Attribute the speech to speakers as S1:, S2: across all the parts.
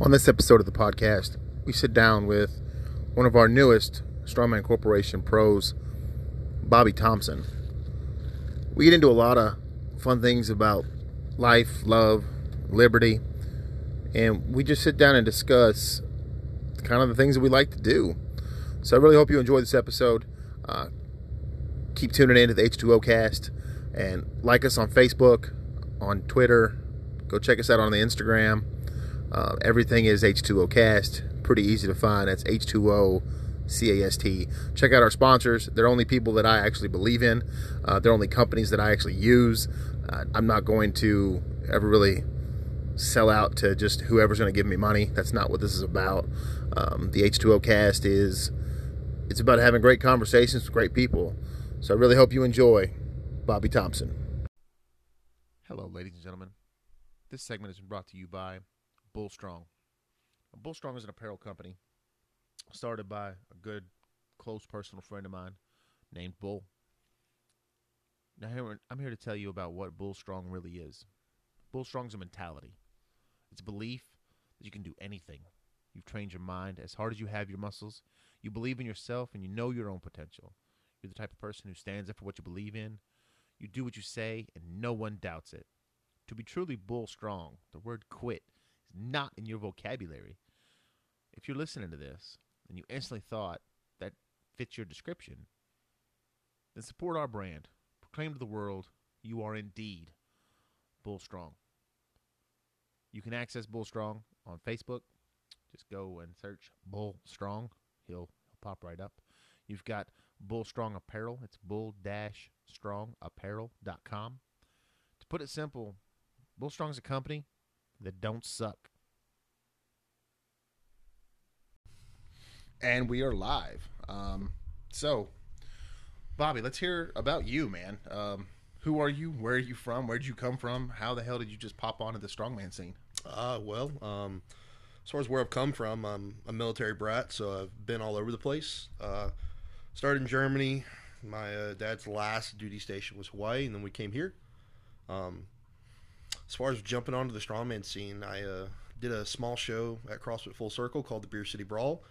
S1: On this episode of the podcast, we sit down with one of our newest Strongman Corporation pros, Bobby Thompson. We get into a lot of fun things about life, love, liberty, and we just sit down and discuss kind of the things that we like to do. So I really hope you enjoy this episode. Uh, keep tuning in to the H2O cast and like us on Facebook, on Twitter. Go check us out on the Instagram. Uh, everything is H2O cast. Pretty easy to find. That's H2O C A S T. Check out our sponsors. They're only people that I actually believe in, uh, they're only companies that I actually use. Uh, I'm not going to ever really sell out to just whoever's going to give me money. That's not what this is about. Um, the H2O cast is it's about having great conversations with great people. So I really hope you enjoy Bobby Thompson. Hello, ladies and gentlemen. This segment has been brought to you by Bullstrong. Bullstrong is an apparel company started by a good, close personal friend of mine named Bull. Now, here, I'm here to tell you about what Bullstrong really is. Bullstrong's a mentality. It's a belief that you can do anything. You've trained your mind as hard as you have your muscles. You believe in yourself and you know your own potential. You're the type of person who stands up for what you believe in. You do what you say and no one doubts it. To be truly bull strong, the word quit is not in your vocabulary. If you're listening to this and you instantly thought that fits your description, then support our brand. Proclaim to the world you are indeed bull strong. You can access Bull Strong on Facebook. Just go and search Bull Strong. He'll, he'll pop right up. You've got Bull Strong Apparel. It's bull-strongapparel.com. To put it simple, Bull Strong's a company that don't suck. And we are live. Um, so, Bobby, let's hear about you, man. Um, who are you? Where are you from? Where'd you come from? How the hell did you just pop onto the strongman scene?
S2: Uh, well, um, as far as where I've come from, I'm a military brat, so I've been all over the place. Uh, started in Germany. My uh, dad's last duty station was Hawaii, and then we came here. Um, as far as jumping onto the strongman scene, I uh, did a small show at CrossFit Full Circle called the Beer City Brawl.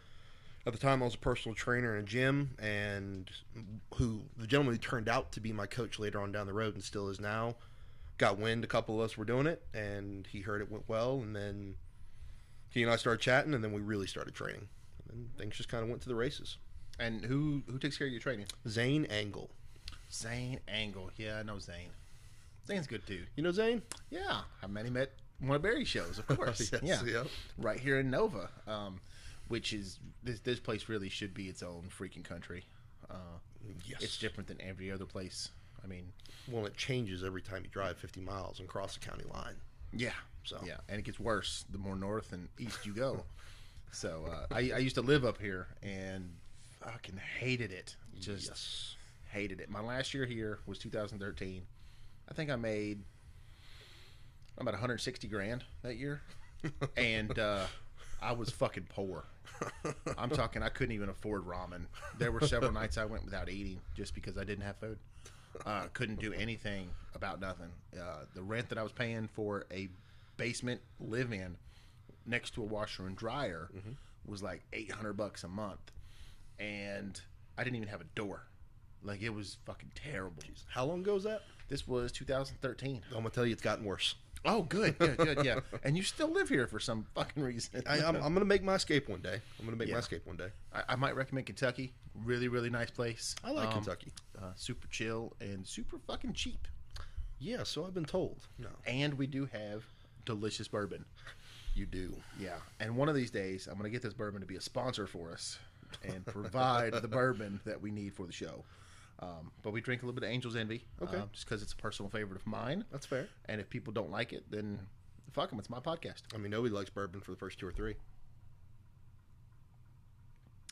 S2: At the time, I was a personal trainer in a gym, and who the gentleman who turned out to be my coach later on down the road and still is now got wind a couple of us were doing it, and he heard it went well, and then he and I started chatting, and then we really started training. And then things just kind of went to the races.
S1: And who who takes care of your training?
S2: Zane Angle,
S1: Zane Angle. Yeah, I know Zane. Zane's a good dude.
S2: you know Zane?
S1: Yeah, I met him at one of Barry's shows, of course.
S2: Yes,
S1: yeah.
S2: yeah.
S1: right here in Nova, um, which is this this place really should be its own freaking country. Uh,
S2: Yes.
S1: It's different than every other place. I mean,
S2: Well, it changes every time you drive 50 miles and cross the county line.
S1: yeah, so
S2: So.
S1: yeah, and it gets worse the more north and east you go. so uh, I, I used to live up here and fucking hated it. Just
S2: yes.
S1: hated it. My last year here was 2013. I think I made about 160 grand that year, and uh, I was fucking poor. I'm talking I couldn't even afford ramen. There were several nights I went without eating just because I didn't have food. Uh, couldn't do anything about nothing. Uh, the rent that I was paying for a basement live in next to a washer and dryer was like 800 bucks a month, and I didn't even have a door. Like it was fucking terrible.
S2: How long ago was that?
S1: This was 2013.
S2: I'm gonna tell you, it's gotten worse.
S1: Oh, good, good, good, yeah. And you still live here for some fucking reason.
S2: I, I'm, I'm gonna make my escape one day. I'm gonna make
S1: Yeah.
S2: my escape one day.
S1: I, I might recommend Kentucky. Really, really nice place.
S2: I like
S1: Um,
S2: Kentucky.
S1: Uh, super chill and super fucking cheap.
S2: Yeah, so I've been told. No,
S1: And we do have delicious bourbon.
S2: you do.
S1: Yeah. And one of these days, I'm going to get this bourbon to be a sponsor for us and provide the bourbon that we need for the show. Um, but we drink a little bit of Angel's Envy.
S2: Okay.
S1: um, just because it's a personal favorite of mine.
S2: That's fair.
S1: And if people don't like it, then fuck them. It's my podcast.
S2: I mean, nobody likes bourbon for the first two or three.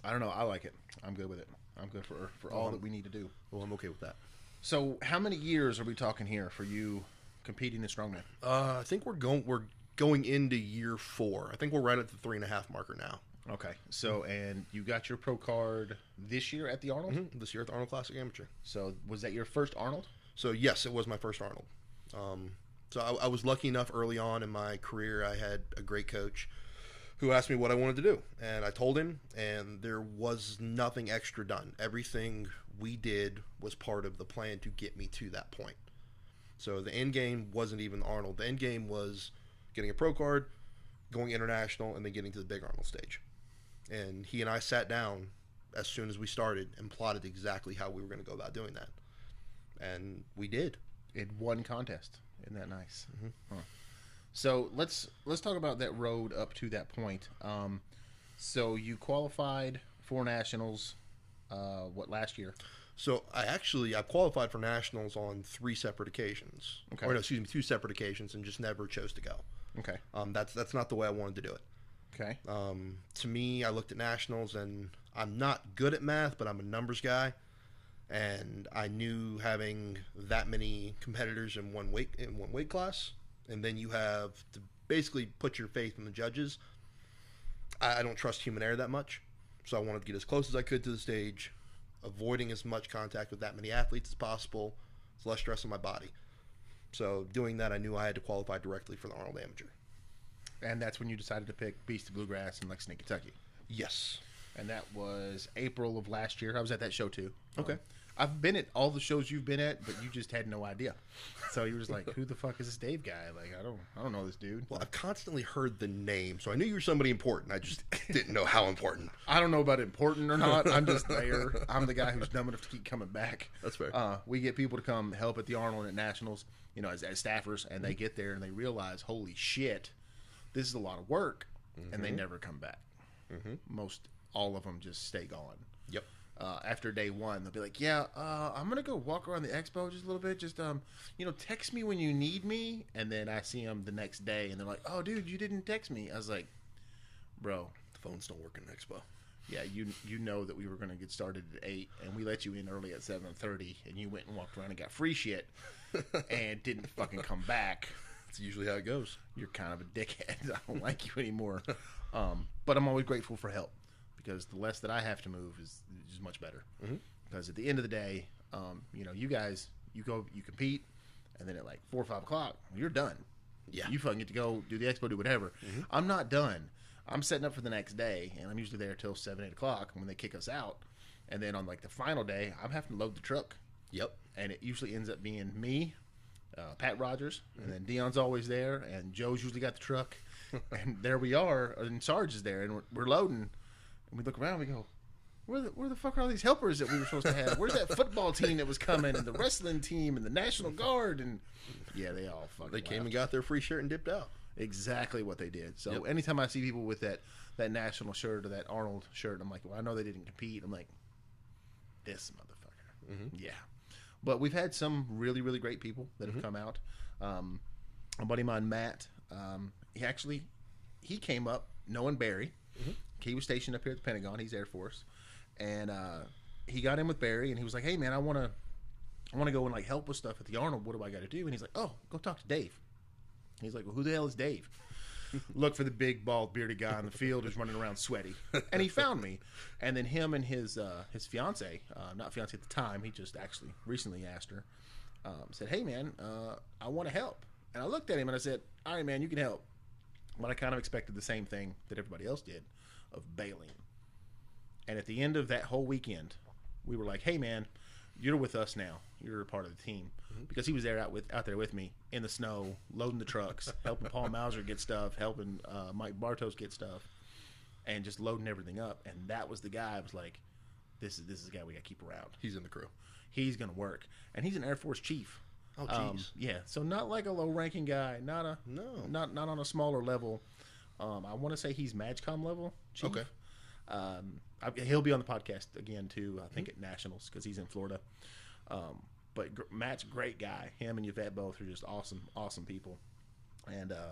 S1: I don't know. I like it. I'm good with it. I'm good for for all that we need to do.
S2: Well, I'm okay with that.
S1: So, how many years are we talking here for you competing in strongman?
S2: Uh, I think we're going. We're going into year four. I think we're right at the three and a half marker now.
S1: Okay. So, and you got your pro card this year at the Arnold.
S2: This year at the Arnold Classic Amateur.
S1: So, was that your first Arnold?
S2: So yes, it was my first Arnold. Um, so I, I was lucky enough early on in my career. I had a great coach who asked me what I wanted to do, and I told him, and there was nothing extra done. Everything we did was part of the plan to get me to that point. So the end game wasn't even Arnold. The end game was getting a pro card, going international, and then getting to the big Arnold stage. And he and I sat down as soon as we started and plotted exactly how we were going to go about doing that. And we did.
S1: It won contest. Isn't that nice? Huh. So let's let's talk about that road up to that point. Um, so you qualified for nationals. Uh, what last year?
S2: So I actually I qualified for nationals on three separate occasions.
S1: Okay.
S2: Or no, excuse me, two separate occasions, and just never chose to go.
S1: Okay.
S2: Um, that's that's not the way I wanted to do it.
S1: Okay.
S2: Um, to me, I looked at nationals, and I'm not good at math, but I'm a numbers guy, and I knew having that many competitors in one weight in one weight class, and then you have to basically put your faith in the judges. I, I don't trust human error that much, so I wanted to get as close as I could to the stage, avoiding as much contact with that many athletes as possible. It's less stress on my body. So doing that, I knew I had to qualify directly for the Arnold Amateur.
S1: And that's when you decided to pick Beast of Bluegrass in Lexington, Kentucky.
S2: Yes.
S1: And that was April of last year. I was at that show too.
S2: Okay.
S1: Um, I've been at all the shows you've been at, but you just had no idea. So you were just like, "Who the fuck is this Dave guy? Like, I don't, I don't know this dude.
S2: Well, I've constantly heard the name, so I knew you were somebody important. I just didn't know how important.
S1: I don't know about important or not. I'm just there. I'm the guy who's dumb enough to keep coming back.
S2: That's fair.
S1: Uh, we get people to come help at the Arnold at Nationals, you know, as, as staffers, and they get there and they realize, holy shit, this is a lot of work, and they
S2: Mm-hmm.
S1: never come back. Most all of them just stay gone.
S2: Yep.
S1: Uh, after day one, they'll be like, "Yeah, uh, I'm gonna go walk around the expo just a little bit. Just um, you know, text me when you need me." And then I see them the next day, and they're like, "Oh, dude, you didn't text me." I was like, "Bro,
S2: The phone's not working at Expo.
S1: yeah, you you know that we were going to get started at eight, and we let you in early at seven thirty, and you went and walked around and got free shit, and didn't fucking come back.
S2: That's usually how it goes.
S1: You're kind of a dickhead. I don't like you anymore. Um, but I'm always grateful for help because the less that I have to move is is much better. Because at the end of the day, um, you know, you guys, you go, you compete, and then at like four or five o'clock, you're done.
S2: Yeah.
S1: You fucking get to go do the expo, do whatever. I'm not done. I'm setting up for the next day, and I'm usually there till seven, eight o'clock when they kick us out. And then on like the final day, I'm having to load the truck,
S2: Yep.
S1: and it usually ends up being me, uh, Pat Rogers, and then Dion's always there, and Joe's usually got the truck, and there we are, and Sarge is there, and we're, we're loading, and we look around, we go. Where the, where the fuck are all these helpers that we were supposed to have? Where's that football team that was coming, and the wrestling team, and the National Guard, and yeah, they all fucking
S2: They came
S1: left
S2: and got their free shirt and dipped out.
S1: exactly what they did. So
S2: Yep.
S1: anytime I see people with that that national shirt or that Arnold shirt, I'm like, well, I know they didn't compete. I'm like, this motherfucker. Yeah. But we've had some really really great people that have come out. Um, a buddy of mine, Matt, um, he actually he came up knowing Barry. He was stationed up here at the Pentagon. He's Air Force, and uh, he got in with Barry, and he was like, "Hey, man, I want to, I want to go and like help with stuff at the Arnold. What do I got to do?" And he's like, "Oh, go talk to Dave." He's like, well, who the hell is Dave? Look for the big bald bearded guy on the field who's running around sweaty, and he found me. And then him and his uh, his fiance, uh, not fiance at the time, he just actually recently asked her, um, said, "Hey man, uh, I want to help." And I looked at him and I said, "All right, man, you can help," but I kind of expected the same thing that everybody else did, of bailing. And at the end of that whole weekend, we were like, "Hey, man, you're with us now. You're a part of the team." Because he was there out with out there with me in the snow, loading the trucks, helping Paul Mauser get stuff, helping uh, Mike Bartos get stuff, and just loading everything up. And that was the guy. I was like, "This is this is the guy we got to keep around.
S2: He's in the crew.
S1: He's gonna work." And he's an Air Force chief.
S2: Oh,
S1: Um,
S2: jeez.
S1: yeah, so not like a low-ranking guy, not a
S2: No.
S1: not not on a smaller level. Um, I want to say he's MagCom level. Chief.
S2: Okay.
S1: Um, I, he'll be on the podcast again too. I think at Nationals because he's in Florida. Um, but gr- Matt's a great guy. Him and Yvette both are just awesome, awesome people. And uh,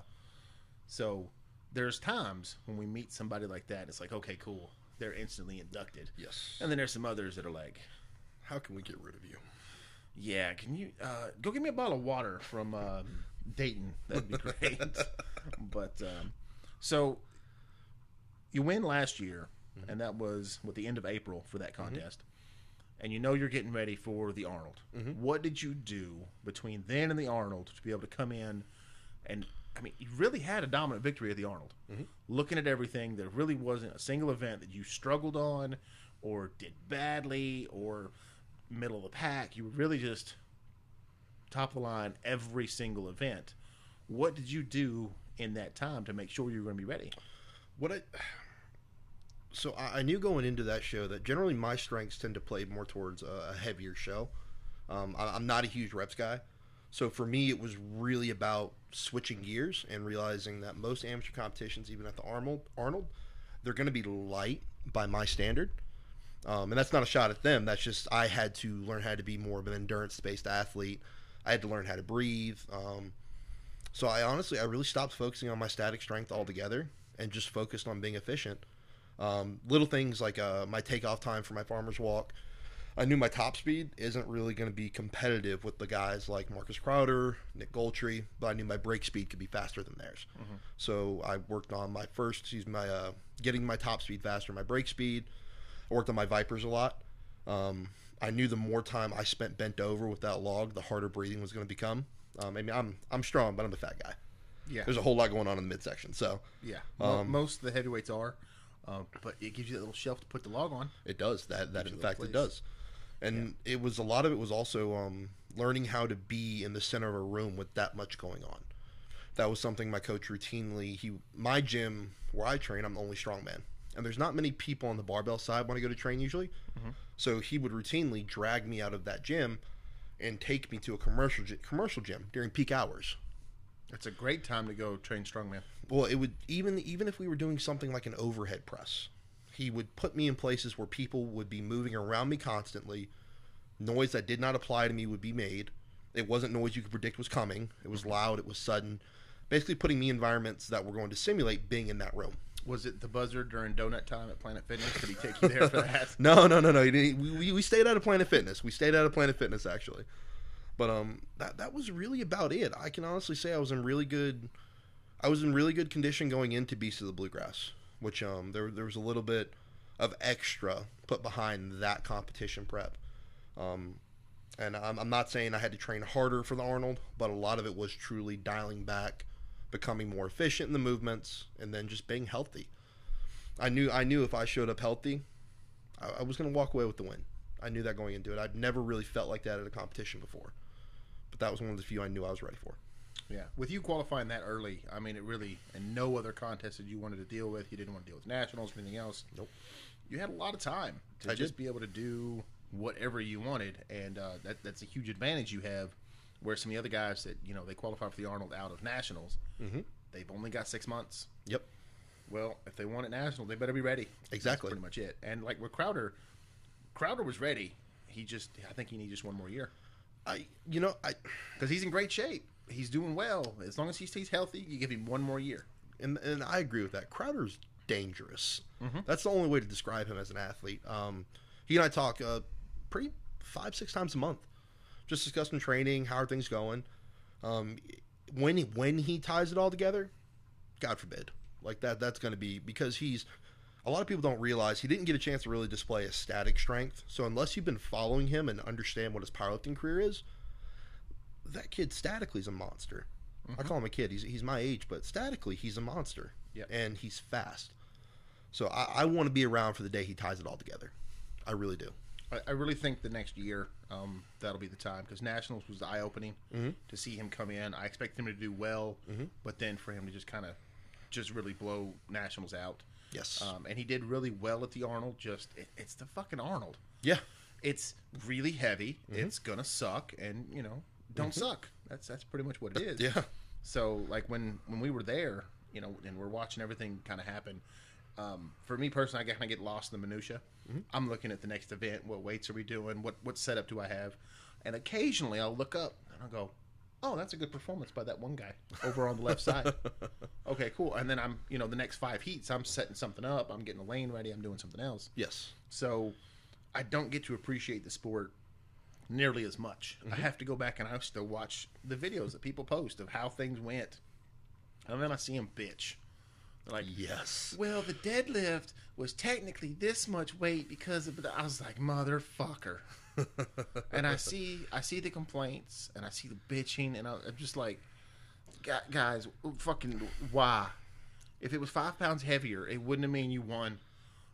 S1: so there's times when we meet somebody like that, it's like, okay, cool. They're instantly inducted.
S2: yes.
S1: And then there's some others that are like,
S2: How can we get rid of you?
S1: yeah, can you uh, go get me a bottle of water from um, Dayton? That'd be great. but um, so you win last year, and that was with the end of April for that contest. And you know you're getting ready for the Arnold. What did you do between then and the Arnold to be able to come in and I mean, you really had a dominant victory at the Arnold. Looking at everything, there really wasn't a single event that you struggled on, or did badly, or middle of the pack. You were really just top of the line every single event. What did you do in that time to make sure you were going to be ready?
S2: What I so I, I knew going into that show that generally my strengths tend to play more towards a, a heavier show. Um, I, I'm not a huge reps guy, so for me it was really about switching gears and realizing that most amateur competitions, even at the Arnold, Arnold, they're going to be light by my standard. Um, and that's not a shot at them. That's just I had to learn how to be more of an endurance-based athlete. I had to learn how to breathe. Um, so I honestly, I really stopped focusing on my static strength altogether and just focused on being efficient. Um, little things like uh, my takeoff time for my farmer's walk. I knew my top speed isn't really going to be competitive with the guys like Marcus Crowder, Nick Goltree, but I knew my brake speed could be faster than theirs. So I worked on my first, excuse me, my uh, getting my top speed faster, my brake speed. I worked on my Vipers a lot. Um, I knew the more time I spent bent over with that log, the harder breathing was going to become. Um, I mean, I'm I'm strong, but I'm a fat guy.
S1: Yeah.
S2: There's a whole lot going on in the midsection, so
S1: Yeah, Mo most of the heavyweights are, um, but it gives you that little shelf to put the log on.
S2: it does that. That in
S1: little
S2: fact
S1: place.
S2: it does, and it was a lot of it was also um, learning how to be in the center of a room with that much going on. That was something my coach routinely. He my gym where I train, I'm the only strongman, and there's not many people on the barbell side when I go to train usually. So he would routinely drag me out of that gym and take me to a commercial gy- commercial gym during peak hours.
S1: It's a great time to go train strongman.
S2: well it would even even if we were doing something like an overhead press he would put me in places where people would be moving around me constantly noise that did not apply to me would be made it wasn't noise you could predict was coming it was loud it was sudden basically putting me in environments that were going to simulate being in that room
S1: Was it the buzzer during donut time at Planet Fitness? Did he take you there for that?
S2: no no no no he didn't- we, we, we stayed out of planet fitness we stayed out of planet fitness actually but um that, that was really about it i can honestly say i was in really good I was in really good condition going into Beast of the Bluegrass, which um there there was a little bit of extra put behind that competition prep. Um and I'm, I'm not saying I had to train harder for the Arnold, but a lot of it was truly dialing back, becoming more efficient in the movements, and then just being healthy. I knew I knew if I showed up healthy, I, I was going to walk away with the win. I knew that going into it. I'd never really felt like that at a competition before, but that was one of the few I knew I was ready for.
S1: Yeah, with you qualifying that early, I mean, it really and no other contest that you wanted to deal with. You didn't want to deal with nationals or anything else.
S2: Nope.
S1: You had a lot of time to
S2: I
S1: just
S2: did.
S1: be able to do whatever you wanted, and uh, that that's a huge advantage you have. Where some of the other guys that you know they qualify for the Arnold out of nationals,
S2: Mm-hmm.
S1: they've only got six months.
S2: Yep.
S1: Well, if they want it national, they better be ready.
S2: Exactly.
S1: That's pretty much it. And like with Crowder, Crowder was ready. He just, I think he needs just one more year
S2: I you know I
S1: because he's in great shape. He's doing well. As long as he stays healthy, you give him one more year.
S2: and and I agree with that. Crowder's dangerous. That's the only way to describe him as an athlete. Um, he and I talk uh, pretty five six times a month, just discussing training, how are things going. Um, when he, when he ties it all together, God forbid, like that that's going to be because he's. A lot of people don't realize he didn't get a chance to really display his static strength. So unless you've been following him and understand what his powerlifting career is, that kid statically is a monster. I call him a kid. He's, he's my age, but statically, he's a monster.
S1: Yep.
S2: And he's fast. So I, I want to be around for the day he ties it all together. I really do.
S1: I, I really think the next year um, that'll be the time because Nationals was eye opening to see him come in. I expect him to do well, but then for him to just kind of just really blow Nationals out.
S2: Yes.
S1: Um, and he did really well at the Arnold. Just it, it's the fucking Arnold.
S2: yeah.
S1: It's really heavy. It's gonna suck, and you know, don't suck. That's that's pretty much what it is.
S2: Yeah.
S1: So like when when we were there, you know, and we're watching everything kind of happen. Um, for me personally, I kind of get lost in the minutia. I'm looking at the next event. What weights are we doing? What what setup do I have? And occasionally, I'll look up and I'll go, "Oh, that's a good performance by that one guy over on the left side." okay, cool. And then I'm you know the next five heats, I'm setting something up. I'm getting a lane ready. I'm doing something else.
S2: Yes.
S1: So I don't get to appreciate the sport nearly as much. I have to go back and I still watch the videos that people post of how things went. And then I see them bitch. They're like,
S2: Yes.
S1: well, the deadlift was technically this much weight because of the I was like, motherfucker. and I see I see the complaints and I see the bitching and I, I'm just like Gu- Guys, fucking why? If it was five pounds heavier, it wouldn't have mean you won.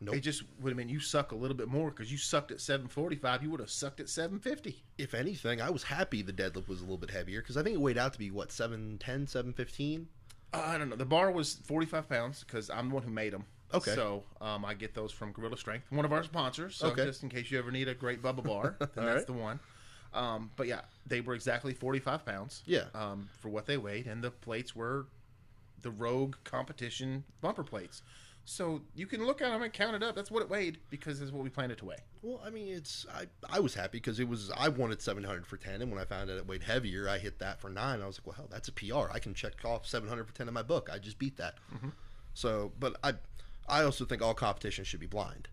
S2: Nope.
S1: It just would have meant you suck a little bit more because you sucked at 745. You would have sucked at 750.
S2: If anything, I was happy the deadlift was a little bit heavier because I think it weighed out to be what 710, 715.
S1: Uh, I don't know. The bar was 45 pounds because I'm the one who made them.
S2: Okay.
S1: So um, I get those from Gorilla Strength, one of our sponsors. So
S2: Okay.
S1: just in case you ever need a great Bubba bar, then that's
S2: right.
S1: the one. Um, but yeah, they were exactly 45 pounds.
S2: Yeah.
S1: Um, for what they weighed, and the plates were the Rogue Competition bumper plates. So you can look at them and count it up. That's what it weighed because that's what we planned it to weigh.
S2: Well, I mean, it's I, I was happy because it was I wanted 700 for 10, and when I found out it weighed heavier, I hit that for nine. I was like, well, hell, that's a PR. I can check off 700 for 10 in my book. I just beat that. So, but I I also think all competition should be blind.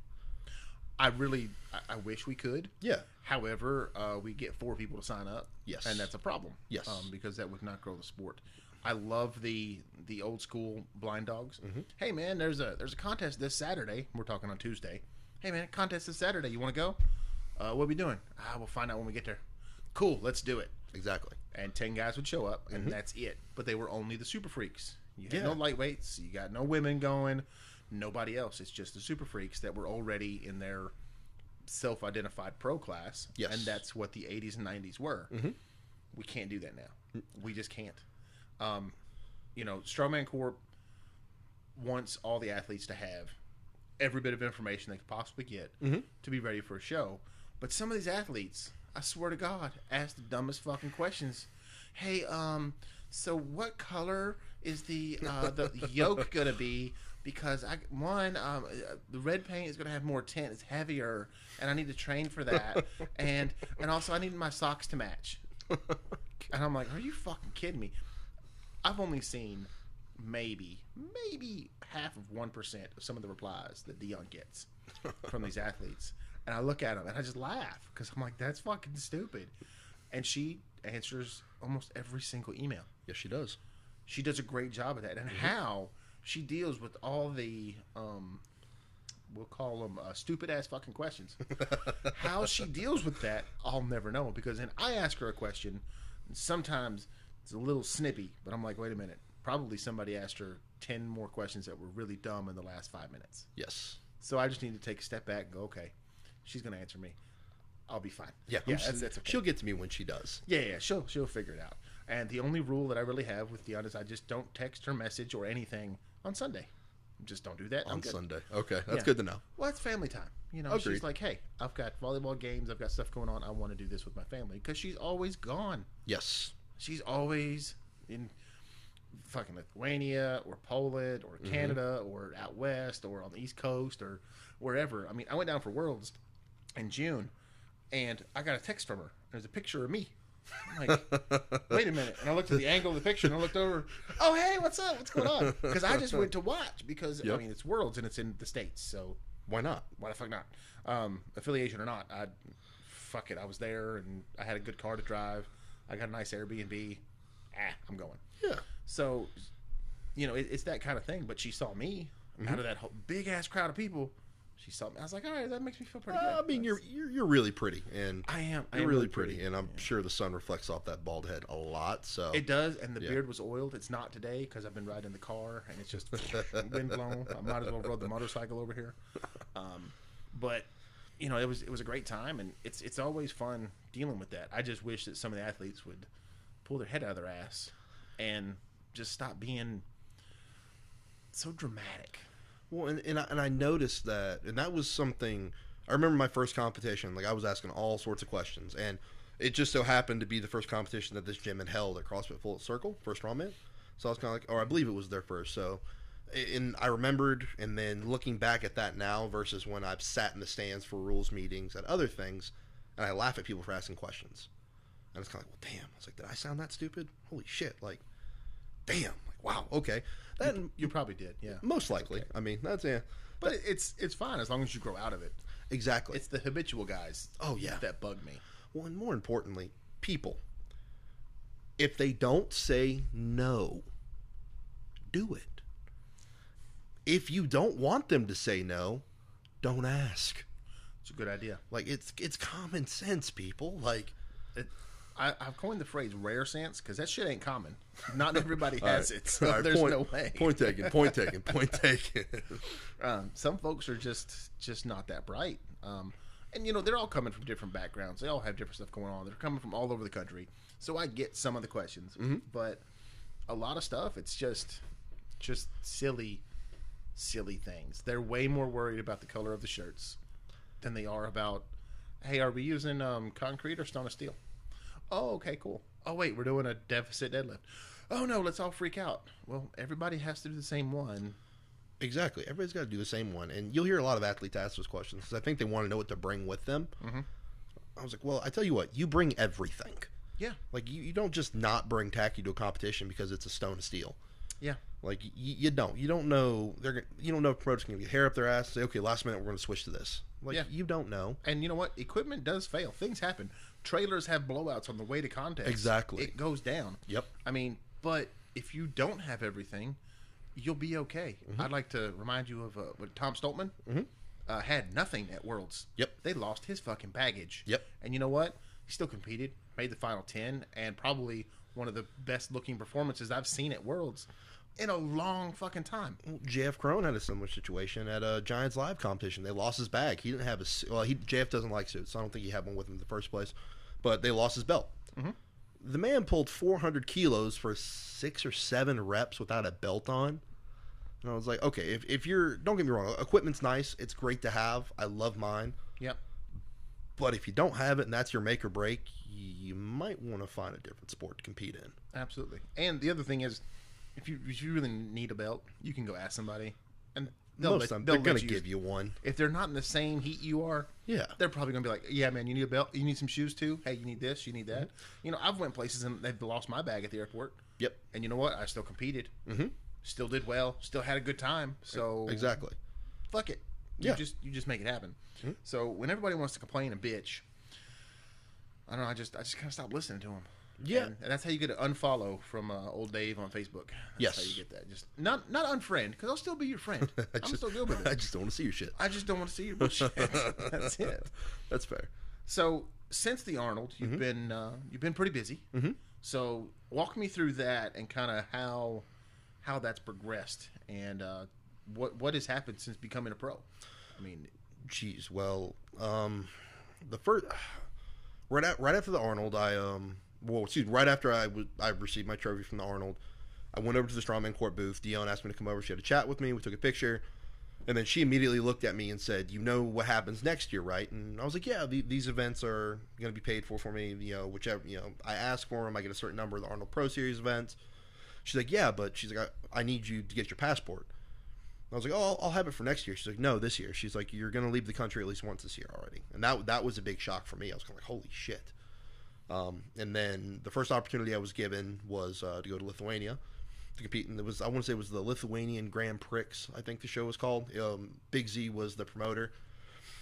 S1: I really, I, I wish we could.
S2: Yeah.
S1: However, uh, we get four people to sign up.
S2: Yes.
S1: and that's a problem.
S2: Yes.
S1: um, because that would not grow the sport. I love the the old school blind dogs.
S2: Mm-hmm.
S1: Hey man, there's a there's a contest this Saturday. We're talking on Tuesday. Hey man, contest this Saturday. You want to go? Uh, what are we doing? Ah, we'll find out when we get there. Cool, let's do it.
S2: Exactly.
S1: And ten guys would show up, and that's it. But they were only the super freaks. You had
S2: Mm-hmm. Yeah.
S1: no lightweights. You got no women going. Nobody else. It's just the super freaks that were already in their self-identified pro class.
S2: Yes. Mm-hmm.
S1: and that's what the '80s and '90s were we can't do that
S2: Mm.
S1: now. We just can't. Um, you know, Strongman Corp wants all the athletes to have every bit of information they could possibly get to be ready for a show. But some of these athletes, I swear to God, ask the dumbest fucking questions. Hey, um, so what color is the uh, the yolk gonna be? Because I one um, uh, the red paint is gonna have more tint, it's heavier, and I need to train for that. and and also I need my socks to match. And I'm like, are you fucking kidding me? I've only seen maybe, maybe half of 1% of some of the replies that Dion gets from these athletes. And I look at them and I just laugh because I'm like, that's fucking stupid. And she answers almost every single email.
S2: Yes, she does.
S1: She does a great job at that. And how she deals with all the, um, we'll call them uh, stupid ass fucking questions. how she deals with that, I'll never know because then I ask her a question. And sometimes it's a little snippy, but I'm like, wait a minute. Probably somebody asked her 10 more questions that were really dumb in the last five minutes.
S2: Yes.
S1: So I just need to take a step back and go, okay, she's going to answer me. I'll be fine.
S2: Yeah.
S1: yeah
S2: I'm s-
S1: that's, that's okay.
S2: She'll get to me when she does.
S1: Yeah, yeah, she'll she'll figure it out. And the only rule that I really have with Dion is I just don't text her message or anything on Sunday. Just don't do that. I'm
S2: on
S1: good.
S2: Sunday. Okay, that's
S1: Yeah.
S2: good to know.
S1: Well, it's family time. You know,
S2: Agreed.
S1: she's like, hey, I've got volleyball games, I've got stuff going on. I want to do this with my family because she's always gone.
S2: Yes,
S1: She's always in fucking Lithuania or Poland or
S2: Mm-hmm.
S1: Canada or out west or on the East Coast or wherever. I mean, I went down for Worlds in June and I got a text from her. There's a picture of me. I'm like, wait a minute. And I looked at the angle of the picture and I looked over. Oh, hey, what's up? What's going on? Because I just went to watch because, I
S2: Yep.
S1: mean, it's Worlds and it's in the States. So
S2: why not?
S1: why the fuck not? Um, affiliation or not, I fuck it. I was there and I had a good car to drive. I got a nice Airbnb. Ah, I'm going.
S2: Yeah,
S1: So, you know, it, it's that kind of thing. But she saw me
S2: Mm-hmm.
S1: out of that whole big ass crowd of people. She saw me. I was like, all right, that makes me feel pretty
S2: Uh, I
S1: good.
S2: mean, you're, you're you're really pretty, and
S1: I am. I
S2: you're
S1: am
S2: really pretty, and I'm sure the sun reflects off that bald head a lot. So
S1: It does, and the
S2: Yeah.
S1: beard was oiled. It's not today because I've been riding the car and it's just wind blown. I might as well rode the motorcycle over here. Um, but you know, it was it was a great time, and it's it's always fun dealing with that. I just wish that some of the athletes would pull their head out of their ass and just stop being so dramatic.
S2: Well, and and I, and I noticed that, and that was something. I remember my first competition. Like I was asking all sorts of questions, and it just so happened to be the first competition that this gym had held at CrossFit Full Circle for strongman. So I was kind of like, or I believe it was their first. So, and I remembered, and then looking back at that now versus when I've sat in the stands for rules meetings and other things, and I laugh at people for asking questions. And it's kind of like, well, damn. I was like, did I sound that stupid? Holy shit! Like, damn. Like, wow. Okay. That
S1: You probably did, yeah.
S2: most likely. I mean, that's yeah.
S1: But it's it's fine as long as you grow out of it.
S2: Exactly.
S1: It's the habitual guys.
S2: Oh, yeah.
S1: that bug me.
S2: well, and more importantly, people. If they don't say no, do it. If you don't want them to say no, don't ask.
S1: It's a good idea.
S2: Like it's it's common sense, people. Like
S1: It, I, I've coined the phrase rare sense because that shit ain't common. Not everybody
S2: All right.
S1: has it. So
S2: All right,
S1: there's
S2: point-
S1: no way.
S2: Point taken. Point taken. Point taken.
S1: Um, some folks are just just not that bright. Um, and you know they're all coming from different backgrounds. They all have different stuff going on. They're coming from all over the country. So I get some of the questions, but a lot of stuff it's just just silly silly things. They're way more worried about the color of the shirts than they are about, hey, are we using um, concrete or stone or steel? Oh, okay, cool. Oh, wait, we're doing a deficit deadlift. Oh, no, let's all freak out. Well, everybody has to do the same one.
S2: exactly. Everybody's got to do the same one, and you'll hear a lot of athletes ask those questions because I think they want to know what to bring with them.
S1: Mm-hmm.
S2: I was like, well, I tell you what, you bring everything.
S1: Yeah,
S2: Like you, you don't just not bring tacky to a competition because it's a stone and steel.
S1: yeah.
S2: Like you, you don't, you don't know they're gonna- you don't know if promoters can get hair up their ass. Say, okay, last minute we're going to switch to this. Like
S1: Yeah.
S2: you don't know.
S1: And you know what? Equipment does fail. Things happen. Trailers have blowouts on the way to contest.
S2: Exactly.
S1: It goes down.
S2: Yep.
S1: I mean, but if you don't have everything, you'll be okay.
S2: Mm-hmm.
S1: I'd like to remind you of uh, what Tom Stoltman uh, had nothing at Worlds.
S2: Yep.
S1: They lost his fucking baggage.
S2: Yep.
S1: And you know what? He still competed, made the final 10, and probably one of the best looking performances I've seen at Worlds in a long fucking time.
S2: Well, JF Crone had a similar situation at a Giants live competition. They lost his bag. He didn't have a su- well. He JF doesn't like suits, so I don't think he had one with him in the first place. But they lost his belt.
S1: Mm-hmm.
S2: The man pulled 400 kilos for six or seven reps without a belt on. And I was like, okay, if, if you're don't get me wrong, equipment's nice. It's great to have. I love mine.
S1: Yep.
S2: But if you don't have it and that's your make or break, you might want to find a different sport to compete in.
S1: Absolutely. And the other thing is, if you if you really need a belt, you can go ask somebody, and they'll
S2: Most
S1: let,
S2: time,
S1: they'll
S2: they're going
S1: let
S2: to give you one.
S1: If they're not in the same heat you are,
S2: Yeah.
S1: they're probably going to be like, "Yeah, man, you need a belt. You need some shoes too. Hey, you need this. You need that."
S2: Mm-hmm.
S1: You know, I've went places and they've lost my bag at the airport.
S2: Yep.
S1: And you know what? I still competed.
S2: Mm.
S1: Mm-hmm. Still did well. Still had a good time.
S2: E-
S1: So
S2: Exactly.
S1: fuck it. You
S2: Yeah. Hmm.
S1: just you just make it happen. So when everybody wants to complain and bitch, I don't know. I just I just kind of stop listening to them.
S2: Yeah.
S1: and, and that's how you get an unfollow from uh, old Dave on Facebook. That's
S2: Yes.
S1: how you get that. Just not not unfriend because I'll still be your friend.
S2: I
S1: I'm
S2: just,
S1: still good with
S2: I
S1: it.
S2: just don't want to see your shit.
S1: I just don't want to see your bullshit. that's it.
S2: That's fair.
S1: So since the Arnold, you've
S2: Mm-hmm.
S1: been uh, you've been pretty busy. Mm-hmm. So walk me through that and kind of how how that's progressed and uh, what what has happened since becoming a pro. I mean,
S2: Jeez. Well, um, the first right at, right after the Arnold, I um, well, excuse me, right after I was I received my trophy from the Arnold, I went over to the strongman court booth. Dion asked me to come over. She had a chat with me. We took a picture, and then she immediately looked at me and said, "You know what happens next year, right?" And I was like, "Yeah, the, these events are going to be paid for for me. You know, whichever you know, I ask for them. I get a certain number of the Arnold Pro Series events." She's like, "Yeah, but she's like, I, I need you to get your passport." I was like, "Oh, I'll, I'll have it for next year." She's like, "No, this year." She's like, "You're going to leave the country at least once this year already," and that that was a big shock for me. I was kind of like, "Holy shit!" Um, and then the first opportunity I was given was uh, to go to Lithuania to compete, and it was I want to say it was the Lithuanian Grand Prix. I think the show was called. Um, big Z was the promoter,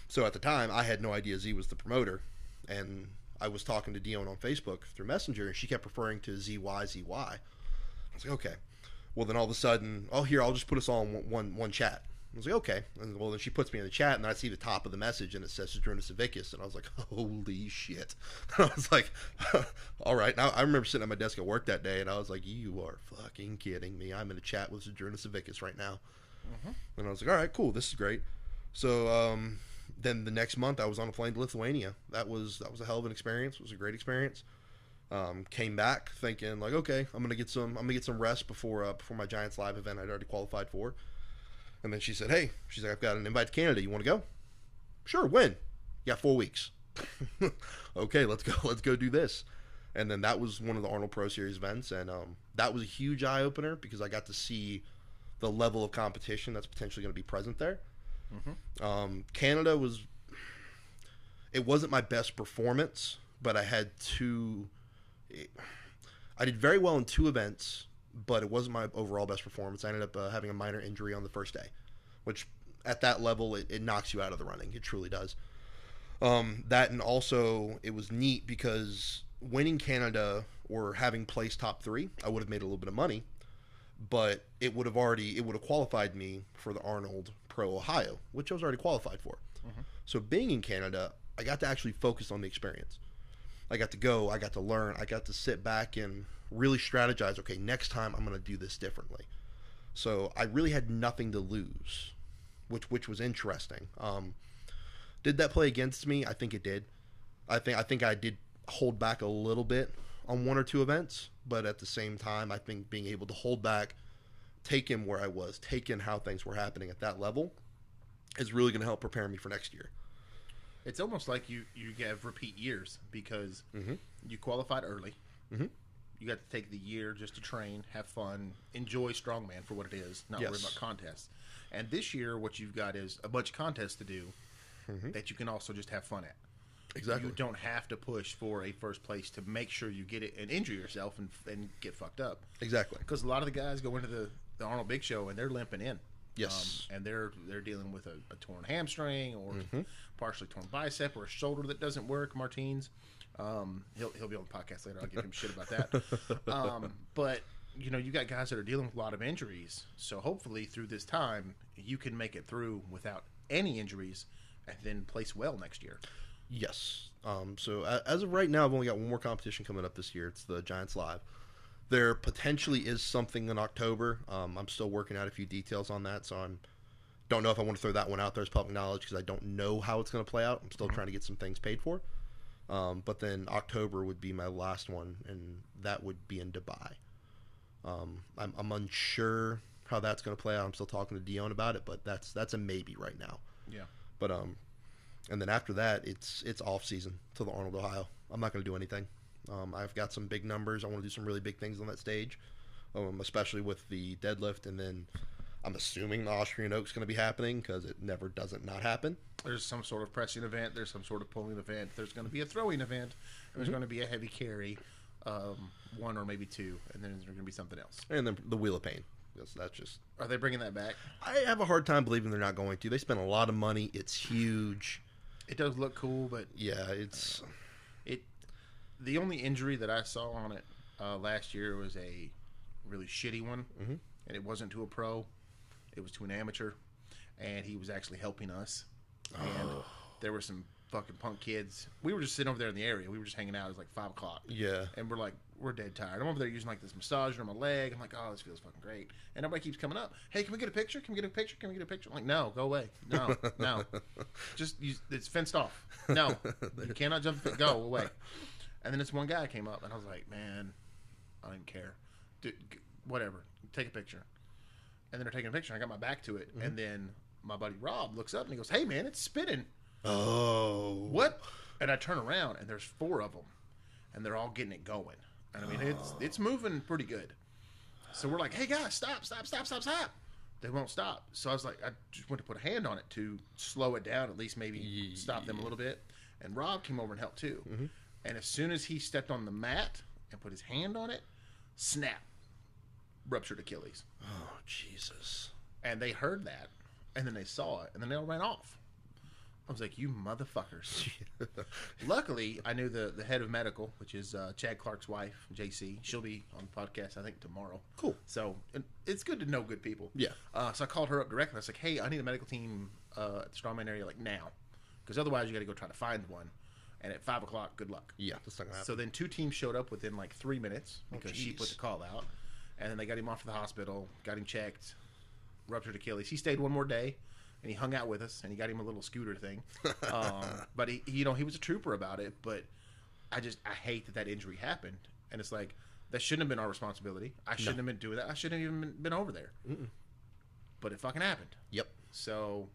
S2: so at the time I had no idea Z was the promoter, and I was talking to Dion on Facebook through Messenger, and she kept referring to ZYZY. I was like, "Okay." Well, then all of a sudden, oh, here, I'll just put us all in one, one, one chat. I was like, okay. And well, then she puts me in the chat, and I see the top of the message, and it says Adrena Savickas. And I was like, holy shit. And I was like, all right. Now, I remember sitting at my desk at work that day, and I was like, you are fucking kidding me. I'm in a chat with Adrena Savickas right now. And I was like, all right, cool. This is great. So um, then the next month, I was on a plane to Lithuania. That was that was a hell of an experience. It was a great experience um, came back thinking like, okay, I'm gonna get some, I'm gonna get some rest before uh, before my Giants live event I'd already qualified for. And then she said, hey, she's like, I've got an invite to Canada. You want to go? Sure. When? You got four weeks. okay, let's go. Let's go do this. And then that was one of the Arnold Pro Series events, and um, that was a huge eye opener because I got to see the level of competition that's potentially going to be present there. Um, Canada was it wasn't my best performance, but I had two. It, I did very well in two events, but it wasn't my overall best performance. I ended up uh, having a minor injury on the first day, which at that level it, it knocks you out of the running. It truly does. Um, that and also it was neat because winning Canada or having placed top three, I would have made a little bit of money, but it would have already it would have qualified me for the Arnold Pro Ohio, which I was already qualified for. So being in Canada, I got to actually focus on the experience. I got to go. I got to learn. I got to sit back and really strategize. Okay, next time I'm going to do this differently. So I really had nothing to lose, which which was interesting. Um, did that play against me? I think it did. I think I think I did hold back a little bit on one or two events, but at the same time, I think being able to hold back, take in where I was, take in how things were happening at that level, is really going to help prepare me for next year.
S1: It's almost like you you have repeat years because
S2: Mm-hmm.
S1: you qualified early.
S2: Mhm.
S1: You got to take the year just to train, have fun, enjoy strongman for what it is, not worry
S2: Yes.
S1: about contests. And this year, what you've got is a bunch of contests to do that you can also just have fun at.
S2: Mm-hmm. Exactly.
S1: You don't have to push for a first place to make sure you get it and injure yourself and, and get fucked up.
S2: Exactly.
S1: Because a lot of the guys go into the, the Arnold Big Show and they're limping in.
S2: Yes.
S1: Um, and they're they're dealing with a, a torn hamstring or partially torn bicep or a shoulder that doesn't work. Martines, um, he'll he'll be on the podcast later. I'll give him shit about that. Um, but you know you got guys that are dealing with a lot of injuries. So hopefully through this time you can make it through without any injuries and then place well next year.
S2: Yes. Um, so a- as of right now, I've only got one more competition coming up this year. It's the Giants Live. There potentially is something in October. Um, I'm still working out a few details on that, so I'm don't know if I want to throw that one out there as public knowledge because I don't know how it's going to play out. I'm still trying to get some things paid for. Um, but then October would be my last one, and that would be in Dubai. Um, I'm, I'm unsure how that's going to play out. I'm still talking to Dion about it, but that's that's a maybe right now.
S1: Yeah.
S2: But um, and then after that, it's it's off season to the Arnold, Ohio. I'm not going to do anything. Um, I've got some big numbers. I want to do some really big things on that stage, um, especially with the deadlift. And then I'm assuming the Austrian Oak's going to be happening because it never doesn't not happen.
S1: there's some sort of pressing event, there's some sort of pulling event, there's going to be a throwing event, and there's going to be a heavy carry, um, one or maybe two, and then there's going to be something else.
S2: And then the Wheel of Pain. Because that's just
S1: Are they bringing that back?
S2: I have a hard time believing they're not going to. They spend a lot of money. It's huge.
S1: It does look cool, but
S2: Yeah, it's
S1: it the only injury that I saw on it uh, last year was a really shitty one, mm-hmm. and it wasn't to a pro, it was to an amateur, and he was actually helping us, and there were some fucking punk kids. We were just sitting over there in the area. We were just hanging out. It was like five o'clock.
S2: yeah.
S1: and we're like, we're dead tired. I'm over there using like this massager on my leg. I'm like, oh, this feels fucking great. And everybody keeps coming up. Hey, can we get a picture? Can we get a picture? Can we get a picture? I'm like, no, go away. No, no. Just use, it's fenced off. No, you cannot jump. Go away. And then this one guy came up, and I was like, man, I didn't care. Dude, g- whatever. Take a picture. And then they're taking a picture. and I got my back to it, and then my buddy Rob looks up and he goes, hey man, it's spinning
S2: Oh,
S1: what? And I turn around and there's four of them, and they're all getting it going. And I mean, it's it's moving pretty good. So we're like, hey guys, stop, stop, stop, stop, stop. They won't stop. So I was like, I just went to put a hand on it to slow it down, at least maybe stop them a little bit. And Rob came over and helped too. And as soon as he stepped on the mat and put his hand on it, snap, ruptured Achilles.
S2: Oh, Jesus.
S1: And they heard that, and then they saw it, and then they all ran off. I was like, you motherfuckers. Luckily, I knew the, the head of medical, which is uh, Chad Clark's wife, JC. She'll be on the podcast, I think, tomorrow.
S2: Cool.
S1: So and it's good to know good people.
S2: Yeah.
S1: Uh, so I called her up directly. I was like, hey, I need a medical team uh, at the Strongman area, like now. Because otherwise, you got to go try to find one. And at 5 o'clock, good luck.
S2: Yeah, that's not gonna happen.
S1: So then two teams showed up within like three minutes because she
S2: Oh, jeez.
S1: put the call out, and then they got him off to the hospital, got him checked, ruptured Achilles. He stayed one more day, and he hung out with us, and he got him a little scooter thing. Um, but he, you know, he was a trooper about it. But I just I hate that that injury happened, and it's like that shouldn't have been our responsibility. I shouldn't have been doing that. I shouldn't have even been- been over there. But it fucking happened.
S2: yep.
S1: So,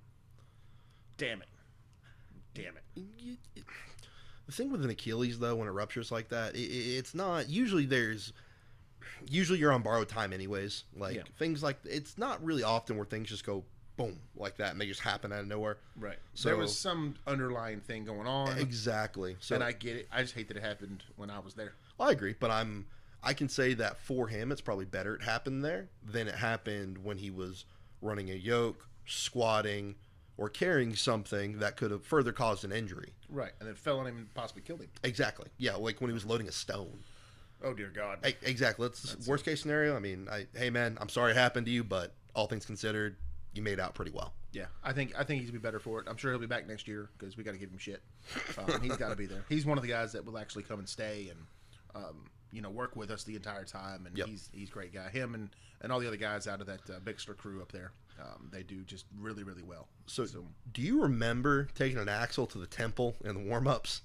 S1: damn it, damn it.
S2: you- it- the thing with an Achilles though, when it ruptures like that, i i it's not usually there's usually you're on borrowed time anyways. Like
S1: Yeah.
S2: things like it's not really often where things just go boom like that and they just happen out of nowhere.
S1: Right. So
S2: So-
S1: there was some underlying thing going on.
S2: Exactly. So
S1: and I get it. I just hate that it happened when I was there.
S2: I agree, but I'm I can say that for him, it's probably better it happened there than it happened when he was running a yoke, squatting, or carrying something that could have further caused an injury.
S1: Right. And then fell on him and possibly killed him.
S2: Exactly. Yeah, like when he was loading a stone.
S1: Oh dear God.
S2: E- Exactly. That's, worst case scenario. I mean, I, hey man, I'm sorry it happened to you, but all things considered, you made out pretty well.
S1: Yeah, I think I think he's be better for it. I'm sure he'll be back next year because we got to give him shit. Um, he's got to be there. He's one of the guys that will actually come and stay and um, you know work with us the entire time. And
S2: Yep.
S1: he's he's a great guy. Him and and all the other guys out of that uh, Bixler crew up there, um, they do just really really well.
S2: So, do you remember taking an axle to the temple in the warm ups?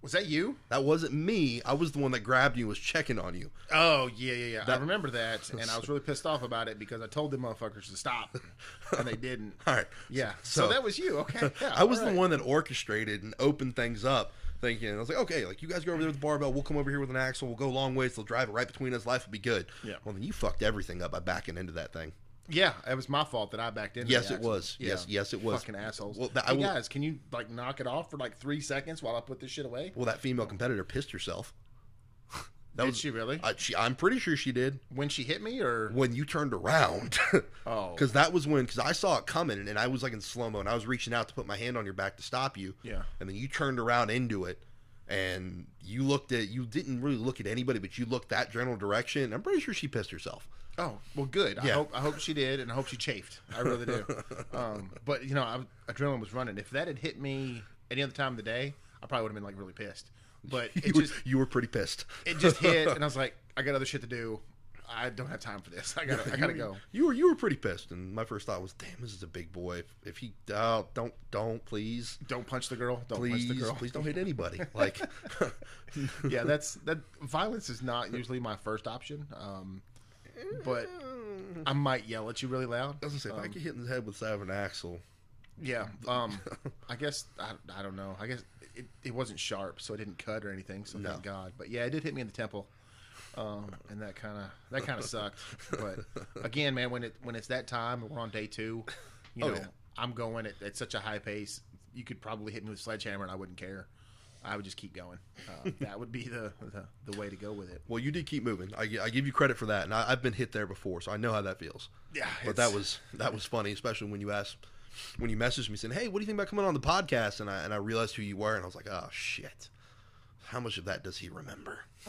S1: was that you?
S2: That wasn't me. I was the one that grabbed you and was checking on you.
S1: Oh yeah yeah yeah. I
S2: That-
S1: remember that, and I was really pissed off about it because I told them motherfuckers to stop, and they didn't.
S2: All right.
S1: Yeah. So,
S2: So-
S1: that was you. Okay. Yeah,
S2: I was
S1: all right.
S2: the one that orchestrated and opened things up, thinking I was like, okay, like you guys go over there with the barbell, we'll come over here with an axle, we'll go long ways, they'll drive it right between us, life will be good.
S1: Yeah.
S2: Well, then you fucked everything up by backing into that thing.
S1: Yeah, it was my fault that I backed in.
S2: Yes, it was. Yes, yes, it was.
S1: Fucking assholes.
S2: Well, that- I
S1: hey,
S2: will-
S1: guys, can you like knock it off for like three seconds while I put this shit away?
S2: Well, that female competitor pissed herself. That
S1: Did
S2: was
S1: she really?
S2: I, she, I'm pretty sure she did
S1: when she hit me, or
S2: when you turned around.
S1: Oh.
S2: because that was when because I saw it coming and I was like in slow mo and I was reaching out to put my hand on your back to stop you.
S1: Yeah.
S2: and then you turned around into it and you looked at you didn't really look at anybody, but you looked that general direction. I'm pretty sure she pissed herself.
S1: oh, well, good. I
S2: Yeah.
S1: hope I hope she did, and I hope she chafed. I really do. um, but you know, I, adrenaline was running. If that had hit me any other time of the day, I probably would have been like really pissed. But
S2: You
S1: it
S2: were,
S1: just
S2: you were pretty pissed.
S1: it just hit, and I was like, I got other shit to do. I don't have time for this. I gotta I gotta
S2: you,
S1: go.
S2: You were you were pretty pissed, and my first thought was, "Damn, this is a big boy. If, if he oh, don't don't please."
S1: Don't punch the girl. Don't punch
S2: Please,
S1: the girl.
S2: please don't hit anybody. Like,
S1: yeah, that's that. Violence is not usually my first option, um, but I might yell at you really loud.
S2: I was gonna say, if
S1: Um,
S2: I get hit in the head with that of an axle,
S1: Yeah, um, I guess I, I don't know. I guess it, it wasn't sharp, so it didn't cut or anything. So thank God. But yeah, it did hit me in the temple, um, and that kind of that kind of sucked. But again, man, when it when it's that time, and we're on day two. You
S2: Oh,
S1: know,
S2: yeah.
S1: I'm going at, at such a high pace. You could probably hit me with a sledgehammer, and I wouldn't care. I would just keep going. Uh, that would be the, the the way to go with it.
S2: well, you did keep moving. I, gi- I give you credit for that, and I, I've been hit there before, so I know how that feels.
S1: Yeah,
S2: but
S1: it's-
S2: that was that was funny, especially when you asked, when you messaged me saying, "Hey, what do you think about coming on the podcast?" and I and I realized who you were, and I was like, "Oh shit." How much of that does he remember?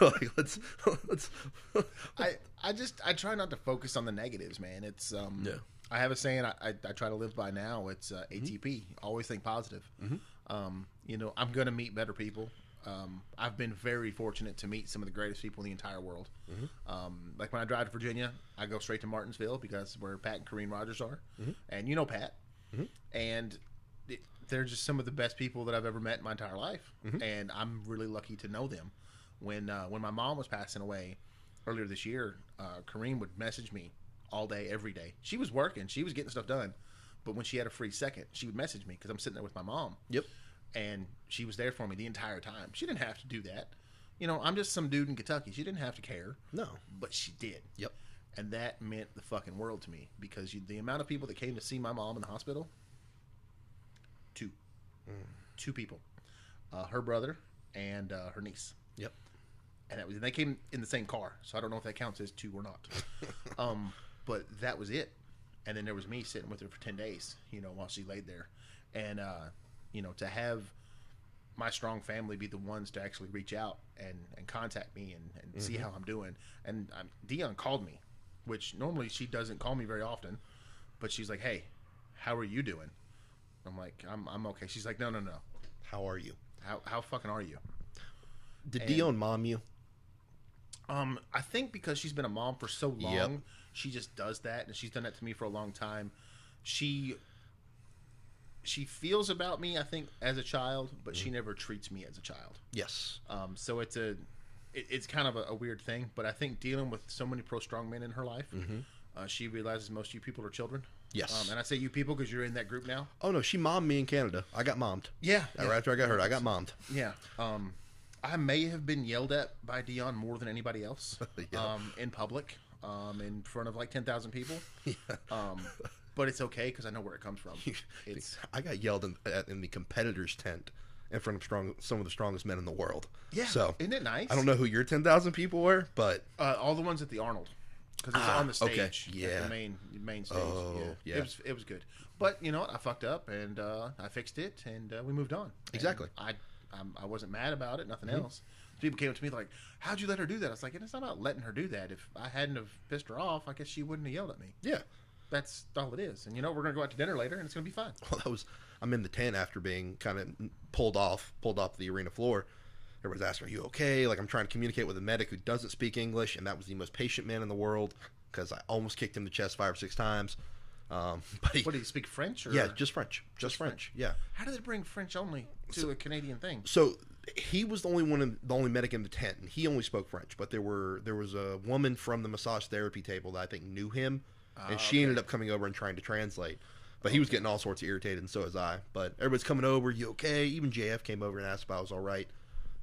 S2: like, let's, let's,
S1: I, I just I try not to focus on the negatives, man. It's um
S2: Yeah.
S1: I have a saying I, I, I try to live by now. It's uh, ATP. Always think positive. Um, you know, I'm gonna meet better people. Um, I've been very fortunate to meet some of the greatest people in the entire world. Um, like when I drive to Virginia, I go straight to Martinsville because where Pat and Kareem Rogers are, and you know Pat, and it, they're just some of the best people that I've ever met in my entire life, and I'm really lucky to know them. When uh, when my mom was passing away earlier this year, uh, Kareem would message me all day, every day. She was working, she was getting stuff done, but when she had a free second, she would message me because I'm sitting there with my mom
S2: yep.
S1: and she was there for me the entire time. She didn't have to do that. You know, I'm just some dude in Kentucky. She didn't have to care.
S2: No.
S1: But she did.
S2: Yep.
S1: And that meant the fucking world to me because you, the amount of people that came to see my mom in the hospital 2 Two people uh, her brother and uh, her niece.
S2: Yep.
S1: And, that was, and they came in the same car. So I don't know if that counts as two or not. um, but that was it. And then there was me sitting with her for 10 days, you know, while she laid there. And, uh, you know, to have my strong family be the ones to actually reach out and, and contact me and, and see how I'm doing. And um, Dion called me, which normally she doesn't call me very often, but she's like, "Hey, how are you doing?" I'm like, "I'm I'm okay." She's like, "No, no, no.
S2: How are you?
S1: How how fucking are you?"
S2: Did Dion mom you?
S1: Um, I think because she's been a mom for so long,
S2: Yep.
S1: she just does that, and she's done that to me for a long time. She she feels about me, I think, as a child, but
S2: Mm.
S1: she never treats me as a child.
S2: Yes.
S1: Um, so it's a, it, it's kind of a, a weird thing. But I think dealing with so many pro strongmen in her life, uh, she realizes most of you people are children.
S2: Mm-hmm. Yes.
S1: Um, and I say you people because you're in that group now.
S2: Oh no, she mommed me in Canada. I got mommed.
S1: Yeah.
S2: Right after I got hurt, I got mommed.
S1: Yeah. Um, I may have been yelled at by Dion more than anybody else
S2: Yeah.
S1: um, in public, um, in front of like 10,000 people. Um, but it's okay because I know where it comes from. It's
S2: I got yelled in, at, in the competitors' tent in front of strong some of the strongest men in the world.
S1: yeah.
S2: So
S1: isn't it nice?
S2: I don't know who your ten thousand people were, but
S1: Uh, all the ones at the Arnold because it's
S2: Ah,
S1: on the stage.
S2: okay.
S1: at
S2: Yeah.
S1: the main main stage.
S2: Oh,
S1: yeah.
S2: yeah.
S1: It was it was good, but you know what? I fucked up and uh, I fixed it and uh, we moved on. And
S2: Exactly. Mm-hmm.
S1: I I'm, I wasn't mad about it. Nothing else. People came up to me like, "How'd you let her do that?" I was like, "It's not about letting her do that. If I hadn't have pissed her off, I guess she wouldn't have yelled at me."
S2: yeah,
S1: that's all it is. And you know, we're gonna go out to dinner later, and it's gonna be fun.
S2: Well, that was I'm in the tent after being kind of pulled off, pulled off the arena floor. Everybody's asking, "Are you okay?" Like I'm trying to communicate with a medic who doesn't speak English, and that was the most patient man in the world because I almost kicked him in the chest five or six times. Um, but he,
S1: What do you speak French? Or
S2: yeah, just French, just French, yeah.
S1: How do they bring French only to a Canadian thing?
S2: so he was the only one in, the only medic in the tent and he only spoke french but there were there was a woman from the massage therapy table that i think knew him and she ended up coming over and trying to translate but he was getting all sorts of irritated and so was i but everybody's coming over you okay even jf came over and asked if i was all right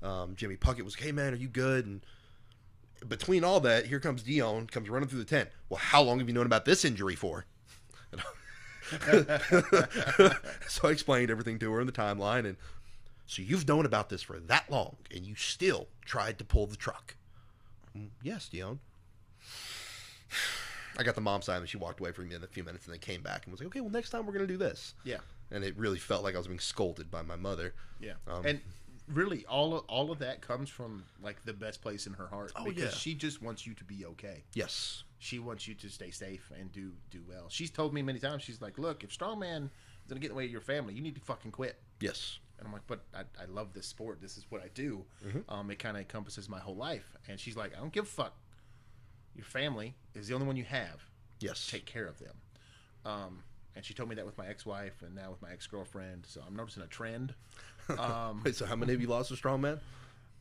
S2: um, jimmy puckett was hey man are you good and between all that here comes dion comes running through the tent well how long have you known about this injury for And I- so i explained everything to her in the timeline and so you've known about this for that long, and you still tried to pull the truck. "Mm, Yes, Dion. I got the mom side, and she walked away for me in a few minutes, and then came back and was like, "Okay, well, next time we're gonna do this."
S1: Yeah,
S2: And it really felt like I was being scolded by my mother.
S1: yeah.
S2: Um,
S1: and really, all of, all of that comes from like the best place in her heart
S2: Oh,
S1: because
S2: yeah.
S1: she just wants you to be okay.
S2: Yes.
S1: she wants you to stay safe and do do well. She's told me many times. She's like, "Look, if strongman is gonna get in the way of your family, you need to fucking quit."
S2: Yes.
S1: And I'm like, "But I, I love this sport. This is what I do.
S2: Mm-hmm.
S1: Um, it kind of encompasses my whole life." And she's like, "I don't give a fuck. Your family is the only one you have.
S2: Yes.
S1: Take care of them." Um, and she told me that with my ex-wife and now with my ex-girlfriend. So I'm noticing a trend. Um,
S2: Wait, so how many of you lost a strong man?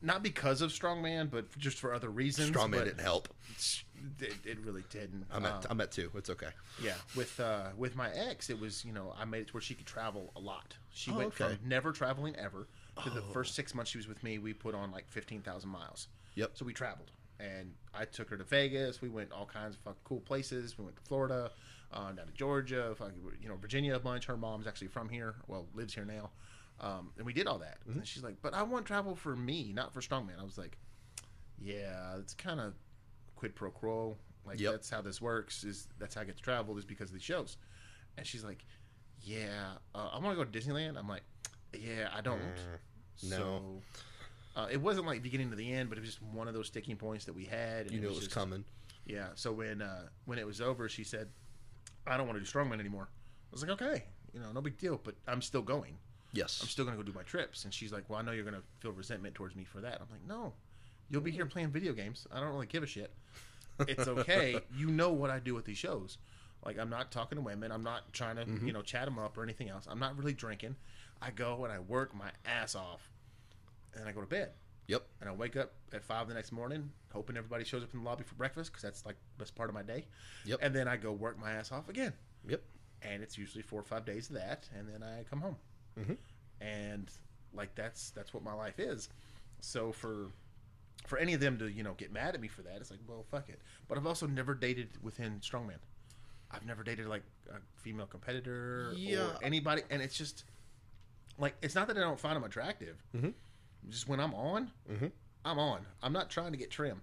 S1: not because of strongman, but just for other reasons.
S2: Strong man
S1: but
S2: didn't help.
S1: it's- It, it really didn't.
S2: I'm at
S1: Um,
S2: I'm at two. It's okay.
S1: Yeah, with uh, with my ex, it was you know I made it to where she could travel a lot. She
S2: Oh,
S1: went
S2: okay. Oh.
S1: from never traveling ever to the first six months she was with me. We put on like fifteen thousand miles.
S2: Yep.
S1: So we traveled, and I took her to Vegas. We went all kinds of fucking cool places. We went to Florida, uh, down to Georgia, fucking, you know Virginia a bunch. Her mom's actually from here. Well, lives here now. Um, and we did all
S2: Mm-hmm.
S1: that. And she's like, "But I want travel for me, not for strongman." I was like, yeah, it's kind of quid pro quo. Like
S2: Yep.
S1: that's how this works. Is that's how I get to travel is because of these shows. And she's like, yeah, uh, I want to go to Disneyland. I'm like, yeah, I don't.
S2: Mm, no.
S1: So, uh, it wasn't like beginning to the end, but it was just one of those sticking points that we had. and
S2: You knew it was
S1: just-
S2: coming.
S1: Yeah. So when uh, when it was over, she said, I don't want to do strongman anymore. I was like, okay, you know, no big deal, but I'm still going. I'm
S2: Yes.
S1: still gonna go do my trips. And she's like, Well, I know you're gonna feel resentment towards me for that. I'm like, No, you'll be here
S2: Mm.
S1: playing video games. I don't really give a shit. It's okay. you know what I do with these shows. Like I'm not talking to women. I'm not trying to
S2: Mm-hmm.
S1: you know chat them up or anything else. I'm not really drinking. I go and I work my ass off, and I go to bed.
S2: Yep.
S1: And I wake up at five the next morning, hoping everybody shows up in the lobby for breakfast because that's like best part of my day.
S2: Yep.
S1: And then I go work my ass off again
S2: Yep.
S1: and it's usually four or five days of that, and then I come home, and like that's that's what my life is. So for for any of them to you know get mad at me for that, it's like well fuck it. But I've also never dated within strongman. I've never dated like a female competitor
S2: Yeah.
S1: or anybody, and it's just like it's not that I don't find them attractive. Just when I'm on, I'm on. I'm not trying to get trim.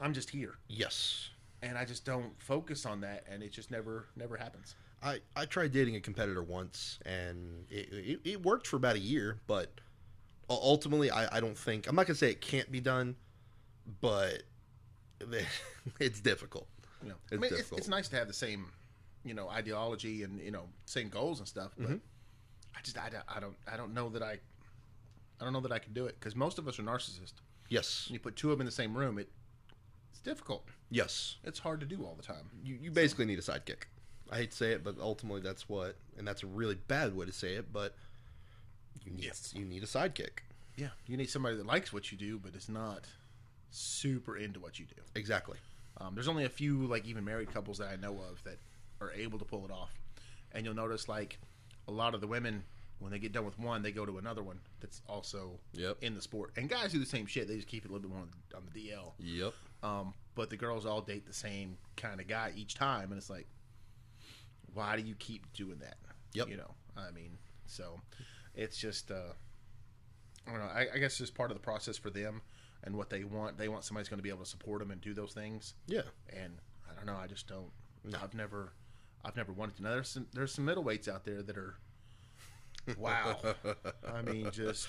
S1: I'm just here,
S2: Yes.
S1: and I just don't focus on that, and it just never never happens.
S2: I, I tried dating a competitor once and it, it, it worked for about a year, but u- ultimately, I, I don't think, I'm not going to say it can't be done, but it's difficult.
S1: you know, I
S2: It's
S1: mean, it's,
S2: difficult.
S1: it's nice to have the same, you know, ideology and you know, same goals and stuff.
S2: Mm-hmm.
S1: But I just, I, don't- I don't, I don't know that I, I don't know that I can do it because most of us are narcissists.
S2: Yes.
S1: When you put two of them in the same room, it, it's difficult.
S2: Yes.
S1: It's hard to do all the time.
S2: You, you basically need a sidekick. I hate to say it, but ultimately, that's what, and that's a really bad way to say it, but you need, you need a sidekick.
S1: Yeah, you need somebody that likes what you do, but is not super into what you do.
S2: Exactly.
S1: Um, there's only a few, like even married couples that I know of that are able to pull it off. And you'll notice, like a lot of the women, when they get done with one, they go to another one that's also
S2: Yep.
S1: in the sport. And guys do the same shit; they just keep it a little bit more on, on the DL.
S2: Yep.
S1: Um, but the girls all date the same kind of guy each time, and it's like, why do you keep doing that?
S2: Yep.
S1: You know, I mean, so it's just, uh, I don't know. I, I guess it's just part of the process for them and what they want. They want somebody's going to be able to support them and do those things
S2: Yeah.
S1: and I don't know. I just don't. I've never, I've never wanted to. Now there's some there's some middleweights out there that are, wow. I mean, just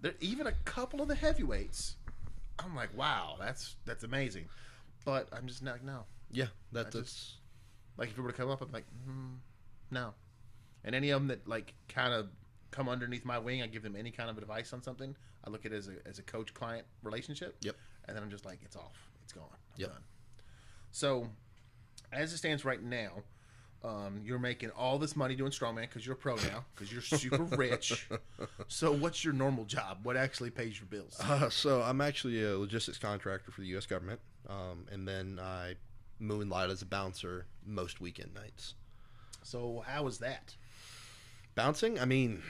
S1: there. Even a couple of the heavyweights, I'm like, wow, that's that's amazing. But I'm just not no.
S2: Yeah. That, that's,
S1: just- Like if it were to come up, I'm like, mm, no. And any of them that like kind of come underneath my wing, I give them any kind of advice on something. I look at it as a as a coach client relationship.
S2: Yep.
S1: And then I'm just like, it's off. It's gone. I'm
S2: Yep.
S1: done. So, as it stands right now, um, you're making all this money doing strongman because you're a pro now because you're super rich. So, what's your normal job? What actually pays your bills?
S2: Uh, so I'm actually a logistics contractor for the U.S. government, um, and then I moonlight as a bouncer most weekend nights.
S1: So, how is that?
S2: Bouncing, I mean,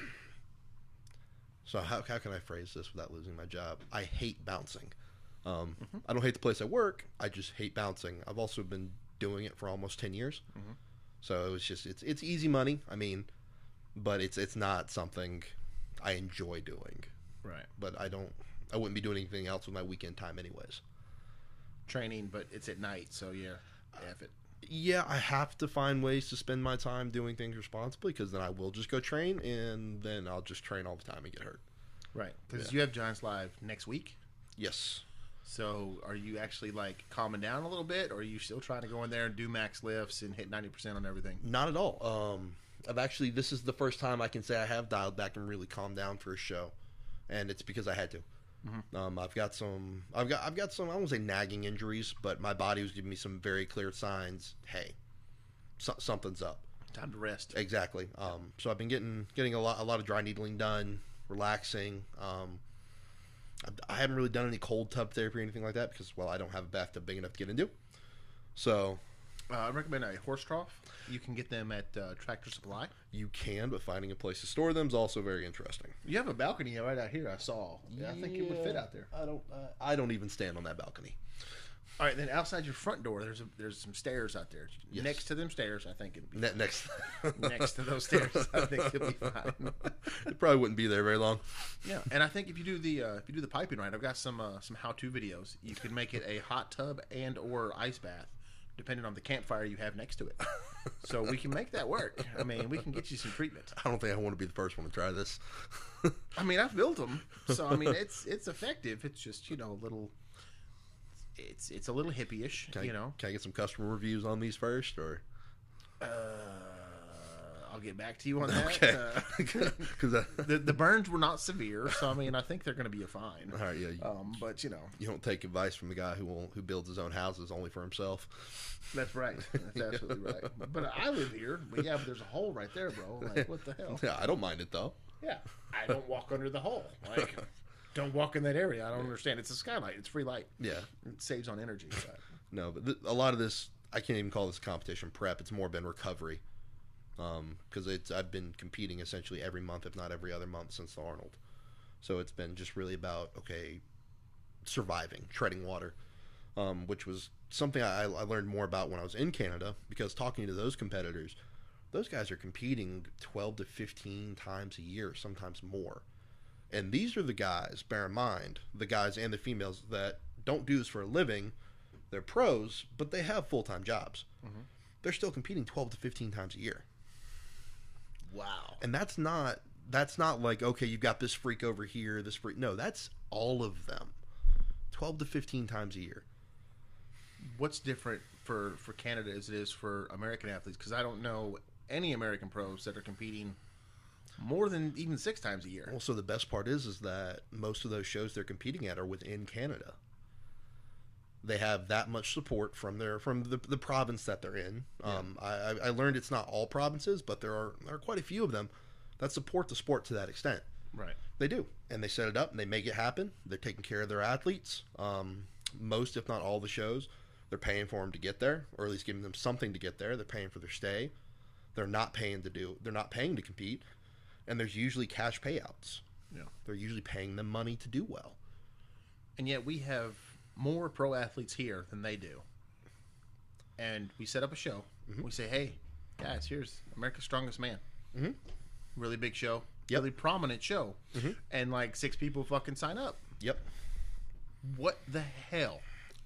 S2: so how, how can I phrase this without losing my job? I hate bouncing. Um, I don't hate the place I work. I just hate bouncing. I've also been doing it for almost ten years, so it was just it's it's easy money. I mean, but it's it's not something I enjoy doing.
S1: Right.
S2: But I don't. I wouldn't be doing anything else with my weekend time, anyways.
S1: Training, but it's at night, so yeah, F it.
S2: yeah, I have to find ways to spend my time doing things responsibly because then I will just go train and then I'll just train all the time and get hurt.
S1: Right. Because you have Giants Live next week.
S2: Yes.
S1: So, are you actually like calming down a little bit, or are you still trying to go in there and do max lifts and hit ninety percent on everything?
S2: Not at all. Um, I've actually, this is the first time I can say I have dialed back and really calmed down for a show. And it's because I had to. Um, I've got some, I've got, I've got some, I won't say nagging injuries, but my body was giving me some very clear signs. Hey, so- something's up.
S1: Time to rest.
S2: Exactly. Um, so I've been getting getting a lot a lot of dry needling done, relaxing. Um, I, I haven't really done any cold tub therapy or anything like that because well I don't have a bathtub big enough to get into. So
S1: Uh, I recommend a horse trough. You can get them at uh, Tractor Supply.
S2: you can, but finding a place to store them is also very interesting.
S1: You have a balcony right out here. I saw. Yeah, I think it would fit out there.
S2: I don't uh, I don't even stand on that balcony.
S1: All right, then outside your front door, there's a, there's some stairs out there.
S2: Yes.
S1: Next to them stairs, I think it'd be.
S2: Ne- next
S1: Next to those stairs, I think you'll be fine.
S2: it probably wouldn't be there very long.
S1: Yeah, and I think if you do the uh, if you do the piping right, I've got some uh, some how to videos. You can make it a hot tub and or ice bath, depending on the campfire you have next to it. So we can make that work. I mean, we can get you some treatment.
S2: I don't think I want to be the first one to try this.
S1: I mean, I've built them, so I mean, it's it's effective. It's just you know a little. It's it's a little hippie-ish,
S2: Can I-
S1: you know.
S2: Can I get some customer reviews on these first or
S1: Uh, I'll get back to you on that.
S2: Okay.
S1: Uh,
S2: Because
S1: the the burns were not severe, so I mean, I think they're going to be fine.
S2: all right, yeah, you-
S1: Um, but you know,
S2: you don't take advice from a guy who won't, who builds his own houses only for himself.
S1: that's right. That's absolutely right. But I live here. But yeah, but there's a hole right there, bro. Like, what the hell?
S2: Yeah, I don't mind it though.
S1: Yeah, I don't walk under the hole. Like, don't walk in that area. I don't understand. It's a skylight. It's free light.
S2: Yeah,
S1: It saves on energy. But.
S2: no, but th- a lot of this I can't even call this competition prep. It's more been recovery, because it's I've been competing essentially every month, if not every other month, since the Arnold. So it's been just really about okay, surviving, treading water, um, which was something I, I learned more about when I was in Canada because talking to those competitors, those guys are competing 12 to 15 times a year, sometimes more. And these are the guys, bear in mind, the guys and the females that don't do this for a living. They're pros, but they have full time jobs. They're still competing 12 to 15 times a year.
S1: Wow.
S2: And that's not that's not like okay, you've got this freak over here, this freak. No, that's all of them. 12 to 15 times a year.
S1: what's different for for Canada as it is for American athletes? Because I don't know any American pros that are competing more than even six times a year.
S2: Also, the best part is is that most of those shows they're competing at are within Canada. They have that much support from their from the, the province that they're in. Um, I, I- I learned it's not all provinces, but there are there are quite a few of them that support the sport to that extent.
S1: Right.
S2: They do, and they set it up and they make it happen. They're taking care of their athletes. Um, most, if not all, the shows they're paying for them to get there, or at least giving them something to get there. They're paying for their stay. They're not paying to do. They're not paying to compete, and there's usually cash payouts.
S1: Yeah.
S2: They're usually paying them money to do well.
S1: And yet we have more pro athletes here than they do. And we set up a show. We say, hey, guys, here's America's Strongest Man. Mm-hmm. Really big show.
S2: Yep.
S1: Really prominent show. And like six people fucking sign up.
S2: Yep.
S1: What the hell?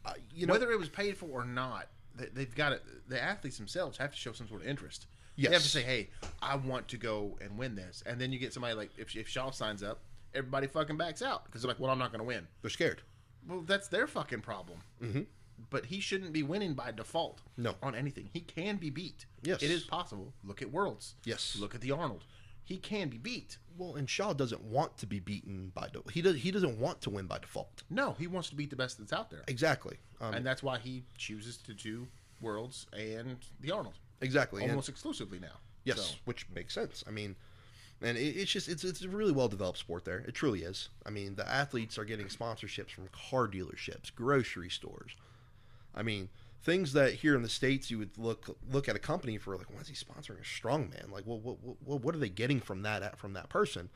S2: Uh, you know,
S1: whether it was paid for or not, they, they've got to, the athletes themselves have to show some sort of interest. They have
S2: Yes.
S1: to say, "Hey, I want to go and win this," and then you get somebody like if, if Shaw signs up, everybody fucking backs out because they're like, "Well, I'm not going to win."
S2: they're scared.
S1: Well, that's their fucking problem. Mm-hmm. but he shouldn't be winning by default.
S2: No.
S1: on anything he can be beat.
S2: Yes.
S1: it is possible. Look at Worlds.
S2: Yes.
S1: look at the Arnold. He can be beat.
S2: Well, and Shaw doesn't want to be beaten by de- he does he doesn't want to win by default.
S1: No, he wants to beat the best that's out there,
S2: Exactly. Um,
S1: and that's why he chooses to do Worlds and the Arnold
S2: exactly. and-
S1: almost exclusively now.
S2: yes,
S1: So,
S2: which makes sense. I mean, and it, it's just it's it's a really well developed sport there. It truly is. I mean, the athletes are getting sponsorships from car dealerships, grocery stores. I mean, things that here in the states you would look look at a company for like, why is he sponsoring a strongman? Like, well, what what what are they getting from that at- from that person?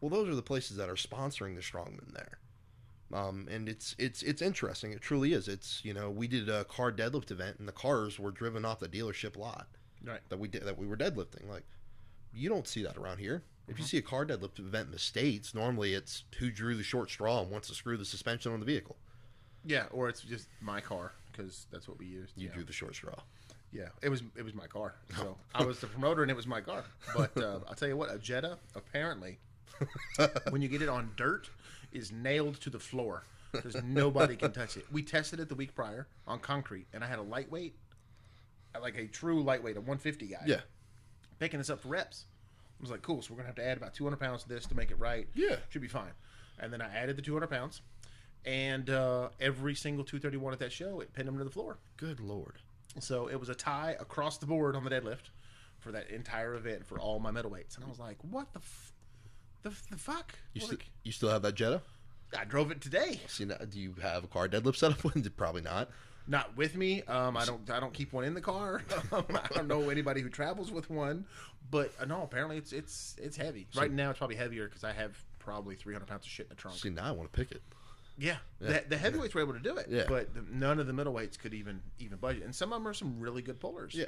S2: Well, those are the places that are sponsoring the strongman there. Um, and it's it's it's interesting. It truly is. It's you know we did a car deadlift event and the cars were driven off the dealership lot
S1: right.
S2: that we did that we were deadlifting. Like you don't see that around here. If you see a car deadlift event in the states, normally it's who drew the short straw and wants to screw the suspension on the vehicle.
S1: Yeah, or it's just my car because that's what we used.
S2: You
S1: yeah.
S2: drew the short straw.
S1: Yeah, it was it was my car. So I was the promoter, and it was my car. But uh, I'll tell you what, a Jetta apparently, when you get it on dirt, is nailed to the floor because nobody can touch it. We tested it the week prior on concrete, and I had a lightweight, like a true lightweight, a 150 guy,
S2: Yeah.
S1: picking us up for reps. I was like, cool. So we're gonna have to add about 200 pounds to this to make it right.
S2: Yeah.
S1: should be fine. And then I added the 200 pounds, and uh, every single 231 at that show, it pinned him to the floor.
S2: Good lord.
S1: So it was a tie across the board on the deadlift for that entire event for all my middleweights, and I was like, "What the, f- the, f- the fuck?"
S2: You,
S1: Like,
S2: st- you still have that Jetta?
S1: I drove it today,
S2: See, now, do you have a car deadlift setup? Probably not.
S1: not with me. Um, I don't, I don't keep one in the car. Um, I don't know anybody who travels with one, but uh, no, apparently it's it's it's heavy. right now, it's probably heavier because I have probably 300 pounds of shit in the trunk.
S2: See, now I want to pick it.
S1: Yeah, The, the heavyweights were able to do it,
S2: Yeah.
S1: but the, none of the middleweights could even even budget, and some of them are some really good pullers.
S2: Yeah.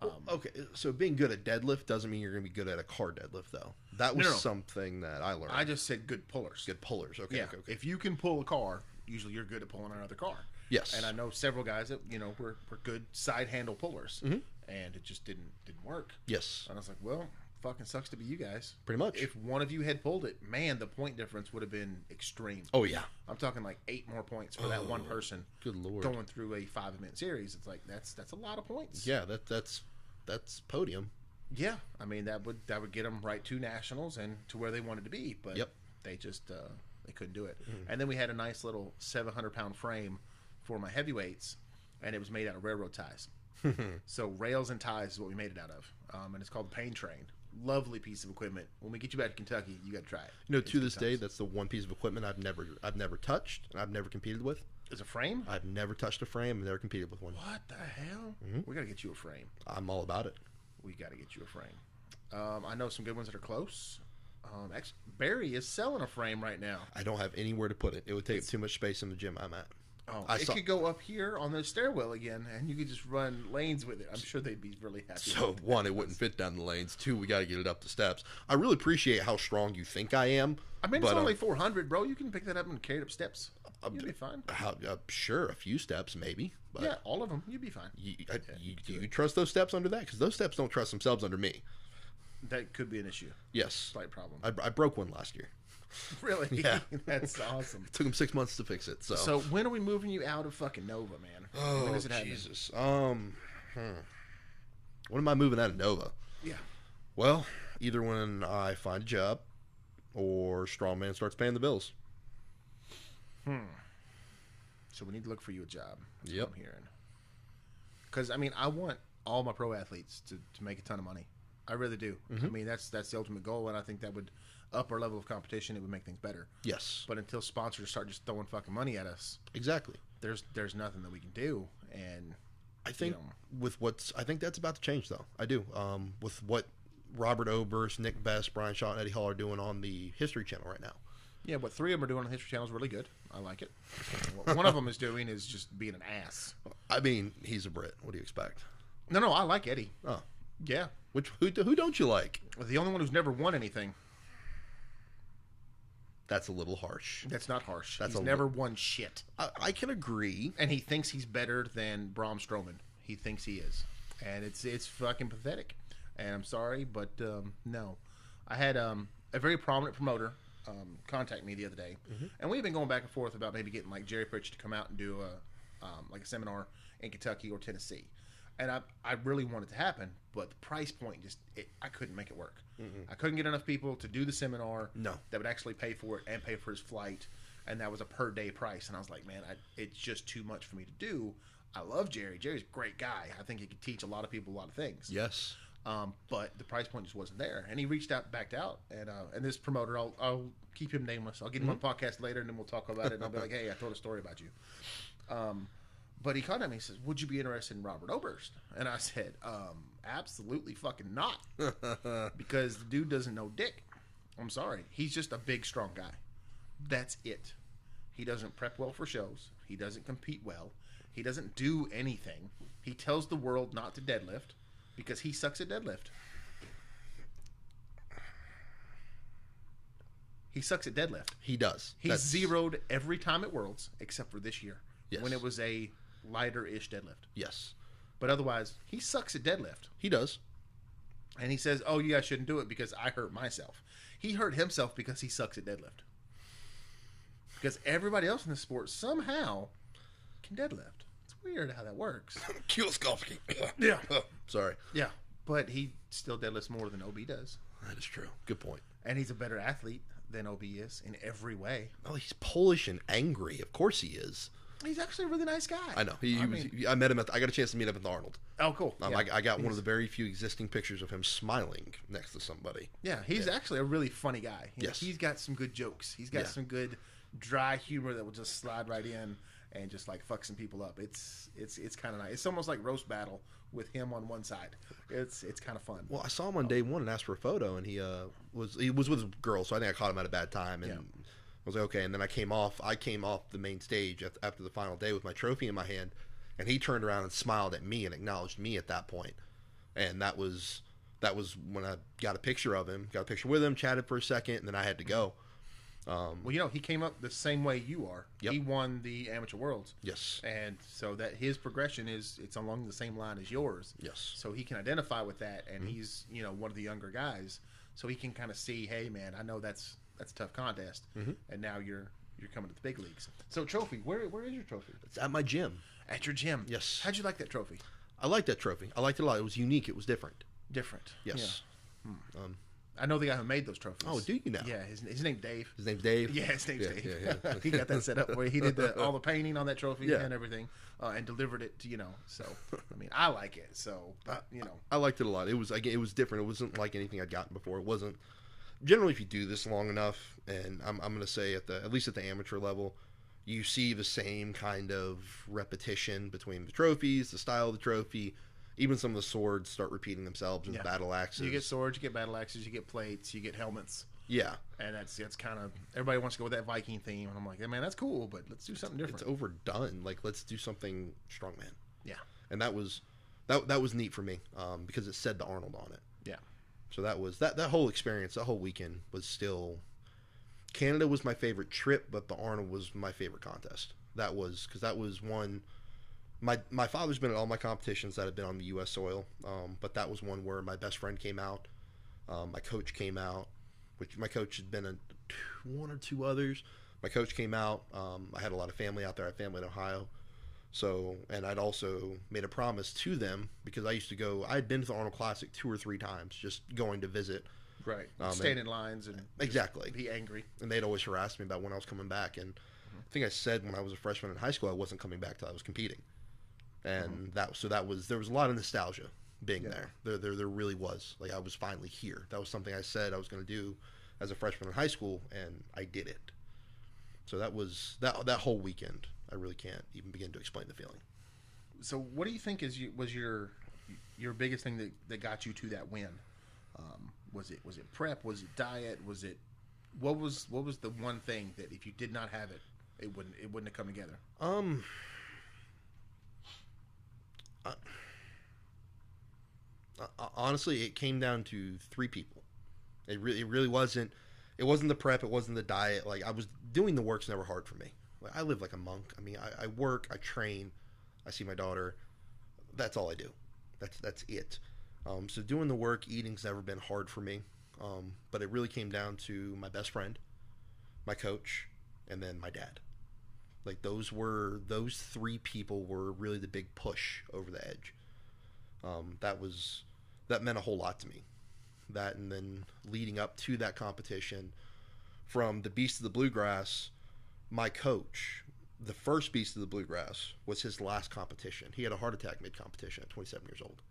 S1: Um,
S2: Well, okay, so being good at deadlift doesn't mean you're going to be good at a car deadlift, though. That was
S1: no, no.
S2: something that I learned.
S1: I just said good pullers.
S2: good pullers. Okay,
S1: Yeah.
S2: okay, okay.
S1: If you can pull a car, usually you're good at pulling another car.
S2: Yes.
S1: And I know several guys that you know were, were good side handle pullers,
S2: Mm-hmm.
S1: and it just didn't didn't work.
S2: yes,
S1: And I was like, well, fucking sucks to be you guys.
S2: pretty much.
S1: If one of you had pulled it, man, the point difference would have been extreme.
S2: oh yeah,
S1: I'm talking like eight more points for that one person.
S2: good lord.
S1: Going through a five event series, it's like that's that's a lot of points.
S2: Yeah, that that's that's podium.
S1: Yeah, I mean that would that would get them right to nationals and to where they wanted to be, but
S2: Yep. Mm.
S1: they just uh, they couldn't do it. And then we had a nice little 700 pound frame for my heavyweights, and it was made out of railroad ties. so rails and ties is what we made it out of, um, and it's called the Pain Train. Lovely piece of equipment. When we get you back to Kentucky, you got to try it.
S2: You know, to this day, that's the one piece of equipment I've never I've never touched and I've never competed with.
S1: It's a frame.
S2: I've never touched a frame and never competed with one.
S1: Uh, What the hell?
S2: Mm-hmm.
S1: We got to get you a frame.
S2: I'm all about it.
S1: We got to get you a frame. Um, I know some good ones that are close. Um, actually, Barry is selling a frame right now.
S2: I don't have anywhere to put it. It would take up too much space in the gym I'm at.
S1: Oh,
S2: I
S1: it
S2: saw-
S1: could go up here on the stairwell again, and you could just run lanes with it. I'm sure they'd be really happy.
S2: So one, it wouldn't fit down the lanes. Two, we got to get it up the steps. I really appreciate how strong you think I am.
S1: I mean, it's
S2: but, um,
S1: only 400, bro. You can pick that up and carry it up steps. You'd be fine.
S2: how, uh, sure, a few steps maybe, but
S1: Yeah, all of them. You'd be fine.
S2: you, I, you, do you trust those steps under that? Because those steps don't trust themselves under me.
S1: That could be an issue.
S2: Yes,
S1: Slight problem.
S2: I, I broke one last year.
S1: really?
S2: Yeah.
S1: That's awesome.
S2: It took them six months to fix it. So,
S1: So when are we moving you out of fucking Nova, man?
S2: oh
S1: when is it happening?
S2: Jesus. Um, hmm. when am I moving out of Nova?
S1: Yeah.
S2: Well, either when I find a job, or Strongman starts paying the bills.
S1: So we need to look for you a job. That's
S2: Yep.
S1: what I'm hearing. Because I mean, I want all my pro athletes to, to make a ton of money. I really do. I
S2: Mm-hmm.
S1: mean, that's that's the ultimate goal, and I think that would up our level of competition. It would make things better.
S2: Yes,
S1: But until sponsors start just throwing fucking money at us,
S2: exactly.
S1: there's there's nothing that we can do. And
S2: I think
S1: Yeah.
S2: with what's I think that's about to change though. I do. Um, with what Robert Oberst, Nick Best, Brian Shaw, and Eddie Hall are doing on the History Channel right now.
S1: yeah, what three of them are doing on the History Channel is really good. I like it. what one of them is doing is just being an ass.
S2: I mean, he's a Brit. What do you expect?
S1: No, no, I like Eddie.
S2: Oh,
S1: Yeah,
S2: which who, who don't you like?
S1: the only one who's never won anything.
S2: That's a little harsh.
S1: That's not harsh.
S2: That's
S1: He's
S2: a-
S1: never won shit.
S2: I, I can agree.
S1: and he thinks he's better than Braun Strowman. He thinks he is, and it's it's fucking pathetic. And I'm sorry, but um, no, I had um, a very prominent promoter um, contact me the other day, and we've been going back and forth about maybe getting like Jerry Pritchett to come out and do a, um, like a seminar in Kentucky or Tennessee. And I, I really wanted to happen, but the price point just it, I couldn't make it work. I couldn't get enough people to do the seminar
S2: No.
S1: that would actually pay for it and pay for his flight, and that was a per day price. And I was like, man, I, it's just too much for me to do. I love Jerry. Jerry's a great guy. I think he could teach a lot of people a lot of things
S2: Yes.
S1: um, but the price point just wasn't there. And he reached out, backed out, and uh, and this promoter, I'll I'll keep him nameless. I'll get him on podcast later, and then we'll talk about it. And I'll be like, hey, I told a story about you. Um, but he contacted me. He says, would you be interested in Robert Oberst? And I said, um, absolutely fucking not, because the dude doesn't know dick. I'm sorry, he's just a big, strong guy. That's it. He doesn't prep well for shows. He doesn't compete well. He doesn't do anything. He tells the world not to deadlift because he sucks at deadlift. He sucks at deadlift.
S2: He does.
S1: He
S2: That's-
S1: zeroed every time at Worlds except for this year
S2: Yes.
S1: when it was a lighter ish deadlift.
S2: Yes.
S1: But otherwise, he sucks at deadlift.
S2: He does.
S1: And he says, Oh, you guys shouldn't do it because I hurt myself. He hurt himself because he sucks at deadlift. Because everybody else in the sport somehow can deadlift. It's weird how that works.
S2: Kieloskowski.
S1: Yeah.
S2: Sorry.
S1: Yeah. But he still deadlifts more than OB does.
S2: That is true. Good point.
S1: And he's a better athlete than OB is in every way.
S2: Oh, he's Polish and angry. Of course he is.
S1: He's actually a really nice guy.
S2: I know. He,
S1: I
S2: he was.
S1: mean-
S2: he- I met him. At the, I got a chance to meet up with Arnold.
S1: Oh, cool.
S2: Um,
S1: yeah.
S2: I, I got one of the very few existing pictures of him smiling next to somebody.
S1: Yeah, he's actually a really funny guy. He's,
S2: Yes.
S1: he's got some good jokes. He's got
S2: Yeah.
S1: some good dry humor that will just slide right in and just like fuck some people up. It's it's it's kind of nice. It's almost like roast battle with him on one side. It's it's kind of fun.
S2: Well, I saw him on day one and asked for a photo, and he uh, was he was with his girl, so I think I caught him at a bad time. And
S1: Yeah.
S2: I was like, okay. And then I came off. I came off the main stage af- after the final day with my trophy in my hand, and he turned around and smiled at me and acknowledged me at that point. And that was that was when I got a picture of him, got a picture with him, chatted for a second, and then I had to go.
S1: Mm-hmm. Well, you know, he came up the same way you are.
S2: Yep.
S1: He won the amateur worlds.
S2: Yes.
S1: And so that his progression is it's along the same line as yours.
S2: Yes.
S1: So he can identify with that and
S2: Mm-hmm.
S1: he's, you know, one of the younger guys. So he can kind of see, hey man, I know that's that's a tough contest.
S2: Mm-hmm.
S1: And now you're you're coming to the big leagues. So trophy, where where is your trophy?
S2: It's at my gym.
S1: At your gym.
S2: Yes.
S1: How'd you like that trophy?
S2: I liked that trophy. I liked it a lot. It was unique. It was different.
S1: Different.
S2: Yes. Um,
S1: Yeah. I know the guy who made those trophies.
S2: Oh, do you now?
S1: Yeah, his, his name Dave.
S2: his name's Dave.
S1: Yeah, his name's
S2: Yeah,
S1: Dave.
S2: yeah, yeah.
S1: he got that set up where he did the, all the painting on that trophy
S2: Yeah.
S1: and everything, uh, and delivered it. to, You know, so I mean, I like it. So but, you know,
S2: I liked it a lot. It was like it was different. It wasn't like anything I'd gotten before. It wasn't generally if you do this long enough, and I'm I'm gonna say at the at least at the amateur level, you see the same kind of repetition between the trophies, the style of the trophy, even some of the swords start repeating themselves and
S1: Yeah.
S2: battle axes.
S1: you get swords, you get battle axes, you get plates, you get helmets,
S2: yeah,
S1: and that's that's kind of everybody wants to go with that Viking theme, and I'm like, hey, man, that's cool, but let's do something different.
S2: it's overdone. Like let's do something strongman,
S1: yeah,
S2: and that was that that was neat for me um, because it said the Arnold on it.
S1: yeah,
S2: So that was that that whole experience, that whole weekend was still Canada was my favorite trip, but the Arnold was my favorite contest. That was cuz that was one my my father's been at all my competitions that have been on the US soil. Um, but that was one where my best friend came out, um, my coach came out, which my coach had been in t- one or two others. My coach came out. Um, I had a lot of family out there. I had family in Ohio. So, and I'd also made a promise to them because I used to go, I had been to the Arnold Classic two or three times, just going to visit.
S1: right.
S2: Um,
S1: Stand in lines and
S2: Exactly.
S1: be angry.
S2: And they'd always harass me about when I was coming back. And I think I said when I was a freshman in high school, I wasn't coming back till I was competing. And that, so that was, there was a lot of nostalgia being there. There, there. there really was. Like, I was finally here. That was something I said I was going to do as a freshman in high school, and I did it. So that was, that, that whole weekend, I really can't even begin to explain the feeling.
S1: So what do you think is you, was your your biggest thing that, that got you to that win? Um, was it was it prep? Was it diet? Was it what was what was the one thing that if you did not have it, it wouldn't it wouldn't have come together?
S2: Um, I- I- honestly, it came down to three people. It really, it really wasn't. It wasn't the prep. It wasn't the diet. Like I was doing the work's never hard for me. Like I live like a monk. I mean, I, I work. I train. I see my daughter. That's all I do. That's that's it. Um, so doing the work, eating's never been hard for me. Um, but it really came down to my best friend, my coach, and then my dad Like those were those three people were really the big push over the edge. Um, that was that meant a whole lot to me. That and then leading up to that competition, from the Beast of the Bluegrass, my coach, the first Beast of the Bluegrass was his last competition. He had a heart attack mid competition at 27 years old.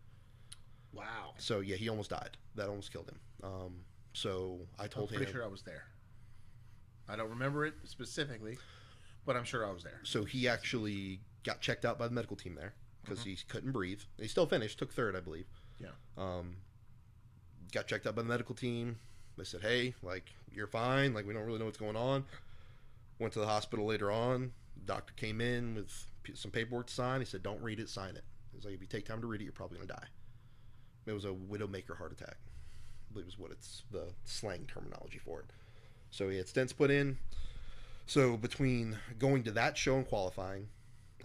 S1: Wow.
S2: So yeah, he almost died. That almost killed him. Um, so I
S1: I'm
S2: told him.
S1: pretty sure I was there. I don't remember it specifically, but I'm sure I was there.
S2: So he actually got checked out by the medical team there because he couldn't breathe. He still finished, took third, I believe.
S1: Yeah.
S2: Um, got checked out by the medical team. They said, "Hey, like you're fine. Like we don't really know what's going on." Went to the hospital later on. Doctor came in with p- some paperwork to sign. He said, "Don't read it, sign it." He's like, "If you take time to read it, you're probably gonna die." It was a widowmaker heart attack. I believe is what it's the slang terminology for it. So he had stents put in. So between going to that show and qualifying,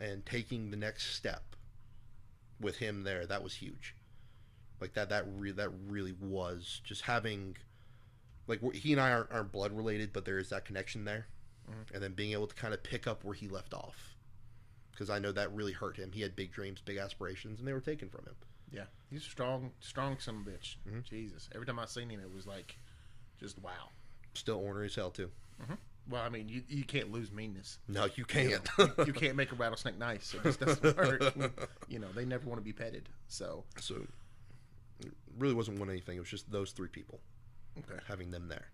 S2: and taking the next step with him there, that was huge. Like that, that re- that really was just having, like we he and I aren't, aren't blood related, but there is that connection there, and then being able to kind of pick up where he left off, because I know that really hurt him. He had big dreams, big aspirations, and they were taken from him.
S1: Yeah. He's a strong, strong son of a bitch.
S2: Mm-hmm.
S1: Jesus. Every time I seen him, it was like, just wow.
S2: Still ornery as hell too.
S1: Well, I mean, you, you can't lose meanness.
S2: No, you can't.
S1: you can't make a rattlesnake nice. It just doesn't work. you know, they never want to be petted. So,
S2: so, it really wasn't one anything. It was just those three people
S1: okay.
S2: having them there.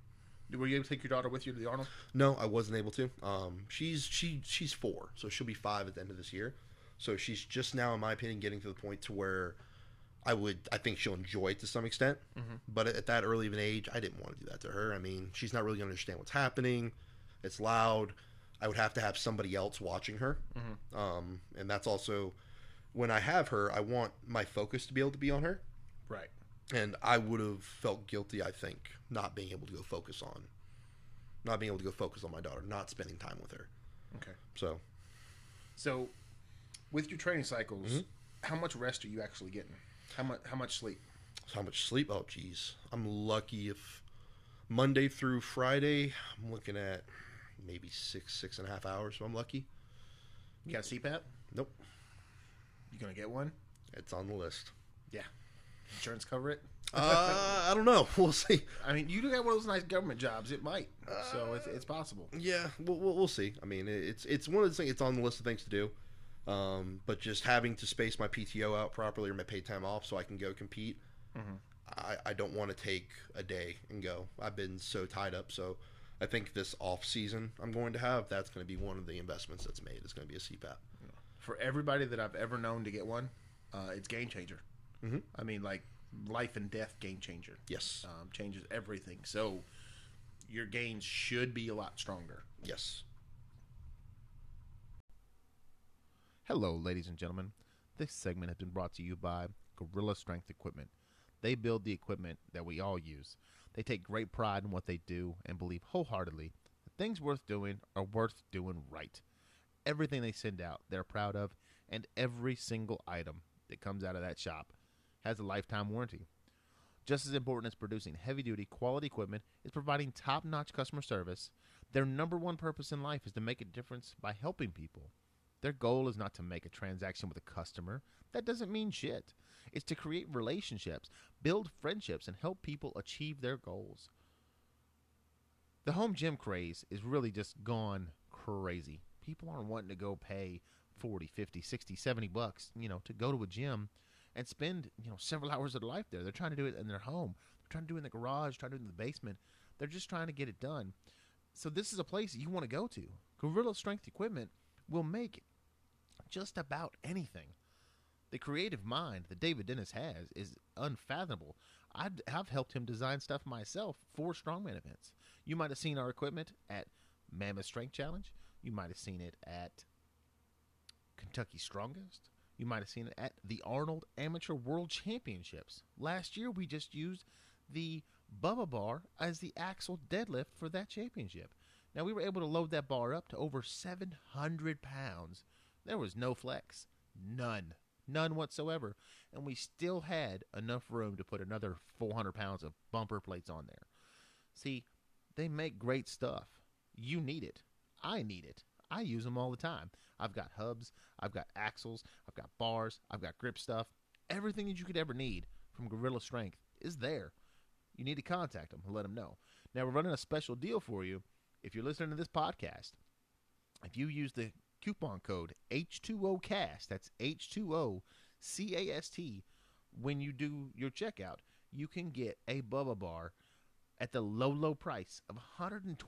S1: Were you able to take your daughter with you to the Arnold?
S2: No, I wasn't able to. Um, she's she she's four, so she'll be five at the end of this year. So she's just now, in my opinion, getting to the point to where I would I think she'll enjoy it to some extent. But at that early of an age, I didn't want to do that to her. I mean, she's not really going to understand what's happening. It's loud. I would have to have somebody else watching her. Um, and that's also when I have her, I want my focus to be able to be on her
S1: Right.
S2: and I would have felt guilty, I think, not being able to go focus on, not being able to go focus on my daughter, not spending time with her.
S1: Okay.
S2: So
S1: So, with your training cycles,
S2: Mm-hmm.
S1: how much rest are you actually getting? How much? How much sleep?
S2: So how much sleep? Oh, geez. I'm lucky if Monday through Friday, I'm looking at maybe six, six and a half hours. So I'm lucky.
S1: You got a CPAP?
S2: Nope.
S1: You gonna get one?
S2: It's on the list.
S1: Yeah. Insurance cover it?
S2: Uh, I don't know. We'll see.
S1: I mean, you do got one of those nice government jobs. It might. so it's, it's possible.
S2: Yeah, we'll, we'll, we'll see. I mean, it- it's it's one of the things. It's on the list of things to do. Um, but just having to space my PTO out properly or my paid time off so I can go compete. I, I don't want to take a day and go. I've been so tied up. So I think this off season I'm going to have that's going to be one of the investments that's made. It's going to be a CPAP.
S1: For everybody that I've ever known to get one, uh, it's game changer.
S2: Mhm.
S1: I mean, like life and death game changer.
S2: Yes,
S1: Um, changes everything. So your gains should be a lot stronger.
S2: yes.
S1: Hello, ladies and gentlemen. This segment has been brought to you by Gorilla Strength Equipment. They build the equipment that we all use. They take great pride in what they do and believe wholeheartedly that things worth doing are worth doing right. Everything they send out, they're proud of, and every single item that comes out of that shop has a lifetime warranty. Just as important as producing heavy duty quality equipment is providing top notch customer service. Their number one purpose in life is to make a difference by helping people. Their goal is not to make a transaction with a customer. That doesn't mean shit. It's to create relationships, build friendships, and help people achieve their goals. The home gym craze is really just gone crazy. People aren't wanting to go pay 40, 50, 60, 70 bucks, you know, to go to a gym and spend, you know, several hours of their life there. They're trying to do it in their home. They're trying to do it in the garage, trying to do it in the basement. They're just trying to get it done. So this is a place you want to go to. Gorilla Strength Equipment will make just about anything. The creative mind that David Dennis has is unfathomable. I've, I've helped him design stuff myself for strongman events. You might have seen our equipment at Mammoth Strength Challenge. You might have seen it at Kentucky Strongest. You might have seen it at the Arnold Amateur World Championships. Last year, we just used the Bubba bar as the axle deadlift for that championship. Now, we were able to load that bar up to over 700 pounds. There was no flex, none, none whatsoever. And we still had enough room to put another 400 pounds of bumper plates on there. See, they make great stuff. You need it. I need it. I use them all the time. I've got hubs, I've got axles, I've got bars, I've got grip stuff. Everything that you could ever need from Gorilla Strength is there. You need to contact them and let them know. Now, we're running a special deal for you if you're listening to this podcast. If you use the coupon code H2OCAST, that's H2OCAST, when you do your checkout, you can get a Bubba Bar at the low, low price of $120. And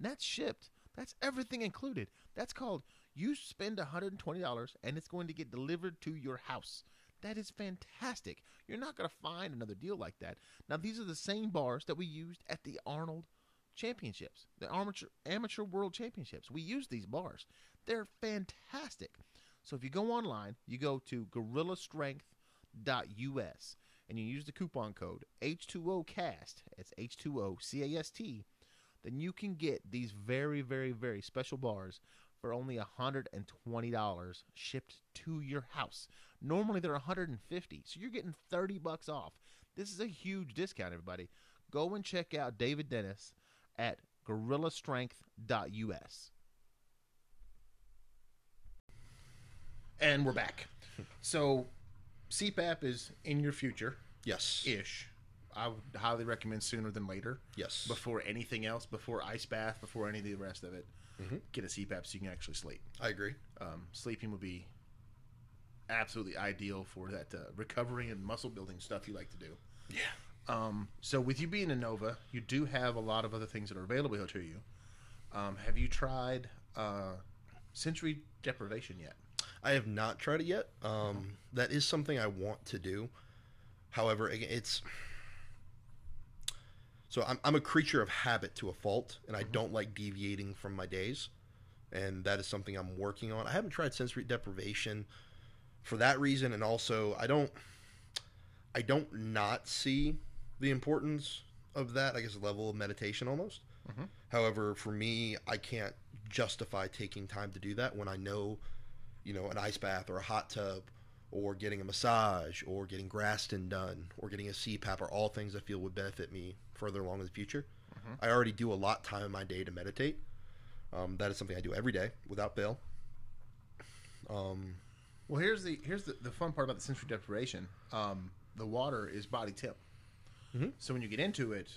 S1: that's shipped. That's everything included. That's called you spend $120 and it's going to get delivered to your house. That is fantastic. You're not going to find another deal like that. Now, these are the same bars that we used at the Arnold Championships, the amateur, amateur World Championships. We use these bars, they're fantastic. So if you go online, you go to gorillastrength.us and you use the coupon code H2OCAST, it's H2OCAST, then you can get these very, very, very special bars for only $120 shipped to your house. Normally they're 150, so you're getting 30 bucks off. This is a huge discount, everybody. Go and check out David Dennis at gorillastrength.us. And we're back. So CPAP is in your future
S2: Yes.
S1: ish. I would highly recommend sooner than later.
S2: Yes.
S1: Before anything else, before ice bath, before any of the rest of it, get a CPAP so you can actually sleep.
S2: I agree.
S1: Um, sleeping would be absolutely ideal for that uh, recovery and muscle building stuff you like to do.
S2: Yeah.
S1: Um, so, with you being a Nova, you do have a lot of other things that are available to you. Um, have you tried uh, sensory deprivation yet?
S2: I have not tried it yet. Um, that is something I want to do. However, again, it's so I'm, I'm a creature of habit to a fault, and I don't like deviating from my days, and that is something I'm working on. I haven't tried sensory deprivation for that reason, and also I don't I don't not see the importance of that. I guess level of meditation almost. However, for me, I can't justify taking time to do that when I know you know, an ice bath or a hot tub or getting a massage or getting Graston done or getting a CPAP are all things I feel would benefit me further along in the future.
S1: Mm-hmm.
S2: I already do a lot time in my day to meditate. Um, that is something I do every day without fail. Um,
S1: Well, here's the here's the, the fun part about the sensory deprivation. Um, the water is body temp,
S2: Mm-hmm.
S1: so when you get into it,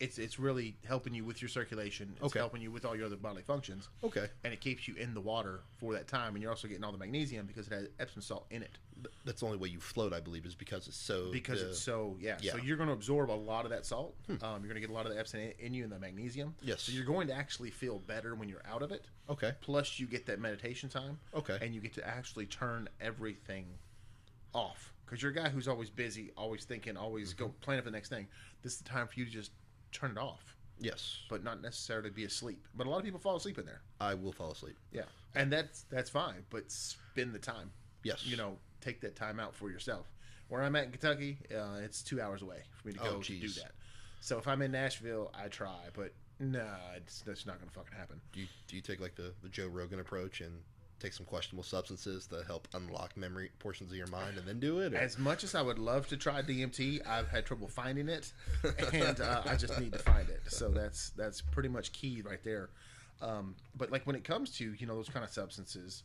S1: it's it's really helping you with your circulation. It's
S2: Okay.
S1: helping you with all your other bodily functions.
S2: Okay.
S1: and it keeps you in the water for that time, and you're also getting all the magnesium because it has Epsom salt in it.
S2: th- that's the only way you float, I believe, is because it's so
S1: Because
S2: uh,
S1: it's so yeah, so
S2: yeah. Hmm.
S1: you're going to absorb a lot of that salt. Um, you're going to get a lot of the Epsom in, in you and the magnesium.
S2: Yes.
S1: so you're going to actually feel better when you're out of it.
S2: okay.
S1: Plus, you get that meditation time.
S2: Okay.
S1: And you get to actually turn everything off because you're a guy who's always busy, always thinking, always go
S2: Mm-hmm.
S1: planning for the next thing. This is the time for you to just turn it off,
S2: Yes,
S1: but not necessarily be asleep. But a lot of people fall asleep in there.
S2: I will fall asleep.
S1: Yeah, and that's that's fine. But spend the time.
S2: Yes.
S1: You know, take that time out for yourself. Where I'm at in Kentucky, uh, it's two hours away for me to go
S2: Oh,
S1: to do
S2: geez.
S1: that. So if I'm in Nashville, I try, but nah, it's, that's not gonna fucking happen.
S2: Do you do you take like the, the Joe Rogan approach and take some questionable substances to help unlock memory portions of your mind and then do it? or-
S1: As much as I would love to try DMT, I've had trouble finding it, and uh, I just need to find it. So that's that's pretty much key right there. Um, but like when it comes to you know those kind of substances,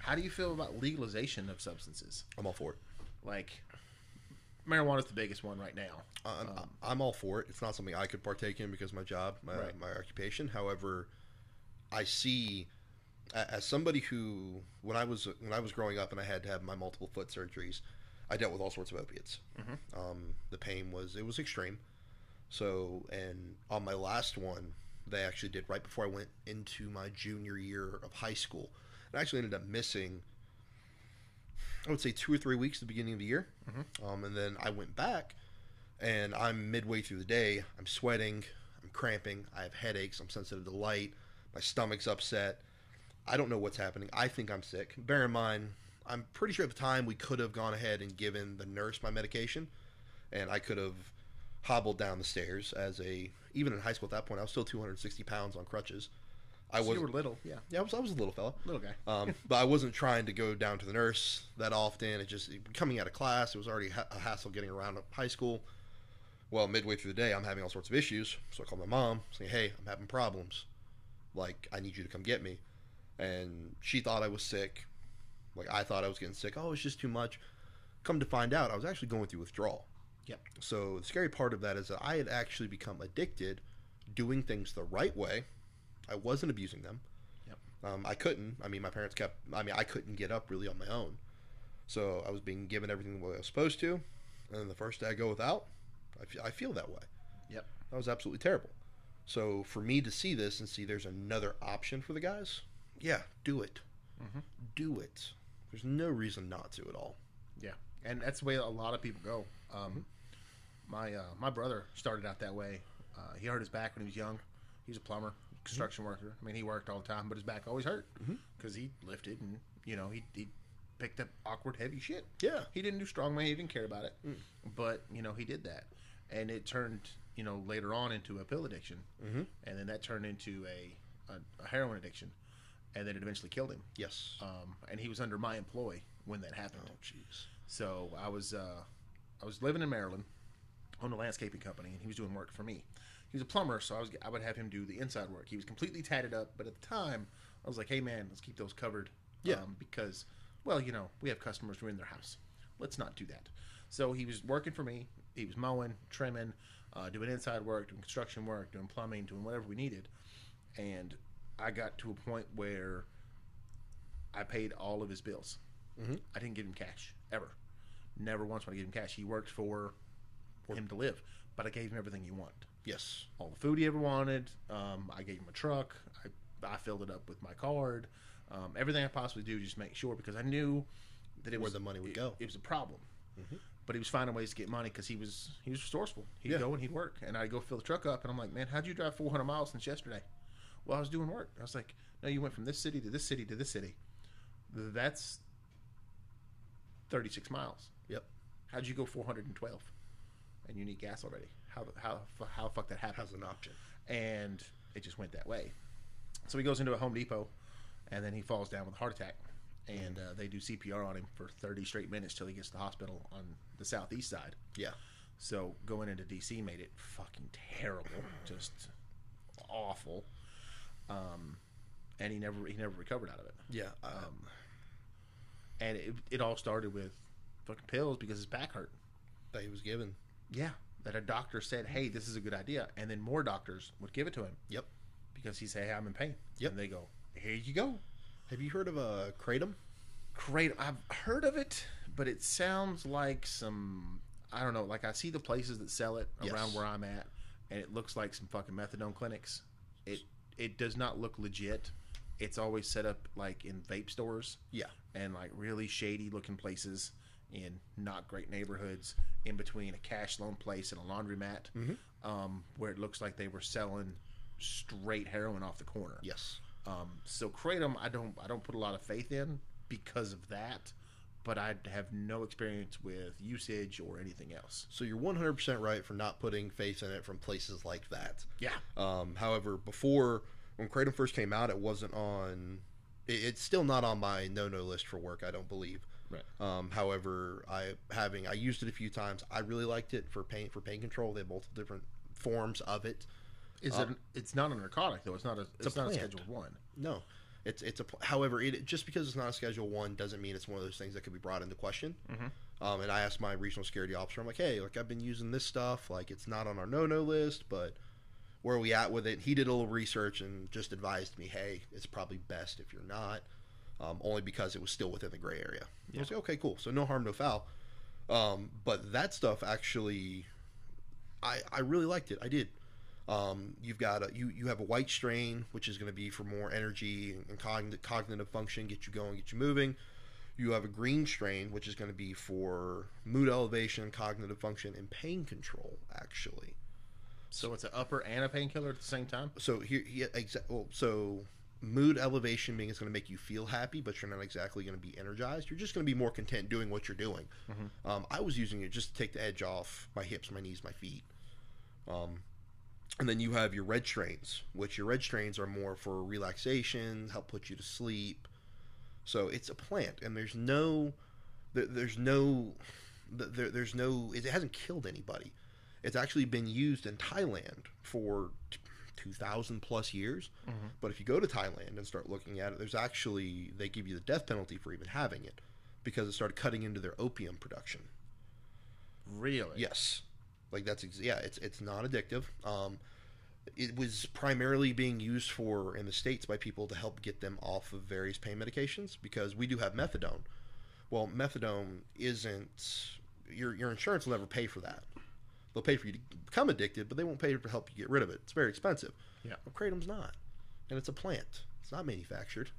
S1: how do you feel about legalization of substances?
S2: I'm all for it.
S1: Like marijuana's the biggest one right now.
S2: I'm, I'm all for it. It's not something I could partake in because of my job, my,
S1: Right.
S2: my occupation. However, I see a- as somebody who, when I was when I was growing up and I had to have my multiple foot surgeries, I dealt with all sorts of opiates. Um, the pain was it was extreme. So, and on my last one, they actually did right before I went into my junior year of high school. And I actually ended up missing, I would say, two or three weeks at the beginning of the year.
S1: Mm-hmm.
S2: Um, and then I went back, and I'm midway through the day. I'm sweating, I'm cramping, I have headaches, I'm sensitive to light, my stomach's upset. I don't know what's happening. I think I'm sick. Bear in mind, I'm pretty sure at the time we could have gone ahead and given the nurse my medication, and I could have hobbled down the stairs as a even in high school at that point. I was still 260 pounds on crutches. I
S1: So
S2: was
S1: you were little, yeah,
S2: yeah, I was, I was a little fella,
S1: little guy.
S2: um, but I wasn't trying to go down to the nurse that often. It just coming out of class, it was already ha- a hassle getting around high school. Well, midway through the day, I'm having all sorts of issues, so I call my mom, saying, "Hey, I'm having problems. like I need you to come get me, and she thought I was sick, like I thought I was getting sick. Oh, it's just too much. Come to find out, I was actually going through withdrawal.
S1: Yep.
S2: So the scary part of that is that I had actually become addicted, doing things the right way. I wasn't abusing them.
S1: Yep.
S2: Um, I couldn't. I mean, my parents kept. I mean, I couldn't get up really on my own. So I was being given everything the way I was supposed to, and then the first day I go without, I fe- I feel that way.
S1: Yep.
S2: That was absolutely terrible. So for me to see this and see there's another option for the guys, yeah, do it. Mm-hmm.
S1: Mhm.
S2: Do it. There's no reason not to at all.
S1: and that's the way a lot of people go. Um, my uh, my brother started out that way. Uh, he hurt his back when he was young. He was a plumber, construction worker. I mean, he worked all the time, but his back always hurt because he lifted and you know he he picked up awkward heavy shit.
S2: Yeah.
S1: He didn't do strongman. He didn't care about it, but you know he did that, and it turned you know later on into a pill addiction, mm-hmm. and then that turned into a, a, a heroin addiction, and then it eventually killed him.
S2: Yes.
S1: Um, and he was under my employ when that happened.
S2: Oh jeez.
S1: So I was uh, I was living in Maryland, owned a landscaping company, and he was doing work for me. He was a plumber, so I was I would have him do the inside work. He was completely tatted up, but at the time I was like, "Hey man, let's keep those covered."
S2: Yeah.
S1: Um, because, well, you know, we have customers who are in their house. Let's not do that. So he was working for me. He was mowing, trimming, uh, doing inside work, doing construction work, doing plumbing, doing whatever we needed. And I got to a point where I paid all of his bills. I didn't give him cash ever. Never once when I gave him cash. He worked for him to live, but I gave him everything he wanted.
S2: Yes.
S1: All the food he ever wanted. Um, I gave him a truck. I, I filled it up with my card. Um, everything I possibly do, just make sure because I knew that it
S2: Where
S1: was
S2: the money would
S1: it-
S2: go. Mm-hmm.
S1: It was a problem, but he was finding ways to get money because he was he was resourceful. He'd
S2: Yeah.
S1: go and he'd work, and I'd go fill the truck up, and I'm like, man, how'd you drive 400 miles since yesterday? Well, I was doing work. I was like, no, you went from this city to this city to this city. That's 36 miles.
S2: Yep.
S1: How'd you go 412? And you need gas already. How how how the fuck that happened?
S2: As an option.
S1: And it just went that way. So he goes into a Home Depot, and then he falls down with a heart attack. And uh, they do CPR on him for 30 straight minutes till he gets to the hospital on the southeast side.
S2: Yeah.
S1: So going into DC made it fucking terrible, just awful. Um, and he never he never recovered out of it.
S2: Yeah. Um,
S1: And it, it all started with fucking pills because his back hurt.
S2: that he was given.
S1: Yeah, that a doctor said, "Hey, this is a good idea," and then more doctors would give it to him
S2: Yep.
S1: because he say, "Hey, I'm in pain."
S2: Yep.
S1: And they go, "Here you go."
S2: Have you heard of a uh, kratom?
S1: Great. I've heard of it, but it sounds like some I don't know, like I see the places that sell it
S2: Yes.
S1: around where I'm at and it looks like some fucking methadone clinics. It it does not look legit. It's always set up like in vape stores.
S2: Yeah.
S1: and like really shady looking places in not great neighborhoods in between a cash loan place and a laundromat um, where it looks like they were selling straight heroin off the corner
S2: Yes.
S1: um, so kratom i don't i don't put a lot of faith in because of that but i have no experience with usage or anything else
S2: So you're 100% right for not putting faith in it from places like that.
S1: yeah
S2: Um, however, before when Kratom first came out, it wasn't on. It, it's still not on my no-no list for work. I don't believe.
S1: Right.
S2: Um, however, I having I used it a few times. I really liked it for pain for pain control. They have multiple different forms of it.
S1: is it it's not a narcotic though it's not a Um, it's,
S2: a
S1: not a
S2: plant.
S1: schedule one
S2: No, it's it's a. pl- However, it just because it's not a Schedule One doesn't mean it's one of those things that could be brought into question. Um, and I asked my regional security officer, I'm like, hey, like I've been using this stuff. Like it's not on our no-no list, but where are we at with it? He did a little research and just advised me, hey, it's probably best if you're not, um, only because it was still within the gray area. I was like, okay, cool. So no harm, no foul. Um, but that stuff actually, I I really liked it. I did. Um, you've got a, you you have a white strain, which is going to be for more energy and, and cogn- cognitive function, get you going, get you moving. You have a green strain, which is going to be for mood elevation, cognitive function, and pain control. Actually,
S1: so it's an upper and a painkiller at the same time
S2: so here, he, exa- well, so mood elevation being it's going to make you feel happy, but you're not exactly going to be energized. You're just going to be more content doing what you're doing. Um, I was using it just to take the edge off my hips, my knees, my feet. Um, and then you have your red strains, which your red strains are more for relaxation, help put you to sleep. So it's a plant, and there's no, there, there's no, there, there's no. It hasn't killed anybody. It's actually been used in Thailand for t- 2000 plus years. But if you go to Thailand and start looking at it, there's actually, they give you the death penalty for even having it because it started cutting into their opium production.
S1: Really?
S2: Yes, like that's ex- yeah. It's it's not addictive. Um, it was primarily being used for in the states by people to help get them off of various pain medications because we do have methadone. Well, methadone isn't your your insurance will never pay for that. They'll pay for you to become addicted, but they won't pay to help you get rid of it. It's very expensive.
S1: Yeah.
S2: well, kratom's not, and it's a plant. It's not manufactured.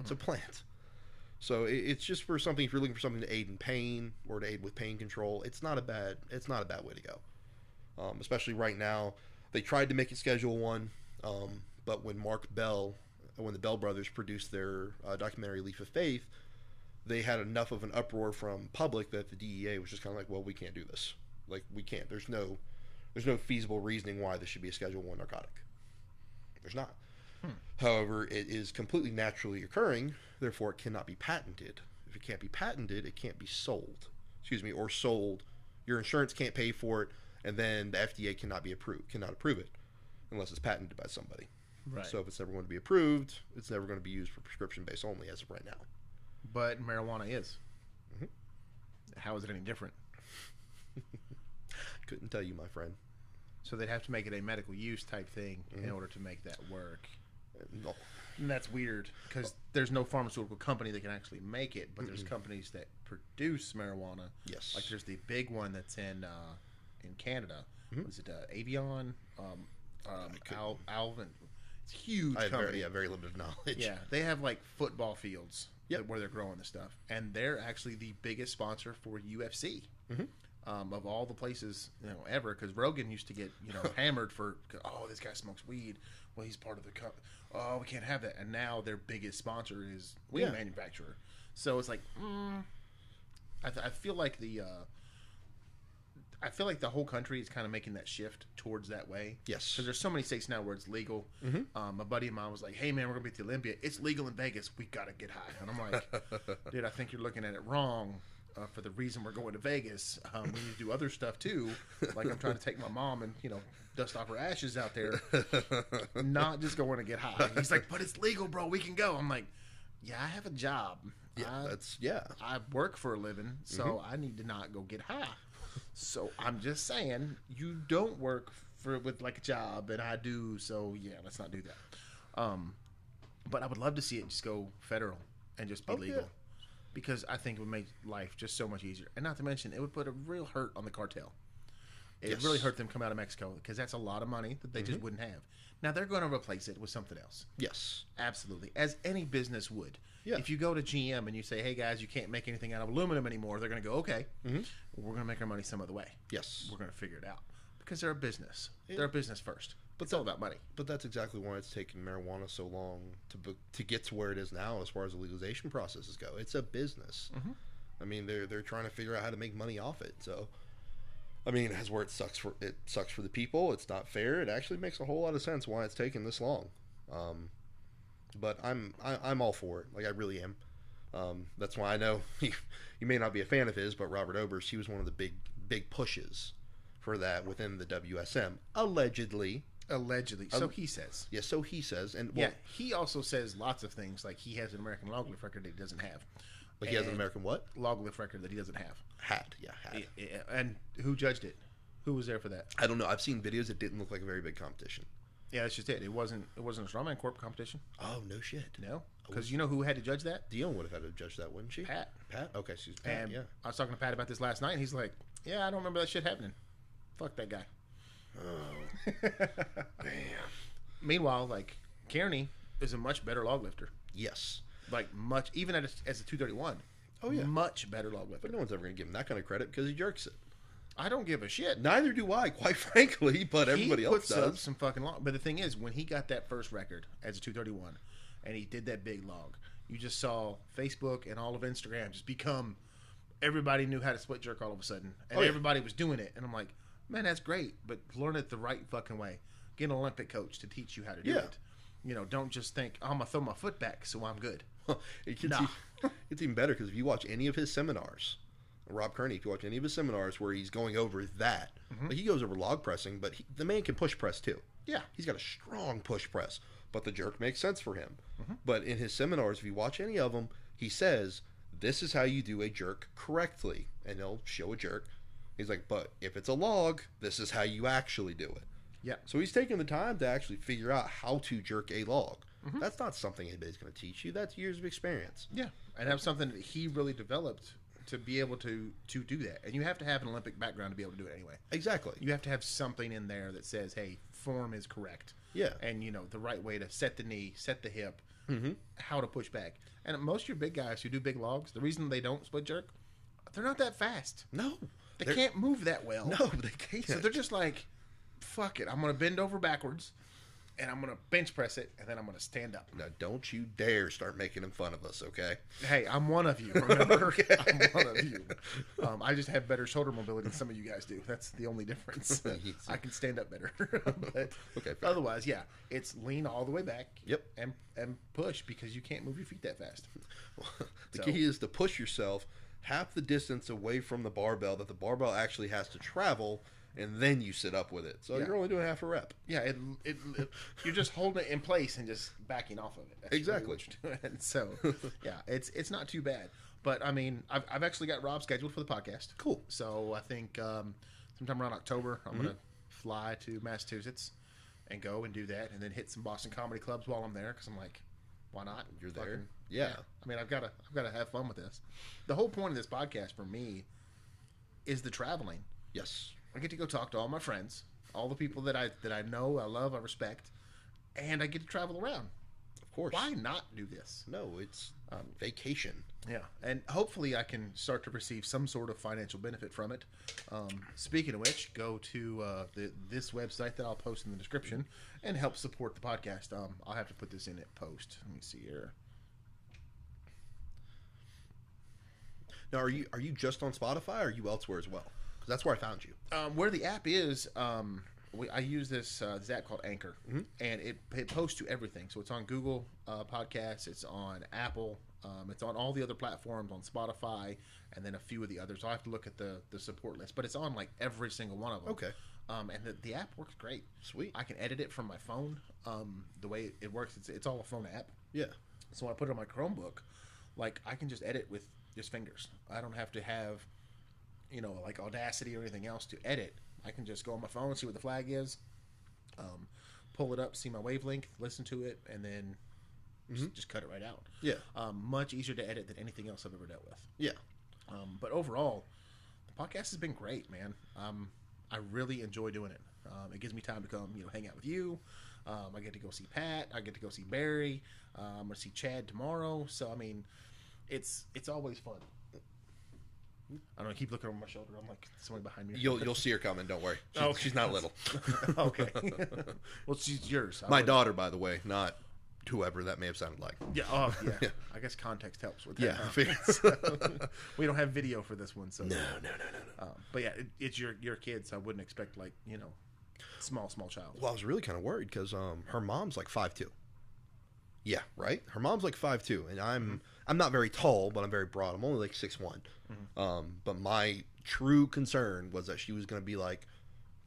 S2: It's a plant. So it, it's just for something. If you're looking for something to aid in pain or to aid with pain control, it's not a bad. It's not a bad way to go. Um, especially right now, they tried to make it Schedule One, um, but when Mark Bell, when the Bell brothers produced their uh, documentary Leaf of Faith, they had enough of an uproar from public that the DEA was just kind of like, well, we can't do this. Like we can't. There's no, there's no feasible reasoning why this should be a Schedule One narcotic. There's not. However, it is completely naturally occurring, therefore it cannot be patented. If it can't be patented, it can't be sold. Excuse me, or sold. Your insurance can't pay for it, and then the FDA cannot be approved, cannot approve it, unless it's patented by somebody.
S1: Right.
S2: So if it's never going to be approved, it's never going to be used for prescription base only as of right now.
S1: But marijuana is.
S2: Mm-hmm.
S1: How is it any different?
S2: Couldn't tell you, my friend.
S1: So they'd have to make it a medical use type thing in
S2: Mm-hmm.
S1: order to make that work.
S2: No.
S1: And that's weird because there's no pharmaceutical company that can actually make it, but there's companies that produce marijuana.
S2: Yes.
S1: Like there's the big one that's in uh, in Canada.
S2: Mm-hmm.
S1: Was it uh, Avion? Um, um, Al- Alvin. It's a huge
S2: I have
S1: company.
S2: very, yeah, very limited knowledge.
S1: Yeah, they have like football fields
S2: Yep.
S1: that- where they're growing the stuff, and they're actually the biggest sponsor for UFC
S2: Mm-hmm.
S1: um, of all the places you know ever. Because Rogan used to get you know hammered for oh this guy smokes weed, well he's part of the co oh we can't have that, and now their biggest sponsor is weed
S2: Yeah.
S1: manufacturer. So it's like mm, I, th- I feel like the uh, I feel like the whole country is kind of making that shift towards that way.
S2: Yes.
S1: Because there's so many states now where it's legal. Um, a buddy of mine was like, "Hey man, we're gonna be at the Olympia. It's legal in Vegas. We gotta get high." And I'm like, "Dude, I think you're looking at it wrong. Uh, for the reason we're going to Vegas, um, we need to do other stuff too. Like I'm trying to take my mom and you know dust off her ashes out there, not just going to get high." He's like, "But it's legal, bro. We can go." I'm like, "Yeah, I have a job.
S2: Yeah,
S1: I-
S2: that's yeah.
S1: I work for a living, so
S2: Mm-hmm.
S1: I need to not go get high. so I'm just saying, you don't work for with like a job, and I do. So yeah, let's not do that. Um, but I would love to see it just go federal and just be
S2: Oh,
S1: legal,
S2: yeah.
S1: because I think it would make life just so much easier. And not to mention, it would put a real hurt on the cartel. It
S2: Yes. Mm-hmm.
S1: really hurt them come out of Mexico because that's a lot of money that they just wouldn't have. Now they're going to replace it with something else.
S2: Yes.
S1: Absolutely, as any business would.
S2: Yeah.
S1: If you go to GM and you say, "Hey guys, you can't make anything out of aluminum anymore," they're going to go, "Okay, we're going to make our money some other way.
S2: Yes.
S1: We're going to figure it out because they're a business. they're a business first. But it's all about money.
S2: But that's exactly why it's taken marijuana so long to bu- to get to where it is now, as far as the legalization processes go. It's a business. I mean, they're they're trying to figure out how to make money off it. So, I mean, that's where it sucks for it sucks for the people. It's not fair. It actually makes a whole lot of sense why it's taken this long. Um, but I'm I, I'm all for it. Like I really am. Um, that's why I know you, you may not be a fan of his, but Robert Oberst, he was one of the big big pushes for that within the WSM, allegedly.
S1: Allegedly, Um, so he says.
S2: Yeah, so he says, and well,
S1: Yeah, he also says lots of things like he has an American log lift record that he doesn't have.
S2: like he has an
S1: And-
S2: American what
S1: log lift record that he doesn't have.
S2: hat? Yeah, hat.
S1: Yeah, And who judged it? Who was there for that?
S2: I don't know. I've seen videos. It didn't look like a very big competition.
S1: Yeah, that's just it. It wasn't. It wasn't a strongman corp competition.
S2: Oh no, shit.
S1: No, because you know who had to judge that?
S2: Dion would have had to judge that, wouldn't she?
S1: Pat.
S2: Pat. Okay, excuse me. Pat.
S1: And
S2: yeah.
S1: I was talking to Pat about this last night, and he's like, "Yeah, I don't remember that shit happening. Fuck that guy."
S2: Oh.
S1: Meanwhile, like Kearney is a much better log lifter.
S2: Yes.
S1: Like much, even at a, as a two thirty one.
S2: Oh, yeah.
S1: much better log lifter.
S2: But no one's ever going to give him that kind of credit because he jerks it.
S1: I don't give a shit.
S2: Neither do I, quite frankly. But everybody
S1: he
S2: else
S1: puts up
S2: does.
S1: some fucking log. But the thing is, when he got that first record as a 231, and he did that big log, you just saw Facebook and all of Instagram just become. Everybody knew how to split jerk all of a sudden, and
S2: Oh, yeah.
S1: everybody was doing it. And I'm like, man, that's great, but learn it the right fucking way. Get an Olympic coach to teach you how to do
S2: Yeah.
S1: it. You know, don't just think I'm gonna throw my foot back, so I'm good.
S2: it gets
S1: Nah.
S2: e- it's even better because if you watch any of his seminars, Rob Kearney, if you watch any of his seminars where he's going over that, like he goes over log pressing, but he, the man can push press too.
S1: Yeah.
S2: He's got a strong push press, but the jerk makes sense for him. But in his seminars, if you watch any of them, he says, This is how you do a jerk correctly. And he'll show a jerk. He's like, But if it's a log, this is how you actually do it.
S1: Yeah.
S2: So he's taking the time to actually figure out how to jerk a log.
S1: Mm-hmm.
S2: That's not something anybody's going to teach you. That's years of experience.
S1: Yeah, and have something that he really developed to be able to to do that. And you have to have an Olympic background to be able to do it anyway.
S2: Exactly.
S1: You have to have something in there that says, "Hey, form is correct."
S2: Yeah.
S1: and you know the right way to set the knee, set the hip,
S2: Mm-hmm.
S1: how to push back. And most of your big guys who do big logs, the reason they don't split jerk, they're not that fast.
S2: No,
S1: They
S2: They're-
S1: can't move that well.
S2: No, they can't.
S1: So they're just like, "Fuck it, I'm gonna bend over backwards." And I'm gonna bench press it, and then I'm gonna stand up.
S2: now, don't you dare start making fun of us, okay?
S1: Hey, I'm one of you. Remember, I'm one of you. Um, I just have better shoulder mobility than some of you guys do. That's the only difference. I can stand up better. but
S2: Okay, fair.
S1: otherwise, yeah, it's lean all the way back.
S2: Yep.
S1: And and push because you can't move your feet that fast.
S2: the
S1: So-
S2: key is to push yourself half the distance away from the barbell that the barbell actually has to travel, and then you sit up with it. So
S1: Yeah.
S2: you're only doing half a rep.
S1: Yeah, it, it, it- you're just holding it in place and just backing off of it. That's
S2: Exactly.
S1: what you're doing. So, yeah, it's it's not too bad. But I mean, I've, I've actually got Rob scheduled for the podcast.
S2: Cool.
S1: So I think um, sometime around October, I'm
S2: Mm-hmm.
S1: gonna fly to Massachusetts and go and do that, and then hit some Boston comedy clubs while I'm there because I'm like, why not?
S2: You're there.
S1: Fucking-
S2: Yeah.
S1: I mean, I've got to I've got to have fun with this. The whole point of this podcast for me is the traveling.
S2: Yes.
S1: I get to go talk to all my friends, all the people that I that I know, I love, I respect, and I get to travel around.
S2: Of course.
S1: Why Um, not do this?
S2: No, it's vacation.
S1: Yeah, and hopefully I can start to receive some sort of financial benefit from it. Um, speaking of which, go to uh, the, this website that I'll post in the description and help support the podcast. Um, I'll have to put this in at post. Let me see here.
S2: Now, are you are you just on Spotify? or Are you elsewhere as well? Because that's where I found you.
S1: um, where the app is, um, we, I use this uh, this app called Anchor,
S2: Mm-hmm.
S1: and it, it posts to everything. So it's on Google uh, Podcasts, it's on Apple, um, it's on all the other platforms, on Spotify, and then a few of the others. I have to look at the the support list, but it's on like every single one of them.
S2: Okay.
S1: Um, and the, the app works great.
S2: Sweet.
S1: I can edit it from my phone. Um, the way it works, it's it's all a phone app.
S2: Yeah.
S1: So when I put it on my Chromebook, like I can just edit with just fingers. I don't have to have, you know, like Audacity or anything else to edit. I can just go on my phone, see what the flag is, um, pull it up, see my wavelength, listen to it, and then just, just cut it right out.
S2: Yeah.
S1: Um, much easier to edit than anything else I've ever dealt with.
S2: Yeah.
S1: Um, but overall, the podcast has been great, man. Um, I really enjoy doing it. Um, it gives me time to come, you know, hang out with you. Um, I get to go see Pat. I get to go see Barry. Uh, I'm gonna see Chad tomorrow. So I mean, it's it's always fun. I don't know, keep looking over my shoulder. I'm like somebody behind me.
S2: You'll you'll see her coming. Don't worry. She,
S1: Okay.
S2: She's not little.
S1: okay. well, she's yours. I
S2: My
S1: would-
S2: daughter, by the way, not whoever that may have sounded like.
S1: Yeah. Oh, yeah. I guess context helps with that.
S2: Yeah.
S1: huh? we don't have video for this one, so
S2: no, no, no, no.
S1: Um, but yeah, it, it's your your kids. I wouldn't expect like you know, small small child.
S2: Well, I was really kind of worried because um, her mom's like five two. Yeah, right. Her mom's like five two, and I'm I'm not very tall, but I'm very broad. I'm only like six one. Um, but my true concern was that she was going to be like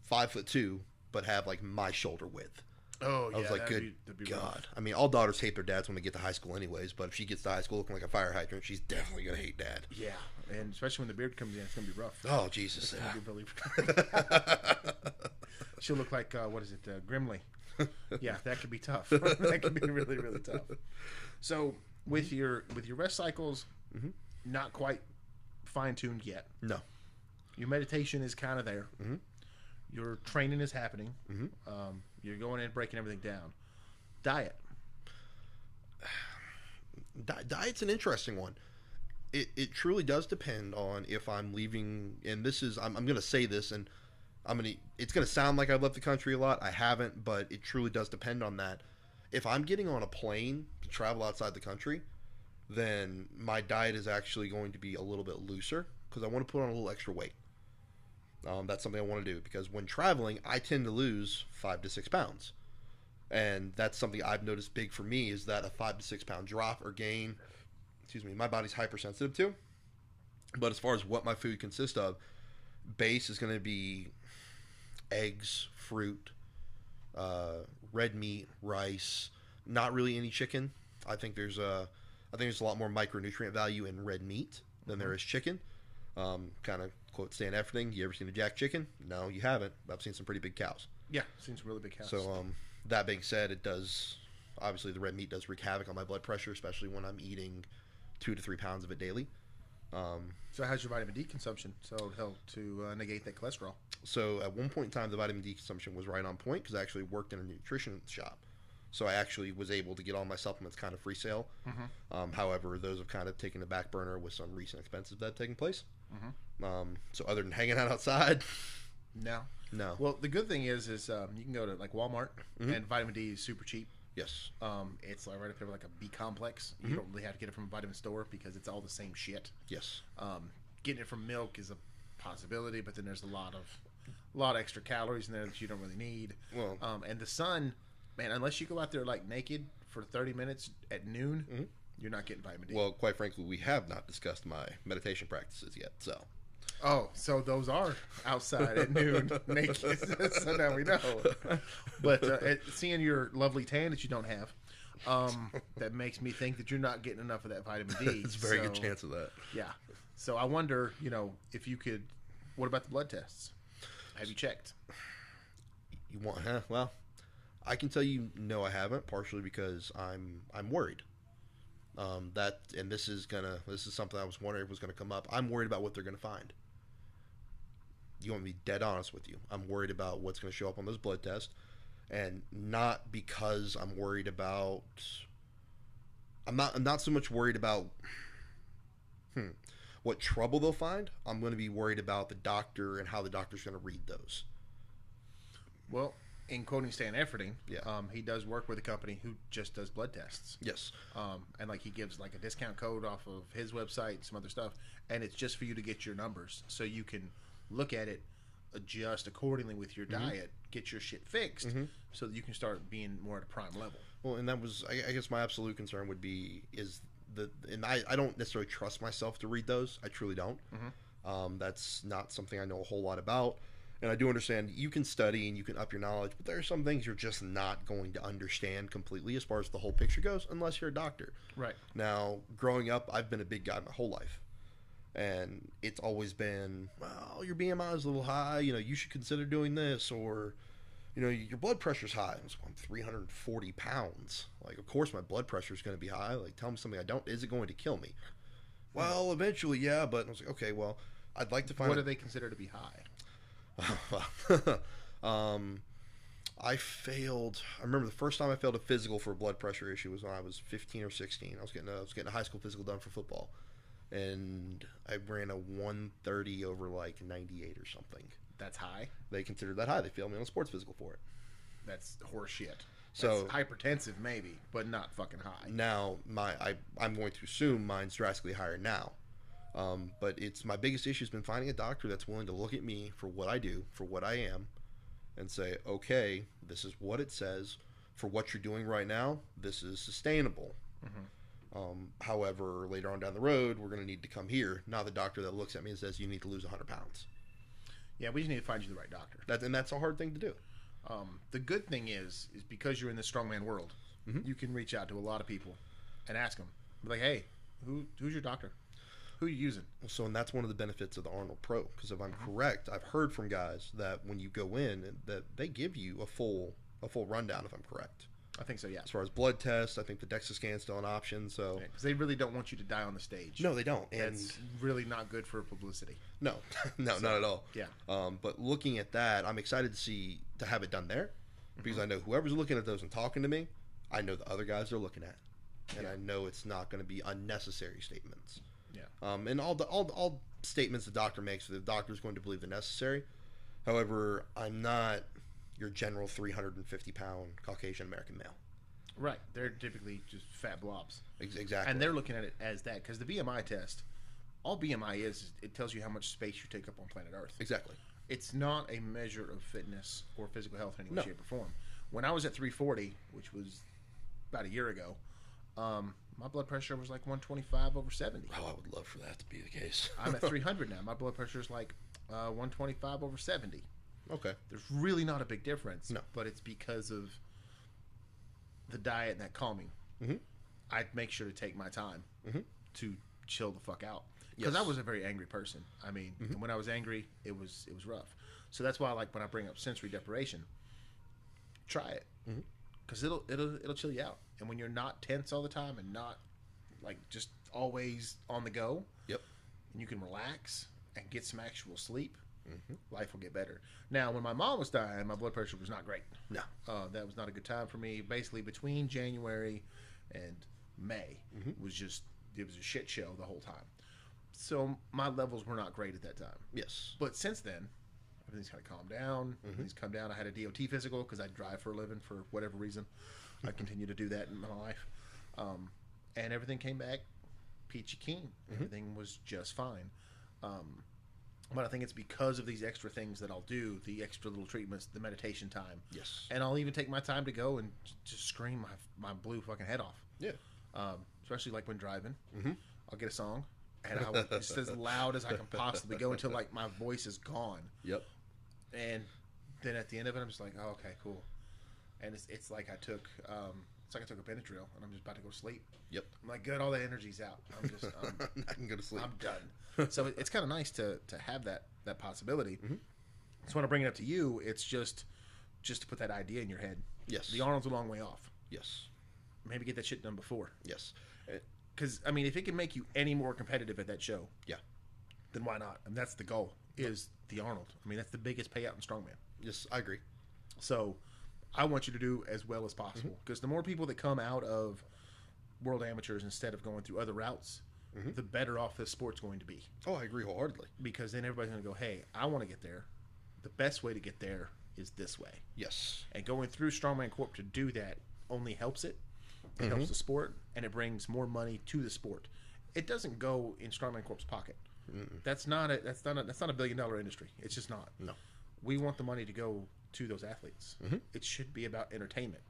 S2: five foot two, but have like my shoulder width.
S1: Oh
S2: I was like, good God. I mean, all daughters hate their dads when they get to high school, anyways. But if she gets to high school looking like a fire hydrant, she's definitely gonna hate dad.
S1: Yeah, and especially when the beard comes in, it's gonna be rough.
S2: Oh Jesus!
S1: It's gonna be really. She'll look like uh, what is it, uh, Grimly? Yeah, that could be tough. that could be really really tough. So with your with your rest cycles, not quite fine tuned yet.
S2: no.
S1: Your meditation is kind of there. Your training is happening. Um, you're going in, breaking everything down. Diet.
S2: Di- diet's an interesting one. It, it truly does depend on if I'm leaving, and this is I'm, I'm going to say this, and I'm going to it's going to sound like I've left the country a lot. I haven't, but it truly does depend on that. If I'm getting on a plane to travel outside the country, then my diet is actually going to be a little bit looser because I want to put on a little extra weight. Um, that's something I want to do because when traveling, I tend to lose five to six pounds and that's something I've noticed big for me is that a five to six pound drop or gain, excuse me, my body's hypersensitive to, But as far as what my food consists of, base is going to be eggs, fruit, uh, red meat, rice. Not really any chicken. I think there's a, I think there's a lot more micronutrient value in red meat than there is chicken. Um, kind of quote Stan Efferding. You ever seen a jack chicken? No, you haven't. but I've seen some pretty big cows.
S1: Yeah, seems really big house.
S2: So um, that being said, it does obviously the red meat does wreak havoc on my blood pressure, especially when I'm eating two to three pounds of it daily. Um,
S1: so how's your vitamin D consumption? So it'll help to uh, negate that cholesterol.
S2: so at one point in time, the vitamin D consumption was right on point because I actually worked in a nutrition shop, so I actually was able to get all my supplements kind of free sale.
S1: Mm-hmm.
S2: Um, however, those have kind of taken a back burner with some recent expenses that have taken place.
S1: Mm-hmm.
S2: Um, so other than hanging out outside,
S1: No.
S2: no.
S1: Well, the good thing is, is um, you can go to like Walmart and vitamin D is super cheap.
S2: yes,
S1: Um, it's like right up there with like a B complex. You don't really have to get it from a vitamin store because it's all the same shit.
S2: yes.
S1: Um, getting it from milk is a possibility, but then there's a lot of a lot of extra calories in there that you don't really need.
S2: Well-
S1: um, and the sun, man, unless you go out there like naked for 30 minutes at noon, you're not getting vitamin D.
S2: Well, quite frankly, we have not discussed my meditation practices yet. So
S1: Oh, so those are outside at noon naked. so now we know. But uh, it, seeing your lovely tan that you don't have, um, that makes me think that you're not getting enough of that vitamin D.
S2: it's a very good
S1: So,
S2: chance of that.
S1: Yeah. So I wonder, you know, if you could. What about the blood tests? Have you checked?
S2: You want? Huh? Well, I can tell you, no, I haven't. Partially because I'm I'm worried. Um, that and this is gonna this is something I was wondering if was gonna come up. I'm worried about what they're gonna find. You want me to be dead honest with you? I'm worried about what's gonna show up on those blood tests, and not because I'm worried about. I'm not. I'm not so much worried about. Hmm, what trouble they'll find. I'm gonna be worried about the doctor and how the doctor's gonna read those.
S1: Well, in quoting Stan Efferding,
S2: Yeah.
S1: um, he does work with a company who just does blood tests.
S2: Yes.
S1: um, and like he gives like a discount code off of his website and some other stuff and it's just for you to get your numbers so you can look at it adjust accordingly with your diet get your shit fixed so that you can start being more at a prime level
S2: Well, and that was, I, I guess, my absolute concern would be is the, and I, I don't necessarily trust myself to read those. I truly don't. Um, that's not something I know a whole lot about. And I do understand you can study and you can up your knowledge, but there are some things you're just not going to understand completely as far as the whole picture goes, unless you're a doctor.
S1: right
S2: Now, growing up, I've been a big guy my whole life. And it's always been, well, your BMI is a little high. You know, you should consider doing this. Or, you know, your blood pressure's high. I was like, I'm 340 pounds. Like, of course, my blood pressure's going to be high. Like, tell me something I don't. Is it going to kill me? Well, eventually, yeah. But I was like, okay, well, I'd like to find
S1: what
S2: a-
S1: do they consider to be high
S2: um, I failed. I remember the first time I failed a physical for a blood pressure issue was when I was 15 or 16. I was getting a, I was getting a high school physical done for football, and I ran a 130 over like 98 or something.
S1: that's high
S2: They considered that high. They failed me on a sports physical for it.
S1: that's horseshit
S2: So-
S1: That's hypertensive maybe but not fucking high
S2: Now my I I'm going to assume mine's drastically higher now. Um, but it's my biggest issue has been finding a doctor that's willing to look at me for what I do, for what I am, and say, okay, this is what it says. For what you're doing right now, this is sustainable. Um, however, later on down the road, we're going to need to come here, not the doctor that looks at me and says, you need to lose 100 pounds.
S1: yeah we just need to find you the right doctor
S2: That, and that's a hard thing to do.
S1: Um, the good thing is, is because you're in the strongman world, you can reach out to a lot of people and ask them, be like, hey, who who's your doctor? Who you using?
S2: So, and that's one of the benefits of the Arnold Pro, because if I'm correct, I've heard from guys that when you go in, that they give you a full a full rundown. If I'm correct,
S1: I think so, yeah.
S2: as far as blood tests, I think the DEXA scan's still an option. So,
S1: Because they really don't want you to die on the stage.
S2: no, they don't, and
S1: that's really not good for publicity.
S2: no, no, not at all.
S1: yeah.
S2: Um, but looking at that, I'm excited to see to have it done there, because I know whoever's looking at those and talking to me, I know the other guys they're looking at, and I know it's not going to be unnecessary statements.
S1: Yeah,
S2: um, and all the all, all statements the doctor makes the doctor's going to believe they're necessary however i'm not your general 350 pound caucasian american male
S1: right. They're typically just fat blobs,
S2: Ex- exactly
S1: and they're looking at it as that because the BMI test, all BMI is, is it tells you how much space you take up on planet Earth.
S2: exactly
S1: it's not a measure of fitness or physical health in any way,
S2: No.
S1: shape, or form. When I was at 340, which was about a year ago, um, my blood pressure was like 125 over 70.
S2: Oh, I would love for that to be the case.
S1: I'm at 300 now. My blood pressure is like uh, 125 over 70.
S2: okay.
S1: There's really not a big difference.
S2: No.
S1: But it's because of the diet and that calming.
S2: Mhm.
S1: I make sure to take my time to chill the fuck out because
S2: Mm-hmm. Yes. Mm-hmm.
S1: I was a very angry person. I mean, and when I was angry, it was it was rough. So that's why, like, when I bring up sensory deprivation, try it
S2: Mm-hmm.
S1: because it'll it'll it'll chill you out. And when you're not tense all the time and not like just always on the go,
S2: Yep.
S1: and you can relax and get some actual sleep, life will get better. Now, when my mom was dying, my blood pressure was not great.
S2: No.
S1: Uh, that was not a good time for me. Basically, between January and May was just it was a shit show the whole time. So my levels were not great at that time.
S2: Yes.
S1: But since then, everything's kind of calmed down. Everything's come down. I had a DOT physical because I drive for a living for whatever reason. I continue to do that in my life, um, and everything came back peachy keen. Everything was just fine. Um, but I think it's because of these extra things that I'll do, the extra little treatments, the meditation time,
S2: Yes.
S1: and I'll even take my time to go and j- just scream my my blue fucking head off.
S2: Yeah.
S1: Um, especially like when driving, I'll get a song and I will just as loud as I can possibly go until like my voice is gone.
S2: Yep.
S1: And then at the end of it, I'm just like, oh, okay, cool. And it's, it's like I took um, it's like I took a Benadryl and I'm just about to go to sleep.
S2: Yep.
S1: I'm like, good, all that energy's out. I'm just I'm,
S2: I can go to sleep.
S1: I'm done. So it- it's kind of nice to to have that that possibility. So when I bring it up to you, it's just just to put that idea in your head.
S2: Yes.
S1: the Arnold's a long way off.
S2: Yes.
S1: Maybe get that shit done before.
S2: Yes. Eh,
S1: Because I mean, if it can make you any more competitive at that show,
S2: yeah.
S1: then why not? And that's the goal. Is the Arnold? I mean, that's the biggest payout in strongman.
S2: Yes, I agree.
S1: So I want you to do as well as possible because the more people that come out of world amateurs instead of going through other routes, the better off this sport's going to be.
S2: Oh, I agree wholeheartedly.
S1: Because then everybody's going to go, hey, I want to get there. The best way to get there is this way.
S2: Yes.
S1: And going through Strongman Corp to do that only helps it. It
S2: Mm-hmm.
S1: helps the sport and it brings more money to the sport. It doesn't go in Strongman Corp's pocket. That's not a that's not a, that's not a billion dollar industry. It's just not.
S2: No. Mm-hmm.
S1: We want the money to go to those athletes. It should be about entertainment.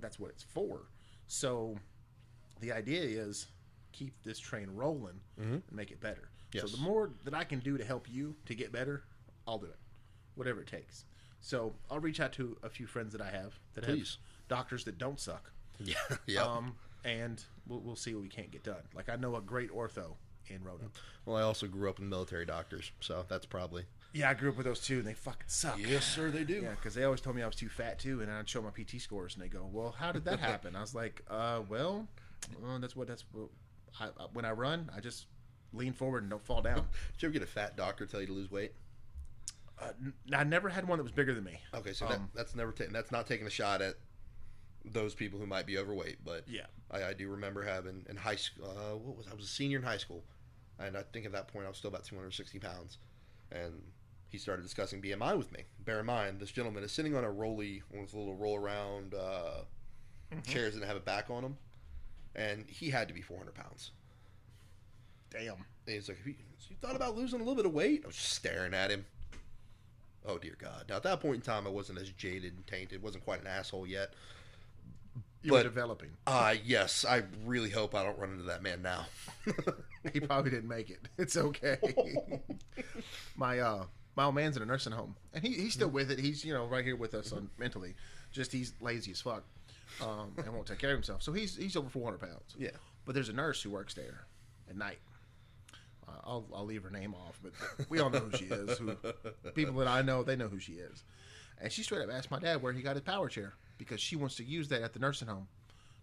S1: That's what it's for. So the idea is keep this train rolling and make it better. So
S2: Mm-hmm. Yes.
S1: the more that I can do to help you to get better, I'll do it, whatever it takes. So I'll reach out to a few friends that I have that
S2: Please.
S1: have doctors that don't suck,
S2: Yeah. Yeah.
S1: um, and we'll, we'll see what we can't get done. Like I know a great ortho in Roanoke.
S2: well, I also grew up with military doctors, so that's probably.
S1: Yeah, I grew up with those two, and they fucking suck.
S2: Yes, sir, they do.
S1: Yeah, because they always told me I was too fat too, and I'd show my PT scores, and they go, "Well, how did that happen?" I was like, "Uh, well, uh, that's what that's what I, I- when I run, I just lean forward and don't fall down."
S2: Did you ever get a fat doctor tell you to lose weight?
S1: Uh, n- I never had one that was bigger than me.
S2: Okay, so that,
S1: Um,
S2: that's never taken. That's not taking a shot at those people who might be overweight, but
S1: Yeah.
S2: I, I do remember having in high school. Uh, what was I was a senior in high school, and I think at that point I was still about 260 pounds, and he started discussing BMI with me. Bear in mind, this gentleman is sitting on a rolly, one of those little roll around uh,
S1: Mm-hmm.
S2: chairs that have a back on them, and he had to be 400 pounds.
S1: Damn.
S2: And he's like, "Have you, so you thought about losing a little bit of weight? I was just staring at him. Oh, dear God. Now, at that point in time, I wasn't as jaded and tainted, wasn't quite an asshole yet.
S1: You
S2: But-
S1: were developing.
S2: Uh, yes, I really hope I don't run into that man now.
S1: He probably didn't make it. It's okay. my uh my old man's in a nursing home. And he, he's still with it. He's, you know, right here with us on mentally. Just he's lazy as fuck. Um, and won't take care of himself. So he's he's over four hundred pounds.
S2: Yeah.
S1: But there's a nurse who works there at night. Uh, I'll, I'll leave her name off, but we all know who she is. Who, people that I know, they know who she is. And she straight up asked my dad where he got his power chair because she wants to use that at the nursing home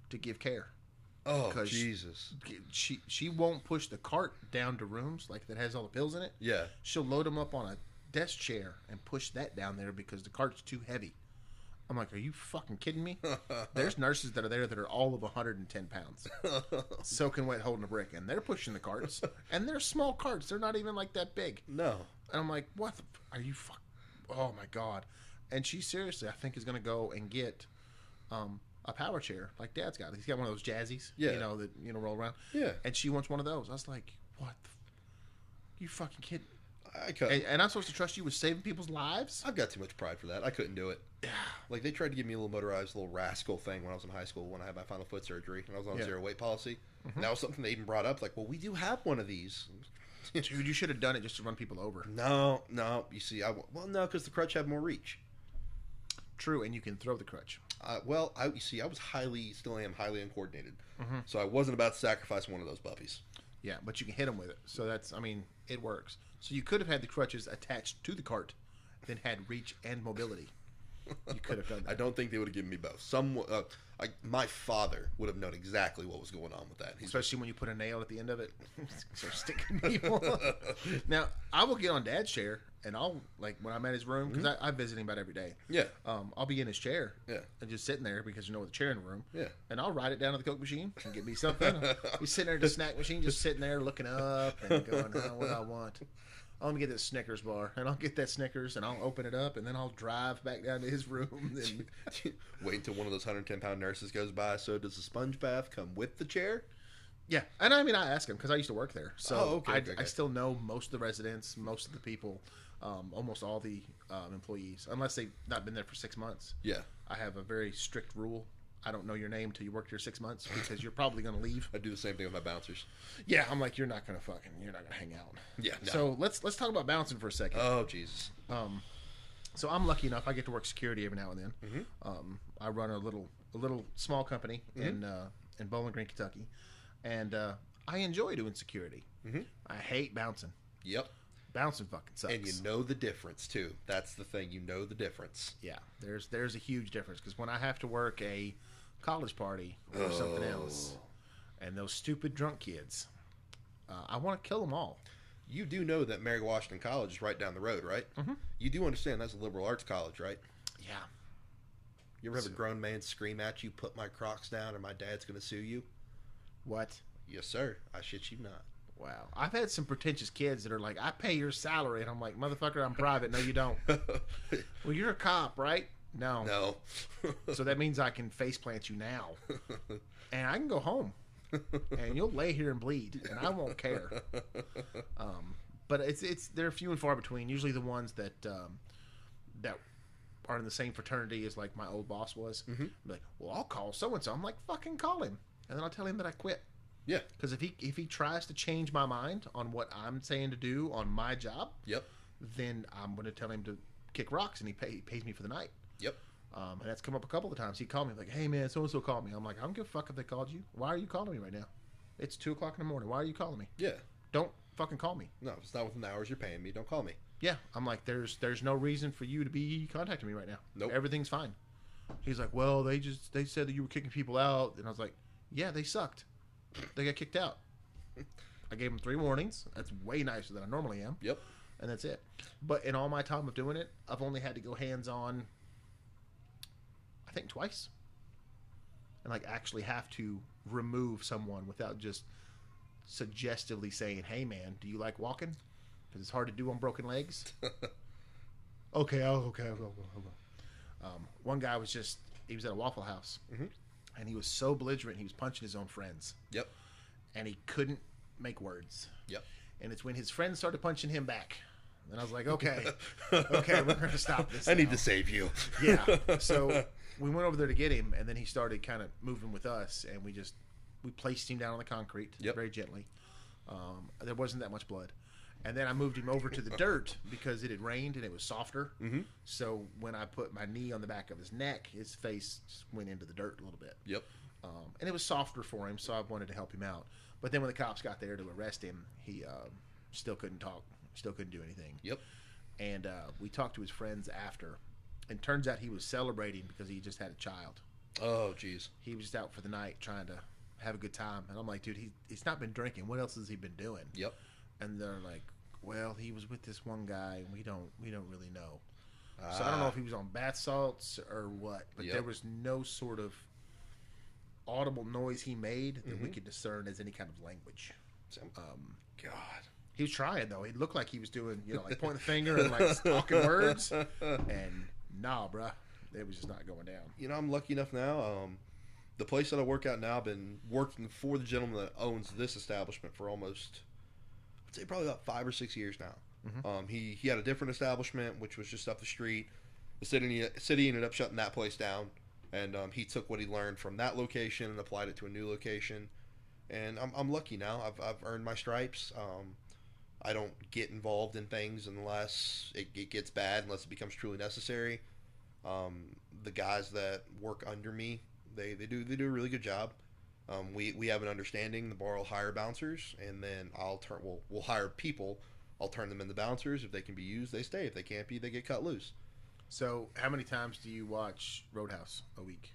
S1: to give care
S2: oh,
S1: 'Cause-
S2: Jesus.
S1: she she won't push the cart down to rooms like that has all the pills in it.
S2: Yeah.
S1: She'll load them up on a desk chair and push that down there because the cart's too heavy. I'm like, are you fucking kidding me? There's nurses that are there that are all of 110 pounds, soaking wet, holding a brick, and they're pushing the carts, and they're small carts. They're not even like that big.
S2: No.
S1: And I'm like, what the, f- are you fuck? Oh my god! And she seriously, I think is gonna go and get um, a power chair like Dad's got. He's got one of those jazzies,
S2: Yeah.
S1: you know that you know roll around.
S2: Yeah.
S1: And she wants one of those. I was like, what? the f- You fucking kid?
S2: I cou-
S1: And, and I'm supposed to trust you with saving people's lives?
S2: I've got too much pride for that. I couldn't do it. Like they tried to give me a little motorized little rascal thing when I was in high school when I had my final foot surgery and I was on
S1: Yeah. Mm-hmm.
S2: zero weight policy. And that was something they even brought up. Like, well, we do have one of these.
S1: Dude, you should have done it just to run people over.
S2: no, no. You see, I w- well no because the crutch had more reach.
S1: True, and you can throw the crutch.
S2: Uh, well, I you see, I was highly, still am highly uncoordinated, so I wasn't about to sacrifice one of those puppies.
S1: Yeah, but you can hit them with it. So that's, I mean, it works. So you could have had the crutches attached to the cart, then had reach and mobility. You could have done
S2: I
S1: that.
S2: don't think they would have given me both. Some, uh, I, my father would have known exactly what was going on with that. He's
S1: Especially when you put a nail at the end of it, start sticking people. now I will get on Dad's chair and I'll like when I'm at his room because I, I visit him about every day.
S2: yeah,
S1: Um, I'll be in his chair.
S2: Yeah.
S1: And just sitting there because you know with a chair in the room.
S2: Yeah.
S1: And I'll ride it down to the Coke machine and get me something. He's sitting there at the snack machine, just sitting there looking up and going, oh, what do I want? Oh, let me get this Snickers bar. And I'll get that Snickers and I'll open it up and then I'll drive back down to his room. And
S2: wait until one of those hundred ten pound nurses goes by. So does the sponge bath come with the chair?
S1: yeah. And I mean, I ask him because I used to work there. So
S2: Oh, okay,
S1: I,
S2: okay, okay.
S1: I still know most of the residents, most of the people, um, almost all the um, employees, unless they've not been there for six months.
S2: Yeah,
S1: I have a very strict rule. I don't know your name till you work here six months because you're probably going to leave.
S2: I do the same thing with my bouncers.
S1: Yeah, I'm like, you're not going to fucking, you're not going to hang out.
S2: Yeah, no.
S1: So let's let's talk about bouncing for a second.
S2: Oh Jesus!
S1: um, so I'm lucky enough I get to work security every now and then.
S2: Mm-hmm.
S1: Um, I run a little a little small company in uh, in Bowling Green, Kentucky, and uh, I enjoy doing security.
S2: Mm-hmm.
S1: I hate bouncing.
S2: Yep,
S1: Bouncing fucking sucks.
S2: and you know the difference too. That's the thing. You know the difference.
S1: Yeah, there's there's a huge difference because when I have to work a college party or
S2: Oh.
S1: something else, and those stupid drunk kids, uh, I want to kill them all.
S2: You do know that Mary Washington College is right down the road, right?
S1: Mm-hmm.
S2: You do understand that's a liberal arts college, right?
S1: Yeah,
S2: You ever have a grown man scream at you, "Put my Crocs down, or my dad's going to sue you"?
S1: what?
S2: Yes, sir. I shit you not.
S1: Wow, I've had some pretentious kids that are like, "I pay your salary," and I'm like, "Motherfucker, I'm private." No, you don't. well, you're a cop, right? No.
S2: no.
S1: So that means I can face plant you now, and I can go home, and you'll lay here and bleed, and I won't care. Um, but it's it's they're few and far between. Usually the ones that um, that are in the same fraternity as like my old boss was. Be like, well, I'll call so and so. I'm like, fucking call him, and then I'll tell him that I quit.
S2: yeah.
S1: Because if he if he tries to change my mind on what I'm saying to do on my job,
S2: Yep.
S1: then I'm going to tell him to kick rocks, and he, pay, he pays me for the night.
S2: Yep.
S1: Um, and that's come up a couple of times. He called me like, "Hey man, so and so called me." I'm like, "I don't give a fuck if they called you. Why are you calling me right now? It's two o'clock in the morning. Why are you calling me?
S2: Yeah.
S1: Don't fucking call me."
S2: No, if it's not within the hours you're paying me, don't call me.
S1: Yeah, I'm like, "There's there's no reason for you to be contacting me right now.
S2: Nope.
S1: everything's fine." He's like, "Well, they just they said that you were kicking people out," and I was like, "Yeah, they sucked. They got kicked out." I gave him three warnings. That's way nicer than I normally am.
S2: Yep.
S1: and that's it. But in all my time of doing it, I've only had to go hands on, I think twice, and like actually have to remove someone without just suggestively saying, "Hey, man, do you like walking?" Because it's hard to do on broken legs. okay, I'll, okay, I'll go. I'll go. Um, one guy was just he was at a Waffle House, and he was so belligerent he was punching his own friends,
S2: Yep.
S1: and he couldn't make words
S2: Yep.
S1: and it's when his friends started punching him back. And I was like, okay, okay, we're gonna stop this.
S2: I need
S1: now.
S2: to save you.
S1: Yeah. So we went over there to get him, and then he started kind of moving with us, and we just we placed him down on the concrete
S2: Yep.
S1: very gently. Um, there wasn't that much blood, and then I moved him over to the dirt because it had rained and it was softer. Mm-hmm. So when I put my knee on the back of his neck, his face just went into the dirt a little bit
S2: Yep.
S1: um, and it was softer for him, so I wanted to help him out. But then when the cops got there to arrest him, he um still couldn't talk, still couldn't do anything.
S2: Yep.
S1: And uh, we talked to his friends after, and turns out he was celebrating because he just had a child.
S2: Oh, jeez.
S1: He was just out for the night trying to have a good time, and I'm like, dude, he, he's not been drinking. What else has he been doing?
S2: Yep.
S1: And they're like, well, he was with this one guy, and we don't we don't really know. So I don't know if he was on bath salts or what, but
S2: Uh, Yep.
S1: there was no sort of audible noise he made that
S2: Mm-hmm.
S1: we could discern as any kind of language.
S2: Um, God.
S1: He was trying though. He looked like he was doing, you know, like pointing the finger and like talking words. And nah, bruh, it was just not going down.
S2: You know, I'm lucky enough now. Um, the place that I work at now, I've been working for the gentleman that owns this establishment for almost, I'd say probably about five or six years now. Um, he he had a different establishment, which was just up the street. The city city ended up shutting that place down, and um, he took what he learned from that location and applied it to a new location. And I'm, I'm lucky now. I've, I've earned my stripes. Um, I don't get involved in things unless it, it gets bad, unless it becomes truly necessary. Um, the guys that work under me, they, they do they do a really good job. Um, we, we have an understanding. The bar will hire bouncers, and then I'll turn we'll, we'll hire people. I'll turn them into bouncers. If they can be used, they stay. If they can't be, they get cut loose.
S1: So, how many times do you watch Roadhouse a week?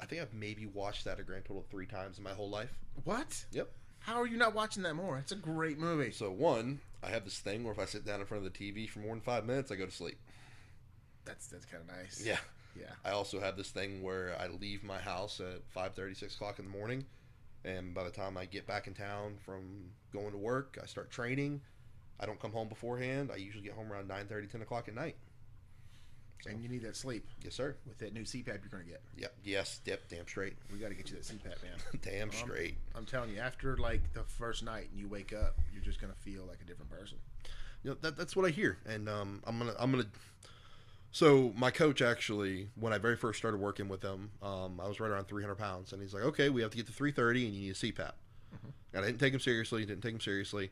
S2: I think I've maybe watched that a grand total of three times in my whole life.
S1: What?
S2: Yep.
S1: How are you not watching that more? It's a great movie.
S2: So one, I have this thing where if I sit down in front of the TV for more than five minutes, I go to sleep.
S1: That's that's kind of nice.
S2: Yeah.
S1: Yeah.
S2: I also have this thing where I leave my house at 5:30, 6 o'clock in the morning, and by the time I get back in town from going to work, I start training. I don't come home beforehand. I usually get home around 9:30, 10 o'clock at night.
S1: And you need that sleep
S2: Yes, sir.
S1: with that new CPAP you're gonna get.
S2: Yep. Yes. Yep. Damn straight.
S1: We got to get you that CPAP, man.
S2: Damn straight.
S1: I'm telling you, after like the first night and you wake up, you're just gonna feel like a different person.
S2: you know, that, that's what I hear. And um, I'm gonna I'm gonna. So my coach actually, when I very first started working with him, um, I was right around 300 pounds, and he's like, "Okay, we have to get to 330, and you need a CPAP." And I didn't take him seriously. Didn't take him seriously.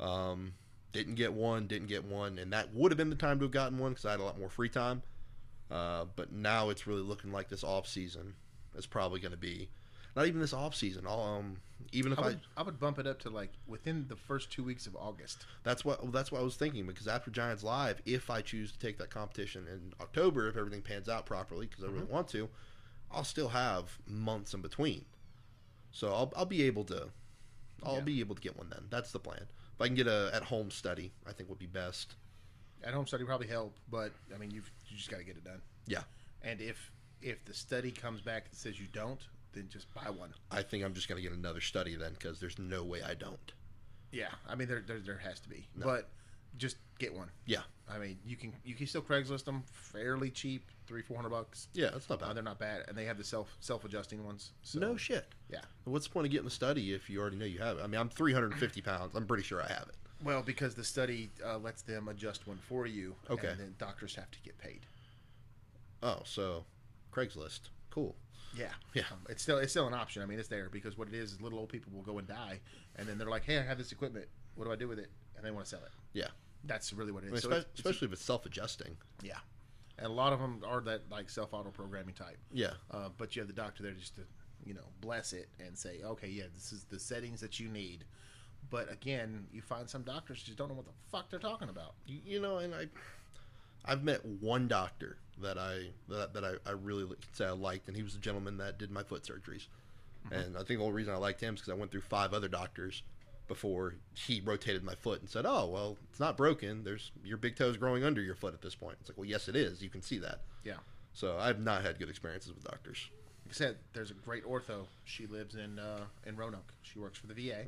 S2: Um, didn't get one. Didn't get one. And that would have been the time to have gotten one because I had a lot more free time. Uh, but now it's really looking like this off season is probably going to be, not even this off season. I'll, um, even if
S1: I
S2: I,
S1: would, I would bump it up to like within the first two weeks of August.
S2: That's what well, that's what I was thinking because after Giants Live, if I choose to take that competition in October, if everything pans out properly, because I really want to, I'll still have months in between. So I'll, I'll be able to, I'll
S1: Yeah.
S2: be able to get one then. That's the plan. If I can get a at home study, I think would be best.
S1: At home study probably help, but I mean, you've you just got to get it done.
S2: Yeah,
S1: And if if the study comes back and says you don't, then just buy one.
S2: I think I'm just gonna get another study then because there's no way I don't.
S1: Yeah, I mean there there, there has to be, but just get one.
S2: Yeah,
S1: I mean you can you can still Craigslist them fairly cheap, three four hundred bucks.
S2: yeah, that's not
S1: Uh,
S2: bad.
S1: they're not bad, and they have the self self adjusting ones. So,
S2: No shit.
S1: yeah.
S2: What's the point of getting the study if you already know you have it? I mean, I'm 350 pounds. I'm pretty sure I have it.
S1: Well, because the study uh, lets them adjust one for you.
S2: Okay.
S1: And then doctors have to get paid.
S2: Oh, so Craigslist, cool.
S1: Yeah.
S2: Yeah.
S1: Um, it's still it's still an option. I mean, it's there because what it is is little old people will go and die, and then they're like, "Hey, I have this equipment. What do I do with it?" And they want to sell it.
S2: Yeah.
S1: That's really what it
S2: I mean,
S1: is. So
S2: spe-
S1: it's- it's-
S2: especially if it's self-adjusting.
S1: yeah. And a lot of them are that like self auto programming type.
S2: Yeah.
S1: Uh, but you have the doctor there just to, you know, bless it and say, okay, yeah, this is the settings that you need. But again, you find some doctors just don't know what the fuck they're talking about.
S2: You, you know, and I, I've met one doctor that I that, that I, I really li- could say I liked, and he was the gentleman that did my foot surgeries. And I think the only reason I liked him is because I went through five other doctors before he rotated my foot and said, "Oh, well, it's not broken. There's your big toe's growing under your foot at this point." It's like, "Well, yes, it is. You can see that."
S1: Yeah.
S2: So I've not had good experiences with doctors.
S1: Like I said, there's a great ortho. She lives in uh, in Roanoke. She works for the VA.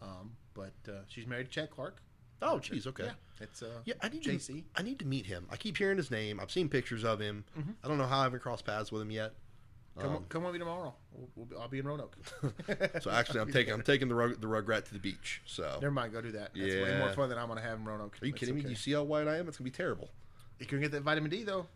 S1: Um, but uh, she's married to Chad Clark.
S2: Mm-hmm. Oh, jeez, okay.
S1: Yeah. It's uh,
S2: Yeah, I need
S1: JC.
S2: To, I need to meet him. I keep hearing his name. I've seen pictures of him. I don't know how I haven't crossed paths with him yet.
S1: Mm-hmm. Come,
S2: Um,
S1: come with me tomorrow. We'll, we'll be, I'll be in Roanoke.
S2: so actually, I'm taking I'm taking the rug, the rugrat to the beach. So
S1: Never mind. Go do that. That's way
S2: Yeah.
S1: more fun than I'm going to have in Roanoke.
S2: are you
S1: It's
S2: kidding me?
S1: okay.
S2: You see how white I am? It's gonna be terrible.
S1: You can get that vitamin D, though.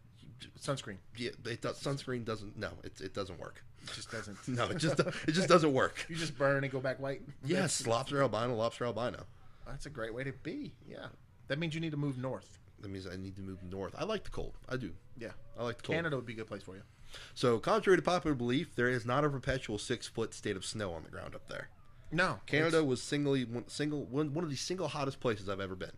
S1: Sunscreen.
S2: Yeah, it does, sunscreen doesn't. No, it, it doesn't work.
S1: It just doesn't.
S2: No, it just it just doesn't work.
S1: You just burn and go back white.
S2: Yes, lobster albino, lobster albino.
S1: That's a great way to be. Yeah. That means you need to move north.
S2: That means I need to move north. I like the cold. I do.
S1: Yeah.
S2: I like the cold.
S1: Canada would be a good place for you.
S2: So, contrary to popular belief, there is not a perpetual six foot state of snow on the ground up there.
S1: No.
S2: Canada was singly one, single one, one of the single hottest places I've ever been.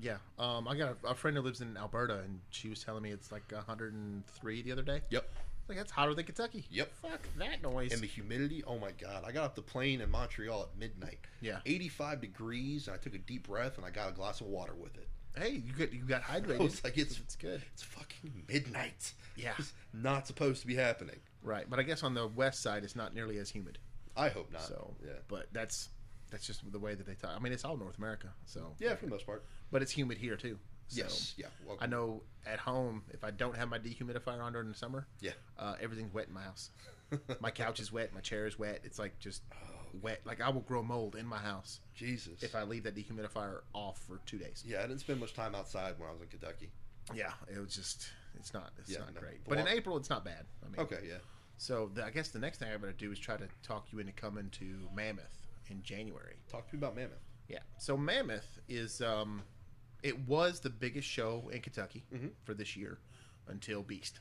S1: Yeah. Um, I got a, a friend who lives in Alberta, and she was telling me it's like 103 the other day.
S2: Yep.
S1: Like, that's hotter than Kentucky.
S2: Yep.
S1: Fuck that noise.
S2: And the humidity, oh my god! I got off the plane in Montreal at midnight.
S1: Yeah.
S2: eighty-five degrees, and I took a deep breath and I got a glass of water with it.
S1: hey, you got, you got hydrated.
S2: I was like, it's
S1: it's good.
S2: It's fucking midnight.
S1: Yeah.
S2: it's not supposed to be happening.
S1: Right. But I guess on the west side, it's not nearly as humid.
S2: I hope not.
S1: So,
S2: Uh, yeah,
S1: But that's that's just the way that they talk. I mean, it's all North America. So,
S2: yeah, for the most part.
S1: But it's humid here, too. So,
S2: yes, yeah. Well,
S1: I know at home, if I don't have my dehumidifier on during the summer,
S2: Yeah.
S1: uh, everything's wet in my house. my couch is wet, my chair is wet. It's like just
S2: Oh,
S1: wet. Like I will grow mold in my house
S2: Jesus.
S1: if I leave that dehumidifier off for two days.
S2: yeah, I didn't spend much time outside when I was in Kentucky.
S1: Yeah, it was just It's not. It's
S2: Yeah,
S1: not
S2: no.
S1: great.
S2: The
S1: But in
S2: wa-
S1: April, it's not bad. I mean,
S2: Okay, yeah.
S1: So the, I guess the next thing I'm going to do is try to talk you into coming to Mammoth in January.
S2: Talk to me about Mammoth.
S1: Yeah. So Mammoth is um, it was the biggest show in Kentucky for this year until Beast,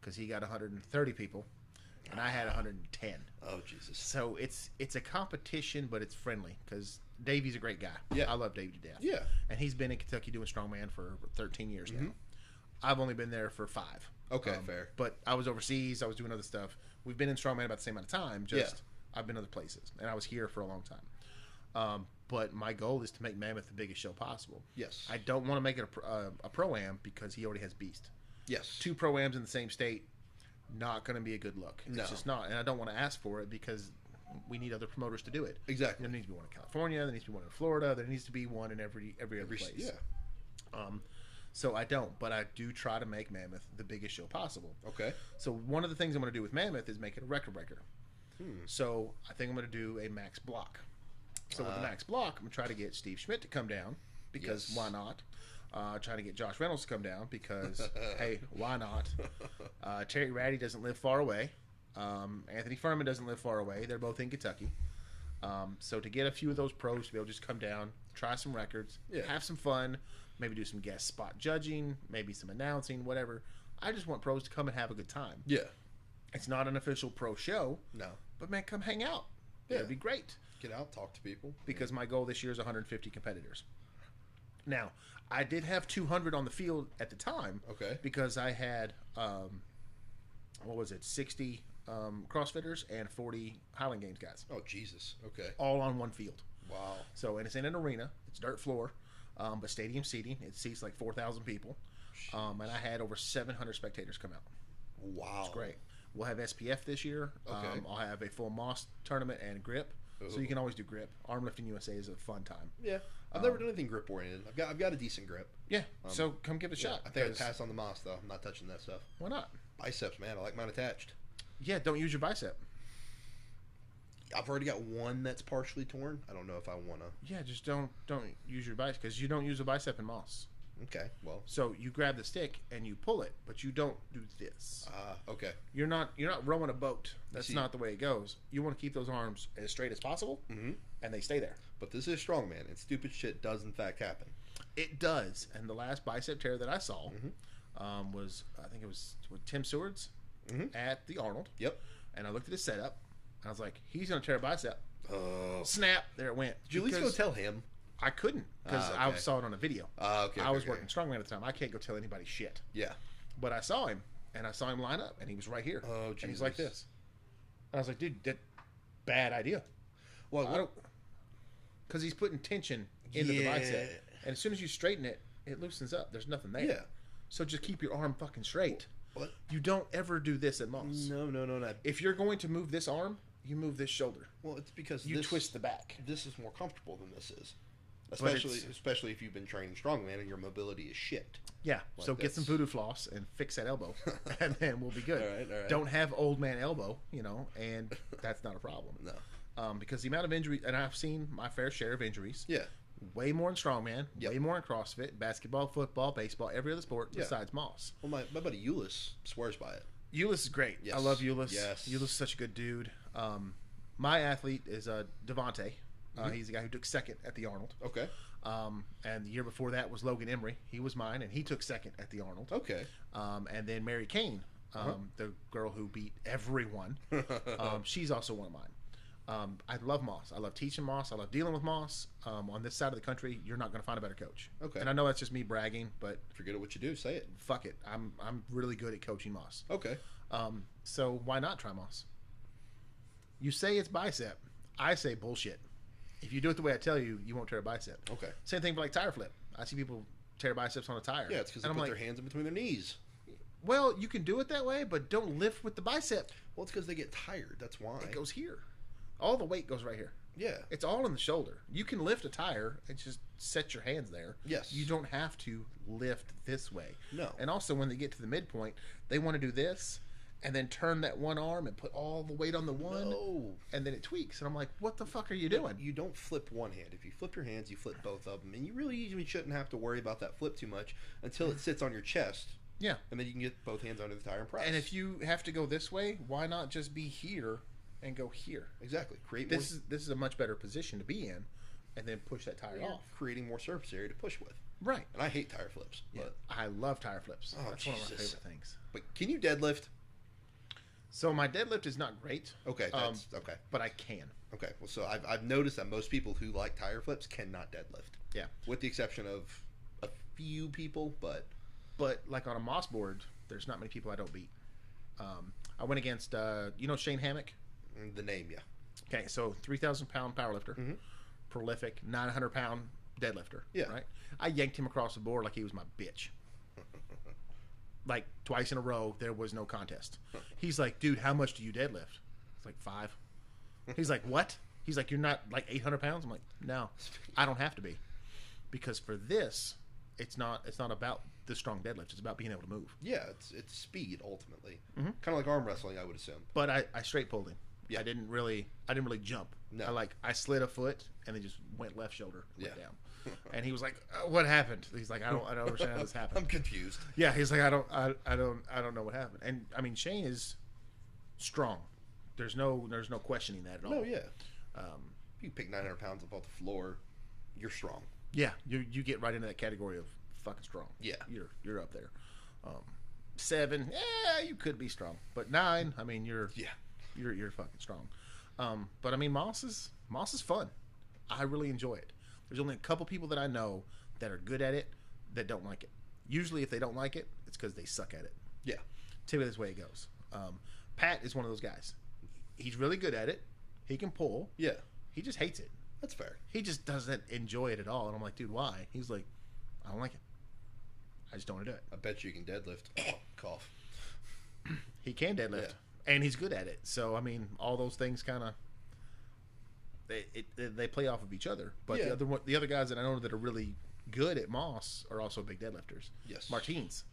S1: because he got 130 people, and I had 110.
S2: Oh Jesus.
S1: So it's it's a competition, but it's friendly because Davey's a great guy.
S2: Yeah.
S1: I love Davey to death.
S2: Yeah.
S1: and he's been in Kentucky doing strongman for 13 years now. I've only been there for five.
S2: Mm-hmm.
S1: Um,
S2: Okay, fair.
S1: But I was overseas. I was doing other stuff. We've been in strongman about the same amount of time. Just I've been other places, and I was here for a long time. Um, but my goal is to make Mammoth the biggest show possible.
S2: Yes.
S1: I don't want to make it a, pro- uh, a pro am because he already has Beast
S2: Yes.
S1: two pro ams in the same state, not going to be a good look.
S2: No.
S1: It's just not, and I don't want to ask for it because we need other promoters to do it.
S2: Exactly.
S1: There needs to be one in California. There needs to be one in Florida. There needs to be one in every every other
S2: Every-
S1: place.
S2: yeah.
S1: Um, so I don't, but I do try to make Mammoth the biggest show possible.
S2: Okay.
S1: So one of the things I'm going to do with Mammoth is make it a record breaker.
S2: Hmm.
S1: So I think I'm going to do a max block. So with the max block, I'm going to try to get Steve Schmidt to come down because
S2: Ah. Yes.
S1: why not? Uh, try to get Josh Reynolds to come down because hey, why not? Uh, Terry Ratty doesn't live far away. Um, Anthony Furman doesn't live far away. They're both in Kentucky. Um, so to get a few of those pros to be able to just come down, try some records,
S2: Yeah.
S1: have some fun, maybe do some guest spot judging, maybe some announcing, whatever. I just want pros to come and have a good time.
S2: Yeah.
S1: It's not an official pro show,
S2: No.
S1: but man, come hang out.
S2: Yeah.
S1: It'd be great
S2: Get out, talk to people.
S1: because my goal this year is 150 competitors. Now, I did have 200 on the field at the time.
S2: Okay.
S1: Because I had, um, what was it, 60 um, CrossFitters and 40 Highland Games guys,
S2: Oh Jesus. Okay.
S1: all on one field.
S2: Wow.
S1: So, and it's in an arena. It's dirt floor, um, but stadium seating. It seats like 4,000 people. Um, and I had over 700 spectators come out.
S2: Wow.
S1: Great. We'll have SPF this year.
S2: Okay.
S1: Um, I'll have a full Moss tournament and grip. So
S2: Ooh.
S1: you can always do grip. Arm lifting USA is a fun time.
S2: Yeah. I've never done anything grip oriented. I've got I've got a decent grip.
S1: Yeah. so come give it a
S2: Yeah.
S1: shot.
S2: I think I'd
S1: 'cause
S2: pass on the moss though. I'm not touching that stuff.
S1: Why not?
S2: Biceps, man. I like mine attached.
S1: Yeah. Don't use your bicep.
S2: I've already got one that's partially torn. I don't know if I wanna.
S1: Yeah. Just don't don't use your bicep because you don't use a bicep in Moss.
S2: Okay. Well.
S1: So you grab the stick and you pull it, but you don't do this.
S2: Uh, okay.
S1: You're not you're not rowing a boat. That's
S2: see-
S1: not the way it goes. You want to keep those arms as straight as possible, and they stay there.
S2: But this is strongman, and stupid shit does in fact happen.
S1: It does. And the last bicep tear that I saw um, was I think it was with Tim Seward's at the Arnold.
S2: Yep.
S1: And I looked at his setup. And I was like, he's gonna tear a bicep.
S2: Oh.
S1: Snap! There it went.
S2: Did you at least
S1: Uh,
S2: go
S1: Because
S2: tell him?
S1: I couldn't because
S2: Ah,
S1: I
S2: okay.
S1: saw it on a video.
S2: Ah, okay,
S1: I
S2: okay,
S1: was
S2: okay.
S1: working strongman at the time. I can't go tell anybody shit.
S2: Yeah.
S1: But I saw him, and I saw him line up, and he was right here.
S2: Oh,
S1: And he's like
S2: Jesus.
S1: this. And I was like, dude, that bad idea.
S2: Well,
S1: I don't because he's putting tension into the bicep,
S2: Yeah.
S1: and as soon as you straighten it, it loosens up. There's nothing there.
S2: Yeah.
S1: So just keep your arm fucking straight.
S2: What?
S1: You don't ever do this at Moss.
S2: No, no, no, no.
S1: If you're going to move this arm, you move this shoulder.
S2: Well, it's because
S1: You
S2: this,
S1: twist the back.
S2: This is more comfortable than this is,
S1: But it's-
S2: especially especially if you've been training strongman and your mobility is shit.
S1: Yeah.
S2: Like
S1: so get some
S2: this.
S1: voodoo floss and fix that elbow, and then we'll be good.
S2: All right, all right.
S1: Don't have old man elbow, you know, and that's not a problem.
S2: No.
S1: Um, because the amount of injury, and I've seen my fair share of injuries.
S2: Yeah.
S1: Way more in strongman.
S2: Yep.
S1: Way more in CrossFit, basketball, football, baseball, every other sport
S2: Yeah.
S1: besides Moss.
S2: Well, my, my buddy Euless swears by it.
S1: Euless is great.
S2: Yes.
S1: I love Euless.
S2: Yes.
S1: Euless is such a good dude. Um, my athlete is uh, Devonte.
S2: Mm-hmm.
S1: Uh, he's the guy who took second at the Arnold.
S2: Okay.
S1: Um, and the year before that was Logan Emery. He was mine, and he took second at the Arnold.
S2: Okay.
S1: Um, and then Mary Kane, um,
S2: Uh-huh.
S1: the girl who beat everyone. um, she's also one of mine. Um, I love Moss. I love teaching Moss. I love dealing with Moss. Um, on this side of the country, you're not going to find a better coach.
S2: Okay.
S1: And I know that's just me bragging, but
S2: If you're good at what you do, say it.
S1: fuck it. I'm I'm really good at coaching Moss.
S2: Okay.
S1: Um, so why not try Moss? You say it's bicep. I say bullshit. If you do it the way I tell you, you won't tear a bicep.
S2: Okay.
S1: Same thing for like tire flip. I see people tear biceps on a tire.
S2: Yeah, it's because they
S1: And
S2: put
S1: I'm like,
S2: their hands in between their knees.
S1: well, you can do it that way, but don't lift with the bicep.
S2: Well, it's because they get tired. That's why.
S1: It goes here. All the weight goes right here.
S2: yeah.
S1: It's all in the shoulder. You can lift a tire and just set your hands there.
S2: Yes.
S1: You don't have to lift this way.
S2: No.
S1: And also, when they get to the midpoint, they want to do this and then turn that one arm and put all the weight on the one.
S2: No.
S1: And then it tweaks. And I'm like, what the fuck are you doing?
S2: You don't flip one hand. If you flip your hands, you flip both of them, and you really even shouldn't have to worry about that flip too much until it sits on your chest,
S1: Yeah.
S2: and then you can get both hands under the tire and press.
S1: And if you have to go this way, why not just be here and go here?
S2: exactly create
S1: This
S2: more,
S1: is this is a much better position to be in, and then push that tire off.
S2: creating more surface area to push with.
S1: Right.
S2: And I hate tire flips,
S1: Yeah.
S2: but
S1: I love tire flips.
S2: Oh,
S1: That's one of my
S2: Jesus.
S1: favorite things.
S2: but can you deadlift?
S1: So my deadlift is not great.
S2: Okay,
S1: Um,
S2: that's okay.
S1: but I can.
S2: Okay, well, so I've, I've noticed that most people who like tire flips cannot deadlift,
S1: Yeah.
S2: with the exception of a few people. But
S1: But like on a Moss board, there's not many people I don't beat. Um, I went against uh, you know Shane Hammock.
S2: mm, the name, yeah,
S1: Okay, so three thousand pound powerlifter,
S2: Mhm.
S1: prolific, nine hundred pound deadlifter.
S2: Yeah.
S1: right. I yanked him across the board like he was my bitch. like twice in a row, there was no contest. He's like, dude, how much do you deadlift? It's like five. He's like, what? He's like, you're not like eight hundred pounds. I'm like, no, I don't have to be, because for this, it's not. It's not about the strong deadlift. It's about being able to move.
S2: yeah, it's it's speed ultimately,
S1: Mm-hmm.
S2: kind of like arm wrestling, I would assume.
S1: But I, I straight pulled him.
S2: Yeah.
S1: I didn't really I didn't really jump.
S2: No.
S1: I like I slid a foot and then just went left shoulder and went
S2: Yeah.
S1: down. and he was like, uh, "What happened?" He's like, "I don't I don't understand how this
S2: I'm
S1: happened."
S2: confused.
S1: yeah, he's like, "I don't I, I don't I don't know what happened." And I mean, Shane is strong. There's no there's no questioning that at all.
S2: No, yeah,
S1: Um,
S2: you pick 900 pounds up off the floor, you're strong.
S1: yeah, you you get right into that category of fucking strong.
S2: Yeah.
S1: You're you're up there. Um, 7, yeah, you could be strong. But 9, I mean, you're
S2: Yeah,
S1: you're you're fucking strong. Um, but I mean, Moss is Moss is fun. I really enjoy it. There's only a couple people that I know that are good at it that don't like it. Usually, if they don't like it, it's because they suck at it.
S2: yeah,
S1: Typically, that's the way it goes. Um, Pat is one of those guys. He's really good at it. He can pull.
S2: yeah.
S1: He just hates it.
S2: That's fair.
S1: He just doesn't enjoy it at all. And I'm like, dude, why? He's like, I don't like it. I just don't want to do it.
S2: I bet you can deadlift. Cough.
S1: He can deadlift,
S2: Yeah.
S1: and he's good at it. So I mean, all those things kind of they it, they- they play off of each other. But
S2: Yeah.
S1: the other one, the other guys that I know that are really good at Moss are also big deadlifters.
S2: Yes.
S1: Martins,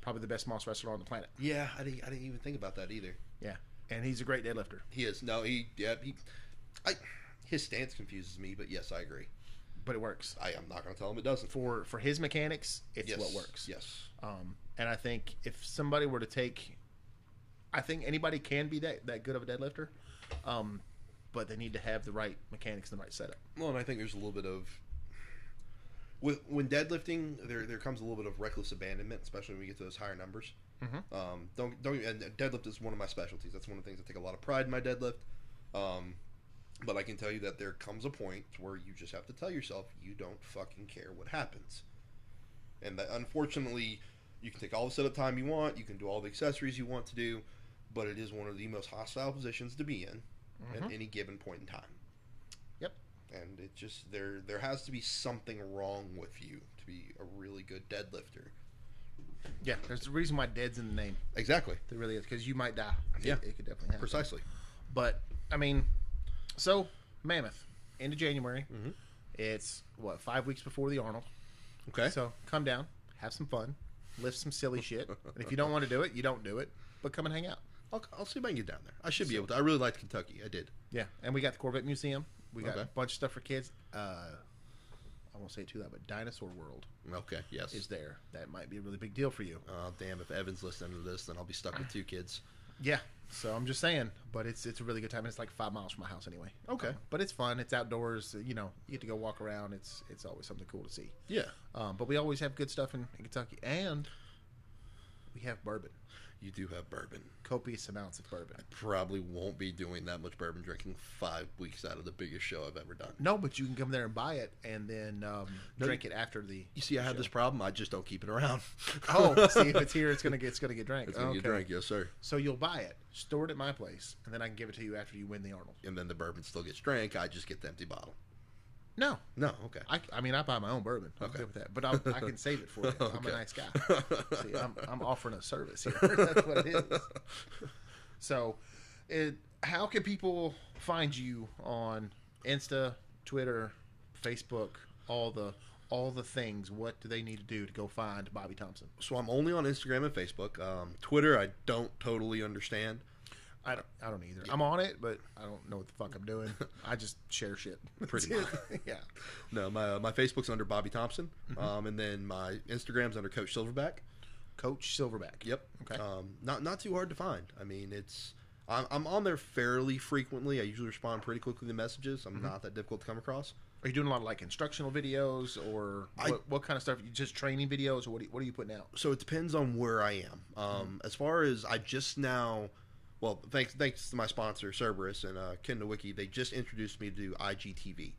S1: probably the best Moss wrestler on the planet.
S2: Yeah, I didn't. I didn't even think about that either.
S1: Yeah, and he's a great deadlifter.
S2: He is. No, he. Yeah, he. I. His stance confuses me, but yes, I agree.
S1: But it works
S2: I am not going to tell him it doesn't.
S1: for for his mechanics. It's
S2: yes,
S1: what works.
S2: Yes.
S1: Um, and I think if somebody were to take, I think anybody can be that that good of a deadlifter, um, but they need to have the right mechanics and the right setup.
S2: Well, and I think there's a little bit of with when deadlifting, there there comes a little bit of reckless abandonment, especially when we get to those higher numbers.
S1: Mhm.
S2: Um, don't don't and deadlift is one of my specialties. That's one of the things I take a lot of pride in my deadlift. Um, but I can tell you that there comes a point where you just have to tell yourself you don't fucking care what happens, and that unfortunately you can take all the setup time you want, you can do all the accessories you want to do, but it is one of the most hostile positions to be in at any given point in time and it just there there has to be something wrong with you to be a really good deadlifter.
S1: Yeah, there's a reason why dead's in the name.
S2: Exactly.
S1: There really is because you might die. It-
S2: Yeah.
S1: it, could definitely happen.
S2: Precisely.
S1: But I mean, so Mammoth, end of January.
S2: Mm-hmm.
S1: It's what five weeks before the Arnold.
S2: Okay.
S1: So come down, have some fun, lift some silly shit. And if you don't want to do it, you don't do it. But come and hang out.
S2: I'll, I'll see if I can get down there. I should be able to. I really liked Kentucky. I did.
S1: Yeah, and we got the Corvette Museum. We got
S2: Okay.
S1: a bunch of stuff for kids. Uh, I won't say it too loud, but Dinosaur World
S2: Okay. Yes.
S1: is there. That might be a really big deal for you.
S2: oh damn! If Evans listening to this, then I'll be stuck with two kids.
S1: Yeah. So I'm just saying, but it's it's a really good time. and It's like five miles from my house anyway.
S2: Okay.
S1: Um, but it's fun. It's outdoors. You know, you get to go walk around. It's it's always something cool to see.
S2: Yeah.
S1: Um, but we always have good stuff in, in Kentucky, and we have bourbon,
S2: You do have bourbon.
S1: copious amounts of bourbon.
S2: Probably won't be doing that much bourbon drinking five weeks out of the biggest show I've ever done.
S1: No, but you can come there and buy it, and then um,
S2: No,
S1: drink it after the.
S2: You see, I have this problem. I just don't keep it around.
S1: Oh, see if it's here, it's gonna get it's gonna get drank.
S2: it's gonna
S1: okay.
S2: get drank, yes, sir.
S1: So you'll buy it, store it at my place, and then I can give it to you after you win the Arnold.
S2: And then the bourbon still gets drank. I just get the empty bottle.
S1: No,
S2: No, okay.
S1: I, I mean, I buy my own bourbon. I'm
S2: Okay.
S1: good with that, but I'll, I can save it for you. I'm
S2: Okay.
S1: a nice guy. See, I'm, I'm offering a service here. That's what it is. So, it, how can people find you on Insta, Twitter, Facebook, all the all the things? What do they need to do to go find Bobby Thompson?
S2: so I'm only on Instagram and Facebook. Um, Twitter, I don't totally understand.
S1: I don't. I don't either. I'm on it, but I don't know what the fuck I'm doing. I just share shit.
S2: Pretty
S1: That's
S2: much.
S1: it. yeah.
S2: Mm-hmm. No, my my Facebook's under Bobby Thompson, um, and then my Instagram's under Coach Silverback.
S1: Coach Silverback.
S2: Yep.
S1: Okay.
S2: Um, not not too hard to find. I mean, it's I'm, I'm on there fairly frequently. I usually respond pretty quickly to messages. I'm not that difficult to come across.
S1: Are you doing a lot of like instructional videos or
S2: I-
S1: what, what kind of stuff? You just training videos or what? Are you, what are you putting out?
S2: So it depends on where I am. Um, As far as I just now, well, thanks thanks to my sponsor Cerberus and uh, Kindle Wiki, they just introduced me to IGTV.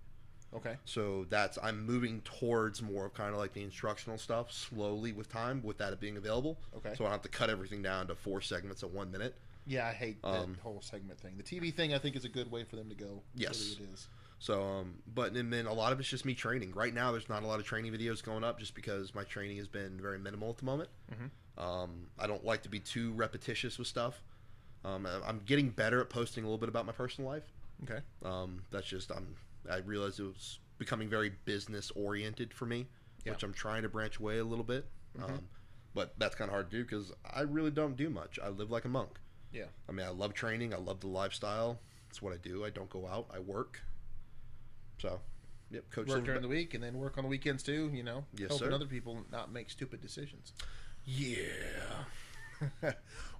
S1: Okay.
S2: So that's I'm moving towards more of kind of like the instructional stuff slowly with time, with that being available.
S1: Okay.
S2: So I don't have to cut everything down to four segments at one minute.
S1: Yeah, I hate
S2: Um,
S1: that whole segment thing. The TV thing, I think, is a good way for them to go.
S2: Yes.
S1: really it is.
S2: So, um, but and then a lot of it's just me training. Right now, there's not a lot of training videos going up just because my training has been very minimal at the moment.
S1: Mm-hmm.
S2: Um, I don't like to be too repetitious with stuff. Um, I- I'm getting better at posting a little bit about my personal life.
S1: Okay.
S2: Um, that's just I'm. I realized it was becoming very business oriented for me,
S1: Yeah. Mm-hmm.
S2: which I'm trying to branch away a little bit. Um, but that's kind of hard to do because I really don't do much. I live like a monk.
S1: Yeah.
S2: I mean, I love training. I love the lifestyle. It's what I do. I don't go out. I work. So, yep. Coach
S1: Work during
S2: Silverback-
S1: the week and then work on the weekends too. You know,
S2: Yes,
S1: helping
S2: sir.
S1: other people not make stupid decisions.
S2: Yeah.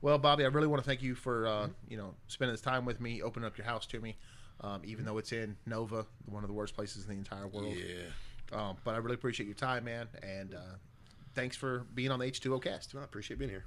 S1: well, Bobby, I really want to thank you for uh, you know spending this time with me, opening up your house to me, um,
S2: Mm-hmm.
S1: even though it's in Nova, one of the worst places in the entire world.
S2: Yeah.
S1: Um, but I really appreciate your time, man, and uh, thanks for being on the H2O cast.
S2: No, I appreciate being here.